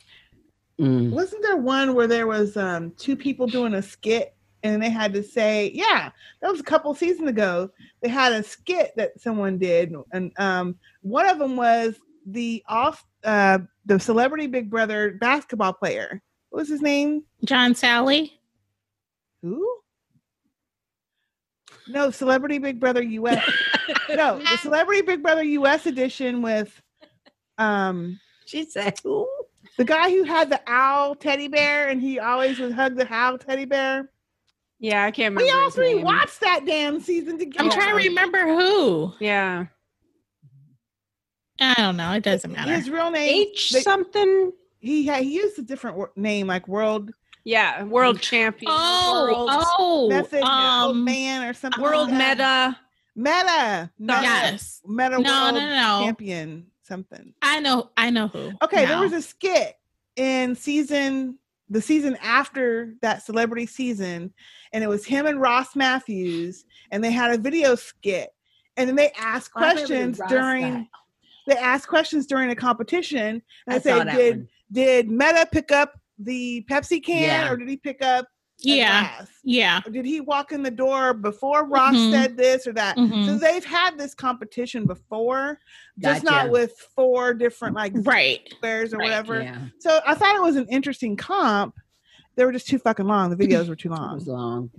S4: mm.
S5: Wasn't there one where there was um two people doing a skit and they had to say, yeah, that was a couple seasons ago. They had a skit that someone did, and um one of them was the off uh the celebrity Big Brother basketball player. What was his name?
S3: John Sally.
S5: Who? No, Celebrity Big Brother US. no, the Celebrity Big Brother US edition with um
S4: She said, "Ooh,
S5: the guy who had the owl teddy bear and he always would hug the owl teddy bear.
S6: Yeah, I can't remember.
S5: We all
S6: his
S5: three
S6: name.
S5: watched that damn season together.
S3: I'm trying to remember who.
S6: Yeah,
S3: I don't know. It doesn't matter.
S5: His real name.
S6: H
S5: they-
S6: something.
S5: he had, he used a different wor- name like world
S6: Yeah, world champion.
S3: Oh,
S6: world,
S3: oh,
S5: method world
S3: um,
S5: man or something.
S6: world
S5: like that.
S6: meta.
S5: meta meta
S3: yes.
S5: meta
S3: No, no,
S5: world
S3: no.
S5: champion something.
S3: I know. I know who.
S5: Okay, there
S3: now.
S5: was a skit in season the season after that celebrity season, and it was him and Ross Matthews, and they had a video skit, and then they asked
S4: I remember
S5: questions
S4: Ross
S5: during
S4: died.
S5: they asked questions during a competition, and
S4: I
S5: I
S4: saw
S5: said,
S4: that
S5: did
S4: one.
S5: did Meta pick up the Pepsi can
S4: Yeah.
S5: or did he pick up a
S3: yeah,
S5: glass?
S3: yeah.
S5: Or did he walk in the door before Ross
S4: Mm-hmm.
S3: Mhm.
S5: said this or that? So
S3: Mhm.
S5: they've had this competition before, just
S4: Gotcha.
S5: not with four different like
S3: Right.
S5: squares or
S3: Right,
S5: whatever.
S4: Yeah,
S5: So I thought it was an interesting comp. They were just too fucking long. The videos were too
S4: it was
S5: long.
S4: long.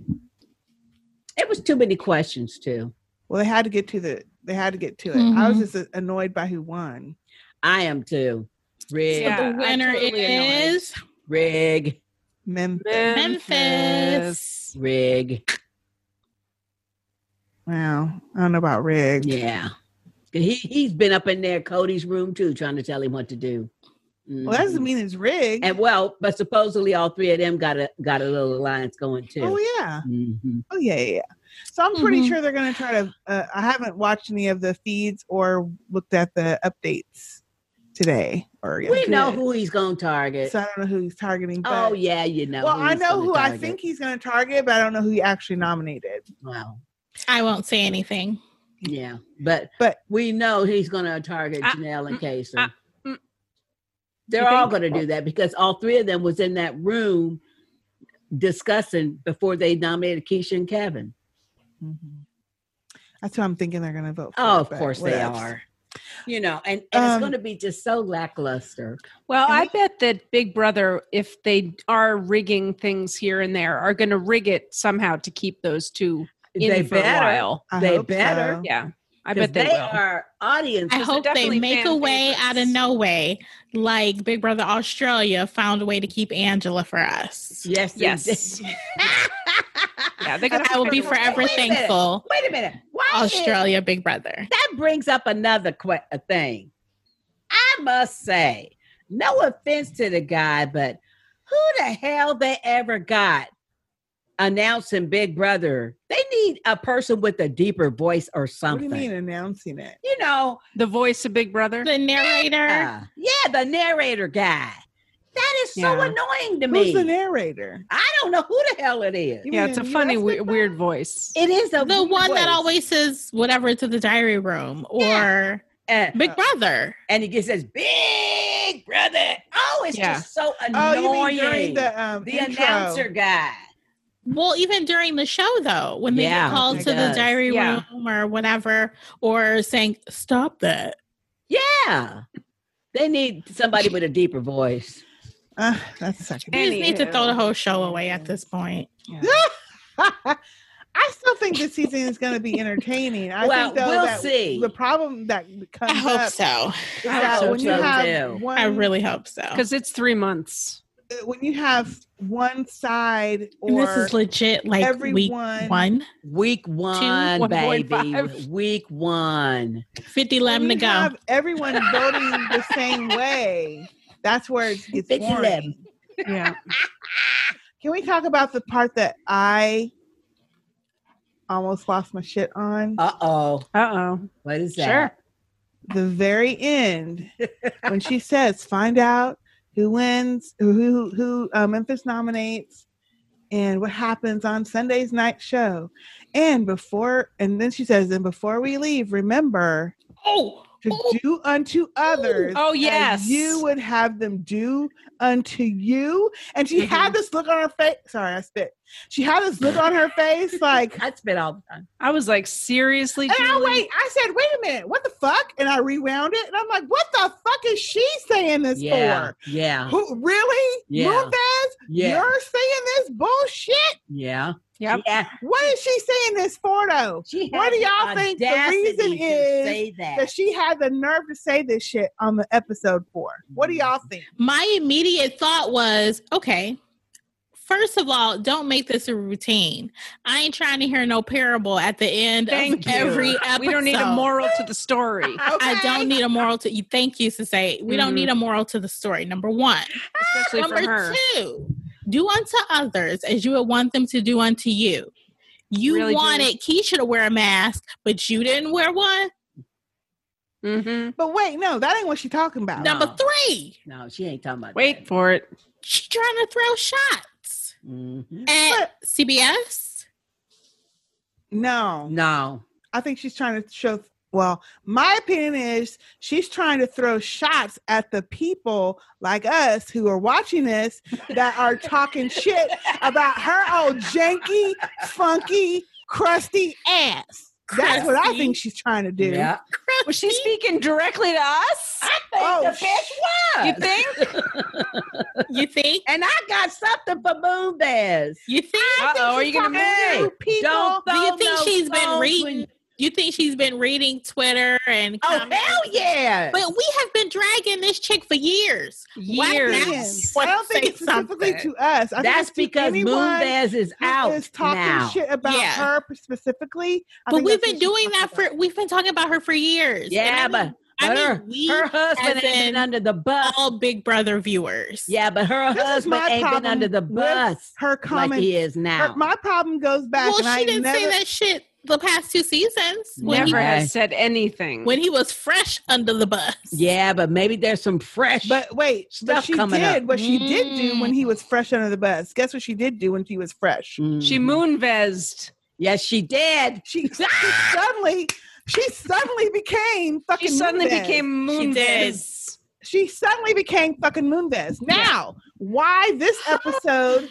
S4: It was too many questions too.
S5: Well, they had to get to the. They had to get to it. I was
S4: Mm-hmm.
S5: just uh, annoyed by who won.
S4: I am too. Rig,
S6: Yeah,
S3: so
S6: I'm
S3: the winner
S6: totally annoyed.
S3: is
S4: rig,
S5: Memphis.
S3: Memphis.
S4: rig.
S5: Wow, I don't know about Rig.
S4: Yeah, he he's been up in there, Cody's room too, trying to tell him what to do.
S5: Well, that
S4: Mhm.
S5: doesn't mean it's rigged.
S4: And well, but supposedly all three of them got a got a little alliance going too.
S5: oh yeah,
S4: Mhm.
S5: oh yeah, yeah. yeah. So I'm pretty
S4: Mm-hmm.
S3: Mhm.
S5: sure they're going to try to. Uh, I haven't watched any of the feeds or looked at the updates today or
S4: We
S5: yesterday.
S4: know who he's gonna target.
S5: So I don't know who he's targeting. But,
S4: oh yeah, you know.
S5: Well,
S4: who
S5: I
S4: he's
S5: know
S4: gonna
S5: who I
S4: target.
S5: think he's going to target, but I don't know who he actually nominated.
S4: Wow.
S3: I won't say anything.
S4: Yeah, but
S5: But-
S4: we know he's gonna target
S6: I-
S4: Janelle and Casey.
S6: I- mm.
S4: They're all gonna do that because all three of them was in that room discussing before they nominated Keisha and Kevin.
S5: Mm-hmm. That's who I'm thinking they're going to vote for.
S4: Oh, of
S5: but
S4: course they
S5: whatevs.
S4: are. You know, and, and
S5: Um,
S4: it's gonna be just so lackluster.
S6: Well,
S5: And
S6: I
S5: we-
S6: bet that Big Brother, if they are rigging things here and there, are going to rig it somehow to keep those two in
S4: they
S6: for
S4: better.
S6: a while.
S5: I
S4: They
S5: hope
S4: better.
S5: so.
S6: Yeah, I
S4: 'cause
S6: bet they,
S4: they
S6: will.
S4: are audience.
S3: I
S6: Because they're
S3: hope they
S6: definitely
S3: make a
S6: fan
S3: way out of
S6: favorites.
S3: no way, like Big Brother Australia found a way to keep Angela for us.
S4: Yes, they
S6: Yes.
S4: did.
S6: Yeah, they're gonna
S3: I will be
S6: figure it out.
S3: forever
S4: Wait a minute.
S3: thankful.
S4: Wait a minute. Why is-
S3: Australia Big Brother.
S4: that brings up another que- a thing. I must say, no offense to the guy, but who the hell they ever got announcing Big Brother? They need a person with a deeper voice or
S5: What do
S4: something.
S5: you mean announcing it?
S4: You know,
S6: The voice of Big Brother.
S3: The narrator.
S4: uh, yeah, the narrator guy. That is so
S6: Yeah.
S4: annoying to
S5: Who's
S4: me.
S5: the narrator?
S4: I don't know who the hell it is.
S5: You
S6: Yeah,
S5: mean
S6: it's a
S5: the
S6: funny,
S5: US
S6: we-
S5: Big
S6: weird voice.
S4: It is a
S3: the one that
S4: voice.
S3: always says whatever to the diary room or
S4: Uh,
S3: Big Brother.
S4: and he says Big Brother. Oh, it's
S6: Yeah.
S4: just so
S5: Oh,
S4: annoying.
S5: you mean during the um,
S4: the
S5: intro.
S4: announcer guy.
S3: Well, even during the show though, when they
S4: Yeah,
S3: get called
S4: it
S3: to the
S4: does.
S3: diary
S6: Yeah.
S3: room or whatever, or saying stop that.
S4: Yeah. They need somebody with a deeper voice.
S5: Uh, that's such a
S3: You just need to
S6: Anywho.
S3: throw the whole show away at this point.
S5: I still think this season is going to be entertaining. I
S4: well,
S5: think though
S4: we'll
S5: that
S4: see.
S5: the problem that comes
S3: I hope
S5: up
S3: so.
S5: is
S4: I
S5: that
S4: hope
S5: when you
S4: so,
S5: have
S4: too.
S5: one,
S3: I really hope so.
S6: Because it's three months.
S5: when you have one side
S3: And
S5: or
S3: this is legit like
S5: everyone-
S3: week one.
S4: Week one, baby.
S6: 1.5.
S4: Week one.
S3: 50
S5: when
S3: lem to
S5: you
S3: go.
S5: have everyone voting the same way, that's where it gets
S4: Big
S5: boring.
S4: lemon.
S6: Yeah.
S5: Can we talk about the part that I almost lost my shit on?
S4: Uh oh.
S6: Uh oh.
S4: What is that?
S6: Sure.
S5: the very end when she says, "Find out who wins, who who uh, Memphis nominates, and what happens on Sunday's night show." And before, and then she says, "And before we leave, remember
S3: oh,
S5: to
S3: oh,
S5: do unto others."
S6: Oh,
S5: as
S6: yes.
S5: you would have them do unto you. And she had this look on her face. Sorry, I spit. She had this look on her face, like.
S4: I spit all the time.
S6: I was like, seriously?
S3: Ah,
S5: And I
S6: Julie?
S5: wait. I said, "Wait a minute, what the fuck?" And I rewound it, and I'm like, "What the fuck is she saying this
S4: Yeah.
S5: for?
S4: Yeah.
S5: Who really?
S4: Yeah.
S5: Moonves,
S4: Yeah.
S5: you're saying this bullshit?
S4: Yeah.
S6: Yep.
S4: Yeah.
S5: What is she saying this for, though?
S4: She
S5: What do
S4: had
S5: y'all think the
S4: audacity
S5: reason
S4: to
S5: is
S4: say that.
S5: That she had the nerve to say this shit on the episode four. What do y'all think?
S3: my immediate thought was, okay, first of all, don't make this a routine. I ain't trying to hear no parable at the end
S6: Thank
S3: of
S6: you.
S3: every episode.
S6: We don't need a moral to the story.
S3: I don't need a moral to you. Thank you, Sasay. We don't
S6: Mhm.
S3: need a moral to the story. Number one.
S6: Especially for her.
S3: Number two, do unto others as you would want them to do unto you. You
S6: Really,
S3: wanted Keisha to wear a mask, but you didn't wear one.
S6: Mm-hmm.
S5: But wait, no, that ain't what she talking about.
S4: No.
S3: Number three,
S4: no, she ain't talking about
S6: Wait for it.
S3: she's trying to throw shots
S4: that. Mhm.
S3: at CBS.
S5: No,
S4: No.
S5: I think she's trying to show. Well, my opinion is she's trying to throw shots at the people like us who are watching this that are talking shit about her old janky, funky, crusty ass. That's what I think she's trying to do.
S4: Yeah.
S6: Was she speaking directly to us?
S5: Oh,
S4: the
S6: You
S4: bitch was.
S6: think?
S3: You think?
S4: And I got something for Moonbez.
S3: You think?
S6: Uh-oh, are you gonna
S5: Hey,
S4: Hey,
S5: people,
S4: don't
S3: Do you
S4: throw
S3: think
S4: no
S3: she's been
S4: stones
S3: reading?
S4: when-
S3: You think she's been reading Twitter and?
S4: Oh
S3: comments?
S4: hell yeah!
S3: But we have been dragging this chick for years. Why
S6: Years.
S3: now
S5: Yes.
S3: she wants
S5: I don't
S3: to
S5: think
S3: say
S5: it's specifically
S3: something?
S5: to us. I think
S4: That's
S5: it's to
S4: because
S5: anyone
S4: Moonbez is
S5: who
S4: out
S5: is talking
S4: now.
S5: shit about
S3: Yeah.
S5: her specifically. I
S3: But
S5: think
S3: we've
S5: that's
S3: been
S5: what
S3: doing
S5: she's talking
S3: that for.
S5: about.
S3: We've been talking about her for years. And
S4: Yeah,
S3: I mean- I
S4: but
S3: mean,
S4: her-
S3: we
S4: her husband
S3: as
S4: ain't been
S3: in
S4: under the bus.
S3: all Big Brother viewers.
S4: Yeah, but her
S5: This is
S4: husband
S5: my
S4: ain't been
S5: problem
S4: under the
S5: with
S4: bus
S5: her
S4: like
S5: comments
S4: he is
S5: Her-
S4: now.
S5: my problem goes back.
S3: Well,
S5: and I
S3: she didn't
S5: never,
S3: say that shit the past two seasons when
S6: Never
S3: he,
S4: Right.
S6: has said anything.
S3: when he was fresh under the bus.
S4: yeah, but maybe there's some fresh.
S5: But wait, but
S4: Stuff
S5: she
S4: coming
S5: did
S4: up.
S5: what she did do when
S3: Mm.
S5: he was fresh under the bus. Guess what she did do when she was fresh?
S4: Mhm.
S6: she moonvezed.
S4: Yes, she did.
S5: She, she suddenly, she suddenly became
S6: She
S5: fucking.
S6: suddenly
S5: Moonves.
S6: became
S3: She did.
S6: moonvez.
S5: She suddenly became fucking Moonves. Now, why this episode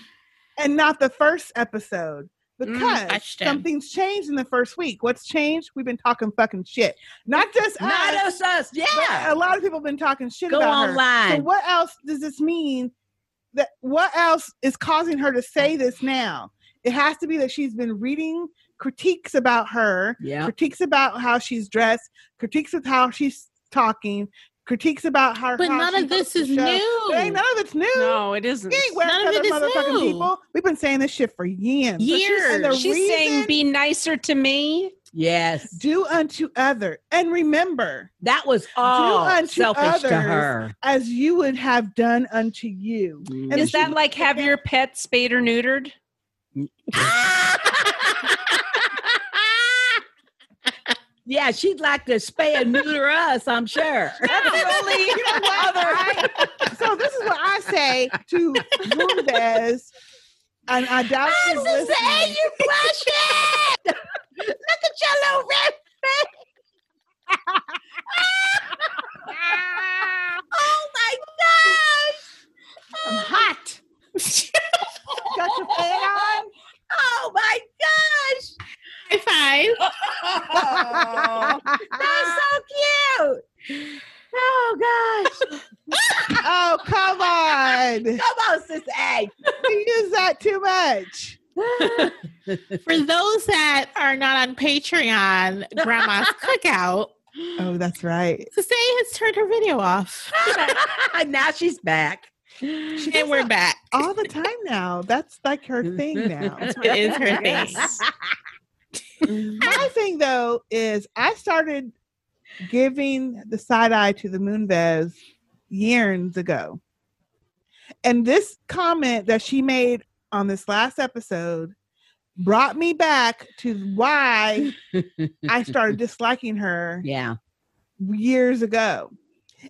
S5: and not the first episode?
S6: Mm,
S5: Because
S3: question.
S5: something's changed in the first week. What's changed? We've been talking fucking shit. Not just
S4: Not
S5: us,
S4: us, us.
S5: but
S4: Yeah,
S5: a lot of people have been talking shit
S4: go
S5: about her. So
S4: online.
S5: what else does this mean? That what else is causing her to say this now? It has to be that she's been reading critiques about her,
S4: Yeah,
S5: critiques about how she's dressed, critiques of how she's talking, critiques about her.
S3: But
S5: how
S3: none
S5: she
S3: of this
S5: hosts the
S3: is
S5: show.
S3: new.
S5: It ain't none of it's new.
S6: No, it isn't.
S5: You ain't wearing
S3: None of it
S5: other
S3: is
S5: motherfucking
S3: new.
S5: people. We've been saying this shit for years. So she's- and the
S6: Years. She's saying,
S5: reason-
S6: be nicer to me.
S4: Yes.
S5: do unto other and remember
S4: That was all
S5: unto
S4: selfish to
S5: others.
S4: her.
S5: as you would have done unto you.
S4: Mm.
S5: And
S6: Is
S5: she-
S6: that like have your pet spayed or neutered?
S4: Yeah, she'd like to spay and neuter us, I'm sure.
S5: you know what? I- so this is what I say to Moonves, and I doubt she's listening.
S4: you blushing! Look at your little red oh my gosh!
S3: I'm hot.
S5: Got your fan on?
S4: Oh my gosh!
S3: High five.
S4: Oh That's so cute! Oh gosh!
S5: Oh come on! You
S4: Come on, sis A.
S5: use that too much.
S3: For those that are not on Patreon, Grandma's Cookout,
S5: Oh, that's right.
S3: Say has turned her video off.
S4: now she's back.
S3: and we're back.
S5: All the time now. That's like her thing now.
S3: It is her thing.
S5: My thing though is I started giving the side eye to the Moonves years ago. And this comment that she made on this last episode brought me back to why I started disliking her
S4: Yeah.
S5: years ago.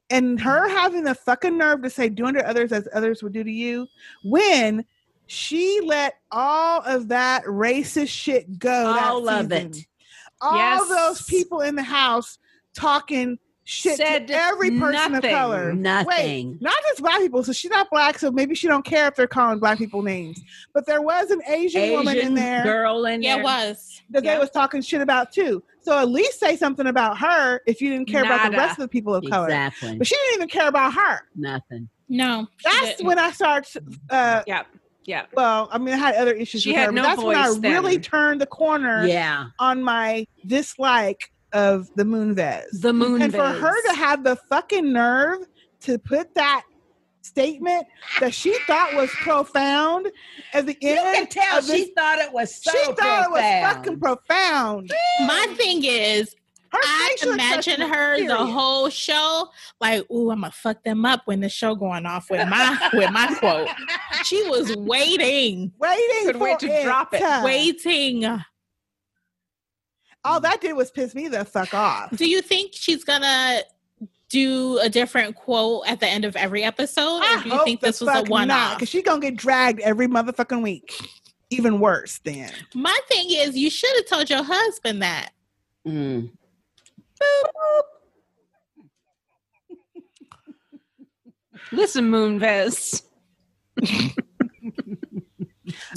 S5: And her having the fucking nerve to say, do unto others as others would do to you, when she let all of that racist shit go. that
S4: All of it.
S5: season. All
S6: Yes.
S5: those people in the house talking shit
S6: Said
S5: to every person
S6: nothing.
S5: of color. Wait,
S4: Nothing.
S5: not just black people. So she's not black, so maybe she don't care if they're calling black people names. But there was an Asian, woman in there
S4: girl in
S3: Yeah,
S4: there.
S3: it was.
S5: that
S6: Yep.
S5: they was talking shit about too. So at least say something about her if you didn't care about the
S6: Nada.
S5: rest of the people of color.
S4: Exactly.
S5: But she didn't even care about her.
S4: Nothing.
S3: No. she
S5: That's
S3: didn't.
S5: when I started. Uh,
S6: Yep. Yep.
S5: well, I mean, I had other issues.
S6: She
S5: with
S6: had
S5: her,
S6: no
S5: but That's when I
S6: voice then.
S5: really turned the corner
S4: Yeah.
S5: on my dislike of the Moonves.
S6: The moon.
S5: and for her to have the fucking nerve to put that statement that she thought was profound at the
S4: You
S5: end
S4: can tell
S5: of this-
S4: she thought it was so
S5: she thought it was
S4: profound.
S5: fucking profound.
S3: My thing is,
S5: Her
S3: I
S5: facial
S3: imagine
S5: expression was
S3: her the
S5: serious.
S3: whole show like, "Ooh, I'm gonna fuck them up when the show going off with my with my quote." She was waiting,
S5: waiting
S6: Couldn't
S5: for
S6: wait to drop it.
S3: waiting.
S5: All that did was piss me the fuck off.
S3: Do you think she's gonna do a different quote at the end of every episode, or do you think this was a one-off?
S5: Because she's gonna get dragged every motherfucking week. Even worse then.
S3: My thing is, you should have told your husband that.
S4: Mm.
S6: Listen, Moonves.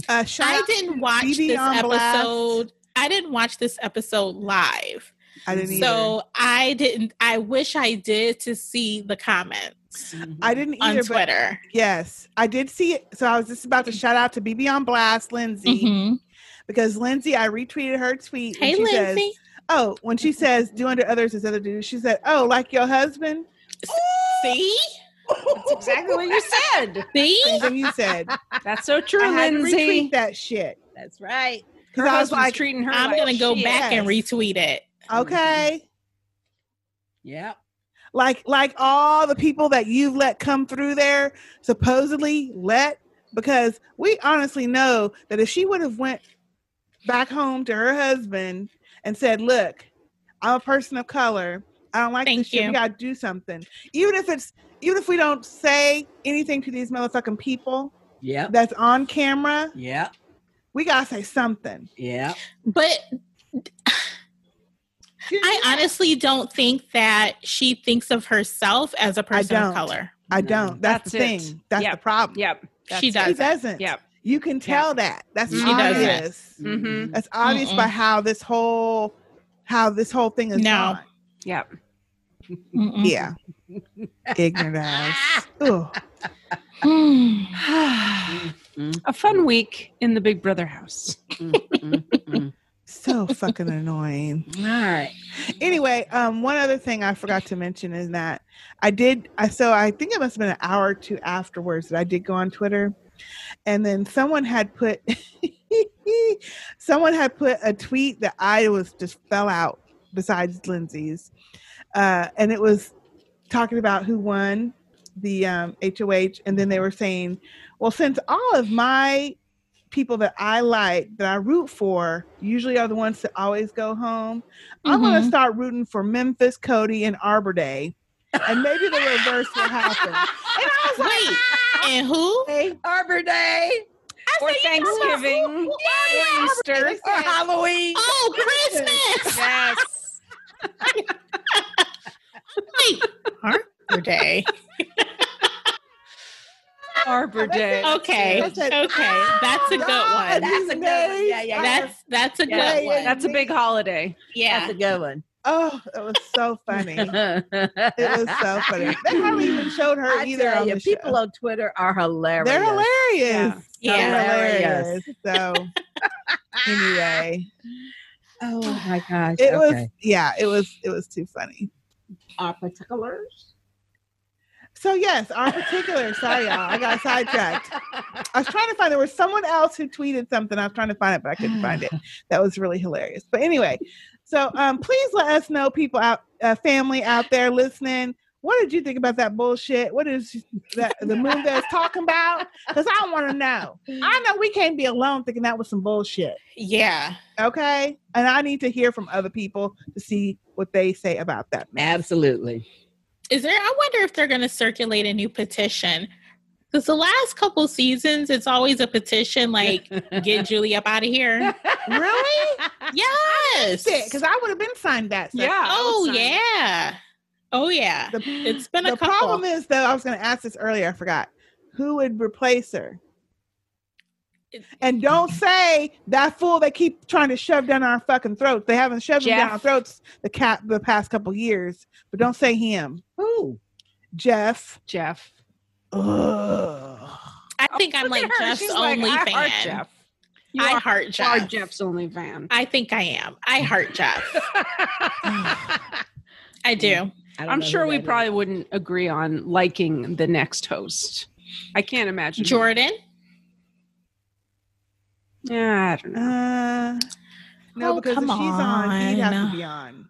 S5: Uh, shout
S3: I
S5: out
S3: didn't
S5: to
S3: watch
S5: BB
S3: this
S5: on Blast.
S3: episode. I didn't watch this episode live.
S5: I didn't.
S3: so I didn't. I wish I did to see the comments
S5: either. I didn't
S3: on
S5: either. But
S3: Twitter.
S5: yes, I did see it. So I was just about to shout out to BB on Blast, Lindsay,
S3: Mhm.
S5: because Lindsay, I retweeted her tweet. and
S3: Hey,
S5: she
S3: Lindsay.
S5: Says, oh, when she says "do unto others as other do," she said, "Oh, like your husband."
S3: see,
S6: That's exactly what you said.
S3: see,
S5: And then you said,
S6: That's so true,
S5: "I had to retweet
S6: Lindsay.
S5: that shit."
S4: That's right.
S6: Her
S5: Because I was
S6: husband's
S5: like,
S6: treating her.
S3: I'm
S6: like
S3: gonna go
S6: shit.
S3: back and
S5: Yes.
S3: retweet it.
S5: "Okay."
S4: Yep.
S5: like like all the people that you've let come through there supposedly let because we honestly know that if she would have went back home to her husband and said look i'm a person of color i don't like
S3: Thank
S5: this shit
S3: you.
S5: we gotta do something even if it's even if we don't say anything to these motherfucking people
S4: Yep.
S5: that's on camera
S4: Yep.
S5: we gotta say something
S4: Yep.
S3: But
S5: She didn't
S3: I
S5: do that.
S3: honestly don't think that she thinks of herself as a person
S5: don't.
S3: of color.
S5: i
S4: Mm-hmm.
S5: don't that's, the
S6: That's it.
S5: thing that's the problem
S6: Yep.
S3: she
S5: she
S3: does.
S5: doesn't
S6: Yep.
S5: you can tell that that's
S6: She
S3: doesn't.
S5: obvious
S6: Mm-hmm.
S5: That's obvious
S3: Mm-mm.
S5: by how this whole how this whole thing is
S3: No.
S5: done.
S6: Yep.
S3: Mm-mm.
S5: Yeah. Ignorant ass. Ugh.
S3: Mm.
S6: a fun week in the Big Brother house.
S4: Mm, mm, mm.
S5: so fucking annoying.
S4: All right.
S5: Anyway, um, one other thing I forgot to mention is that I did. I so I think it must have been an hour or two afterwards that I did go on Twitter, and then someone had put someone had put a tweet that I was just fell out besides Lindsay's, uh, and it was talking about who won the um, HOH, and then they were saying, well, since all of my people that I like, that I root for, usually are the ones that always go home, I'm going to start rooting for Memphis, Cody, and Arbor Day. And maybe the reverse will happen. And I was like,
S3: and who?
S5: Hey,
S4: Arbor Day
S6: or Thanksgiving, or Easter.
S4: or Halloween.
S3: Oh, Christmas!
S6: Yes.
S3: Wait, Arbor Day.
S6: Arbor Day.
S3: Okay,
S5: I said,
S3: okay, that's a good
S5: God,
S3: one.
S4: Oh, That's a good one. Yeah, yeah, yeah.
S3: That's that's a
S6: Yeah,
S3: good one.
S6: That's a big holiday.
S3: Yeah.
S4: That's a good one.
S5: oh, it was so funny. It was
S4: was
S5: so funny. They hardly even showed her
S4: I
S5: either
S4: tell
S5: on
S4: you,
S5: the
S4: people
S5: show.
S4: on Twitter are hilarious.
S5: They're hilarious.
S3: Yeah.
S5: They're
S4: Yeah.
S5: hilarious. So anyway,
S4: Oh my gosh.
S5: it was
S4: okay.
S5: yeah, it was it was too funny.
S4: our particulars.
S5: So yes, our particular. sorry, y'all, I got sidetracked. I was trying to find there was someone else who tweeted something. I was trying to find it, but I couldn't find it. That was really hilarious. But anyway, so um, please let us know, people out, uh, family out there listening. What did you think about that bullshit? What is that, the moon that's talking about? Because I want to know. I know we can't be alone thinking that was some bullshit.
S3: Yeah.
S5: Okay, and I need to hear from other people to see what they say about that.
S4: Absolutely.
S3: Is there? I wonder if they're going to circulate a new petition. Because the last couple seasons, it's always a petition like "Get Julie up out of here."
S5: Really?
S3: Yes.
S5: Because I would have been signed that. so-
S6: Yeah.
S3: Oh
S6: Outside.
S3: yeah. Oh yeah.
S5: The-
S3: it's been a
S5: the
S3: couple.
S5: problem is though i was going to ask this earlier i forgot who would replace her and don't say that fool they keep trying to shove down our fucking throats they haven't shoved him down
S6: Jeff.
S5: our throats the cat the past couple years but don't say him
S4: Who?
S5: jeff
S6: Jeff.
S5: Ugh.
S3: I think I'm
S6: Look
S3: like
S6: at her.
S3: Jeff's
S6: She's like,
S3: only
S6: I
S3: fan.
S6: Heart Jeff. You
S3: I
S6: are,
S3: heart
S6: you are
S3: Jeff.
S6: Jeff's only fan.
S3: I think I am. I heart Jeff. I do.
S4: I don't
S6: I'm
S4: know who
S6: sure we
S4: that is.
S6: probably wouldn't agree on liking the next host. I can't imagine.
S3: Jordan.
S6: Yeah, I don't know.
S5: uh, no
S3: Oh,
S5: because if
S3: come
S5: she's on, he'd have
S3: on.
S5: to be on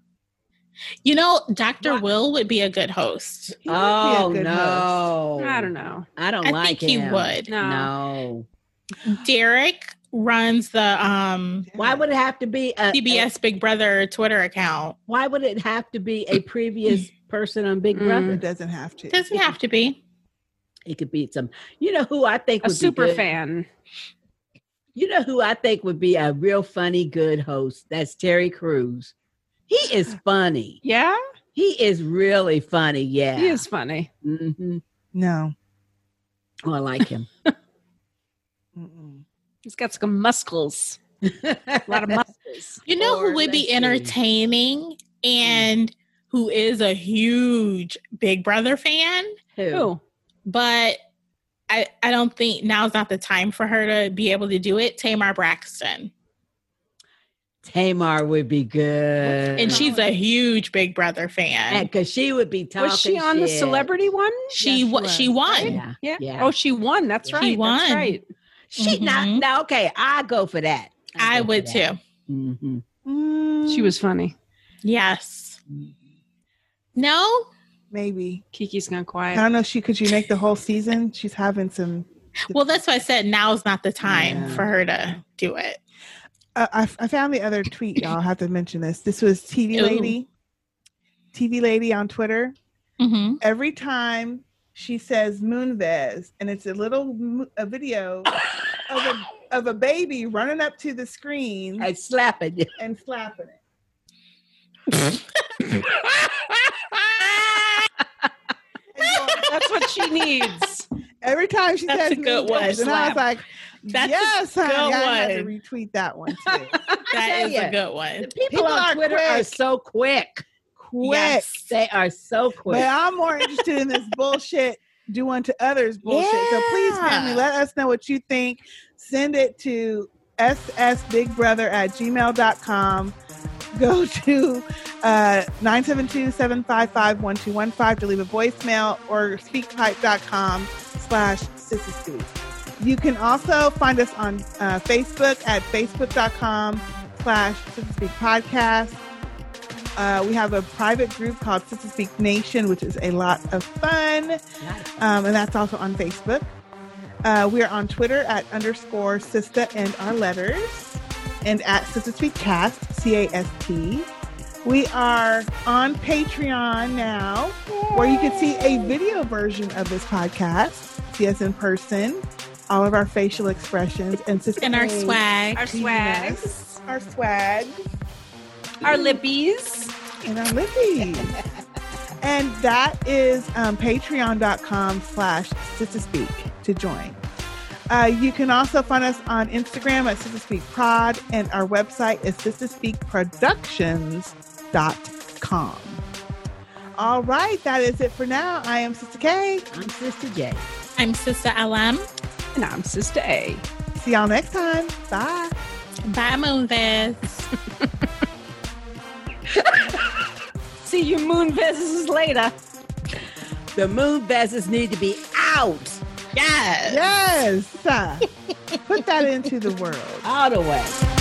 S3: You know, Dr. Will would be a good host.
S5: He would be a
S4: Oh
S5: good
S4: no.
S6: I don't know.
S4: I don't
S3: I
S4: like
S3: think he
S4: him.
S3: would.
S6: No.
S4: No.
S3: Derek runs the um
S5: host.
S4: Why would it have to be a a-
S3: CBS Big Brother Twitter account.
S4: why would it have to be a previous person on Big
S6: Mm.
S5: it
S4: Brother?
S5: doesn't have to
S3: Doesn't have to be.
S4: It could be some. You know who I think
S6: A
S4: would
S6: super
S4: be good?
S6: fan.
S4: You know who I think would be a real funny, good host? That's Terry Crews. He is funny.
S6: Yeah,
S4: He is really funny. Yeah.
S6: he is funny.
S4: hmm
S5: no
S4: Oh, I like him.
S5: Mm-mm.
S6: He's got some muscles.
S4: a
S6: A lot of muscles.
S3: You know who would be
S6: Mm.
S3: entertaining and who is a huge Big Brother fan,
S6: Who?
S3: but I, I don't think now's not the time for her to be able to do it. Tamar Braxton.
S4: Tamar would be good.
S3: And she's a huge Big Brother fan.
S4: because she would be talking.
S6: Was she on the
S4: shit.
S6: celebrity one?
S3: She
S5: Yes,
S3: wa-
S5: she
S3: she
S5: was.
S3: won.
S4: Yeah.
S6: Yeah.
S4: Yeah.
S6: Oh, she won. That's
S4: She
S6: right. That's
S3: won.
S6: right.
S4: She
S6: Mm-hmm.
S4: not
S3: Mhm.
S4: now. Okay, I go for that.
S3: I would too.
S4: hmm
S6: She was funny.
S3: Yes. No?
S5: Mm, maybe
S6: Kiki's gone
S5: I
S6: quiet.
S5: don't know. She could you make the whole season? She's having some.
S3: Well, that's why I said now's not the time
S4: Yeah.
S3: for her to do it.
S5: Uh, I, I found the other tweet. Y'all I have to mention this. This was TV
S3: Ooh.
S5: lady, TV lady on Twitter.
S3: Mm-hmm.
S5: Every time she says Moonvez, and it's a little mo- a video of a of a baby running up to the screen
S4: I slap it.
S5: and slapping it.
S3: Mm-hmm.
S5: And going-
S6: That's what she needs.
S5: Every time she
S3: That's
S5: says
S3: a good
S5: Moonvez,
S3: one,
S5: and I
S3: slap.
S5: was like,
S3: That's a
S5: yes, honey, I
S3: good
S5: had to
S3: one.
S5: retweet that one too.
S3: That
S4: tell
S3: is
S4: ya.
S3: a good one.
S4: People,
S5: People
S4: on
S5: are
S4: Twitter are
S5: quick.
S4: so quick.
S5: Quick.
S3: Yes.
S4: They are so quick.
S5: But I'm more interested in this bullshit do unto others bullshit. So please,
S3: Yeah.
S5: family, let us know what you think. Send it to ssbigbrother at gmail.com. Go to uh, 972-755-1215 to leave a voicemail or speakpipe.com slash sissyspeak. You can also find us on uh, Facebook at facebook.com slash sissyspeak podcast. Uh, we have a private group called Sister Speak Nation, which is a lot of fun. Um, and that's also on Facebook. Uh, we are on Twitter at underscore Sista and our letters and at Sister Speak Cast, C A S T. We are on Patreon now, where you can see a video version of this podcast, see us in person, all of our facial expressions, and, Sister
S3: And our
S5: Kay
S3: swag.
S6: Our
S5: teasing
S6: swag.
S5: us, Our swag.
S6: Our lippies.
S5: and our Libby. and that is um, patreon.com slash sister speak to join. Uh, you can also find us on Instagram at Sister Speak Prod and our website is sisterspeakproductions.com. All right, that is it for now. I am Sister K.
S4: I'm Sister J.
S3: I'm Sister LM.
S6: And I'm Sister A.
S5: See y'all next time. Bye.
S3: Bye, Moonves.
S6: See you moon visits later.
S4: The moon vessels need to be out,
S3: Yes.
S5: Yes. Put that into the world.
S4: out of way.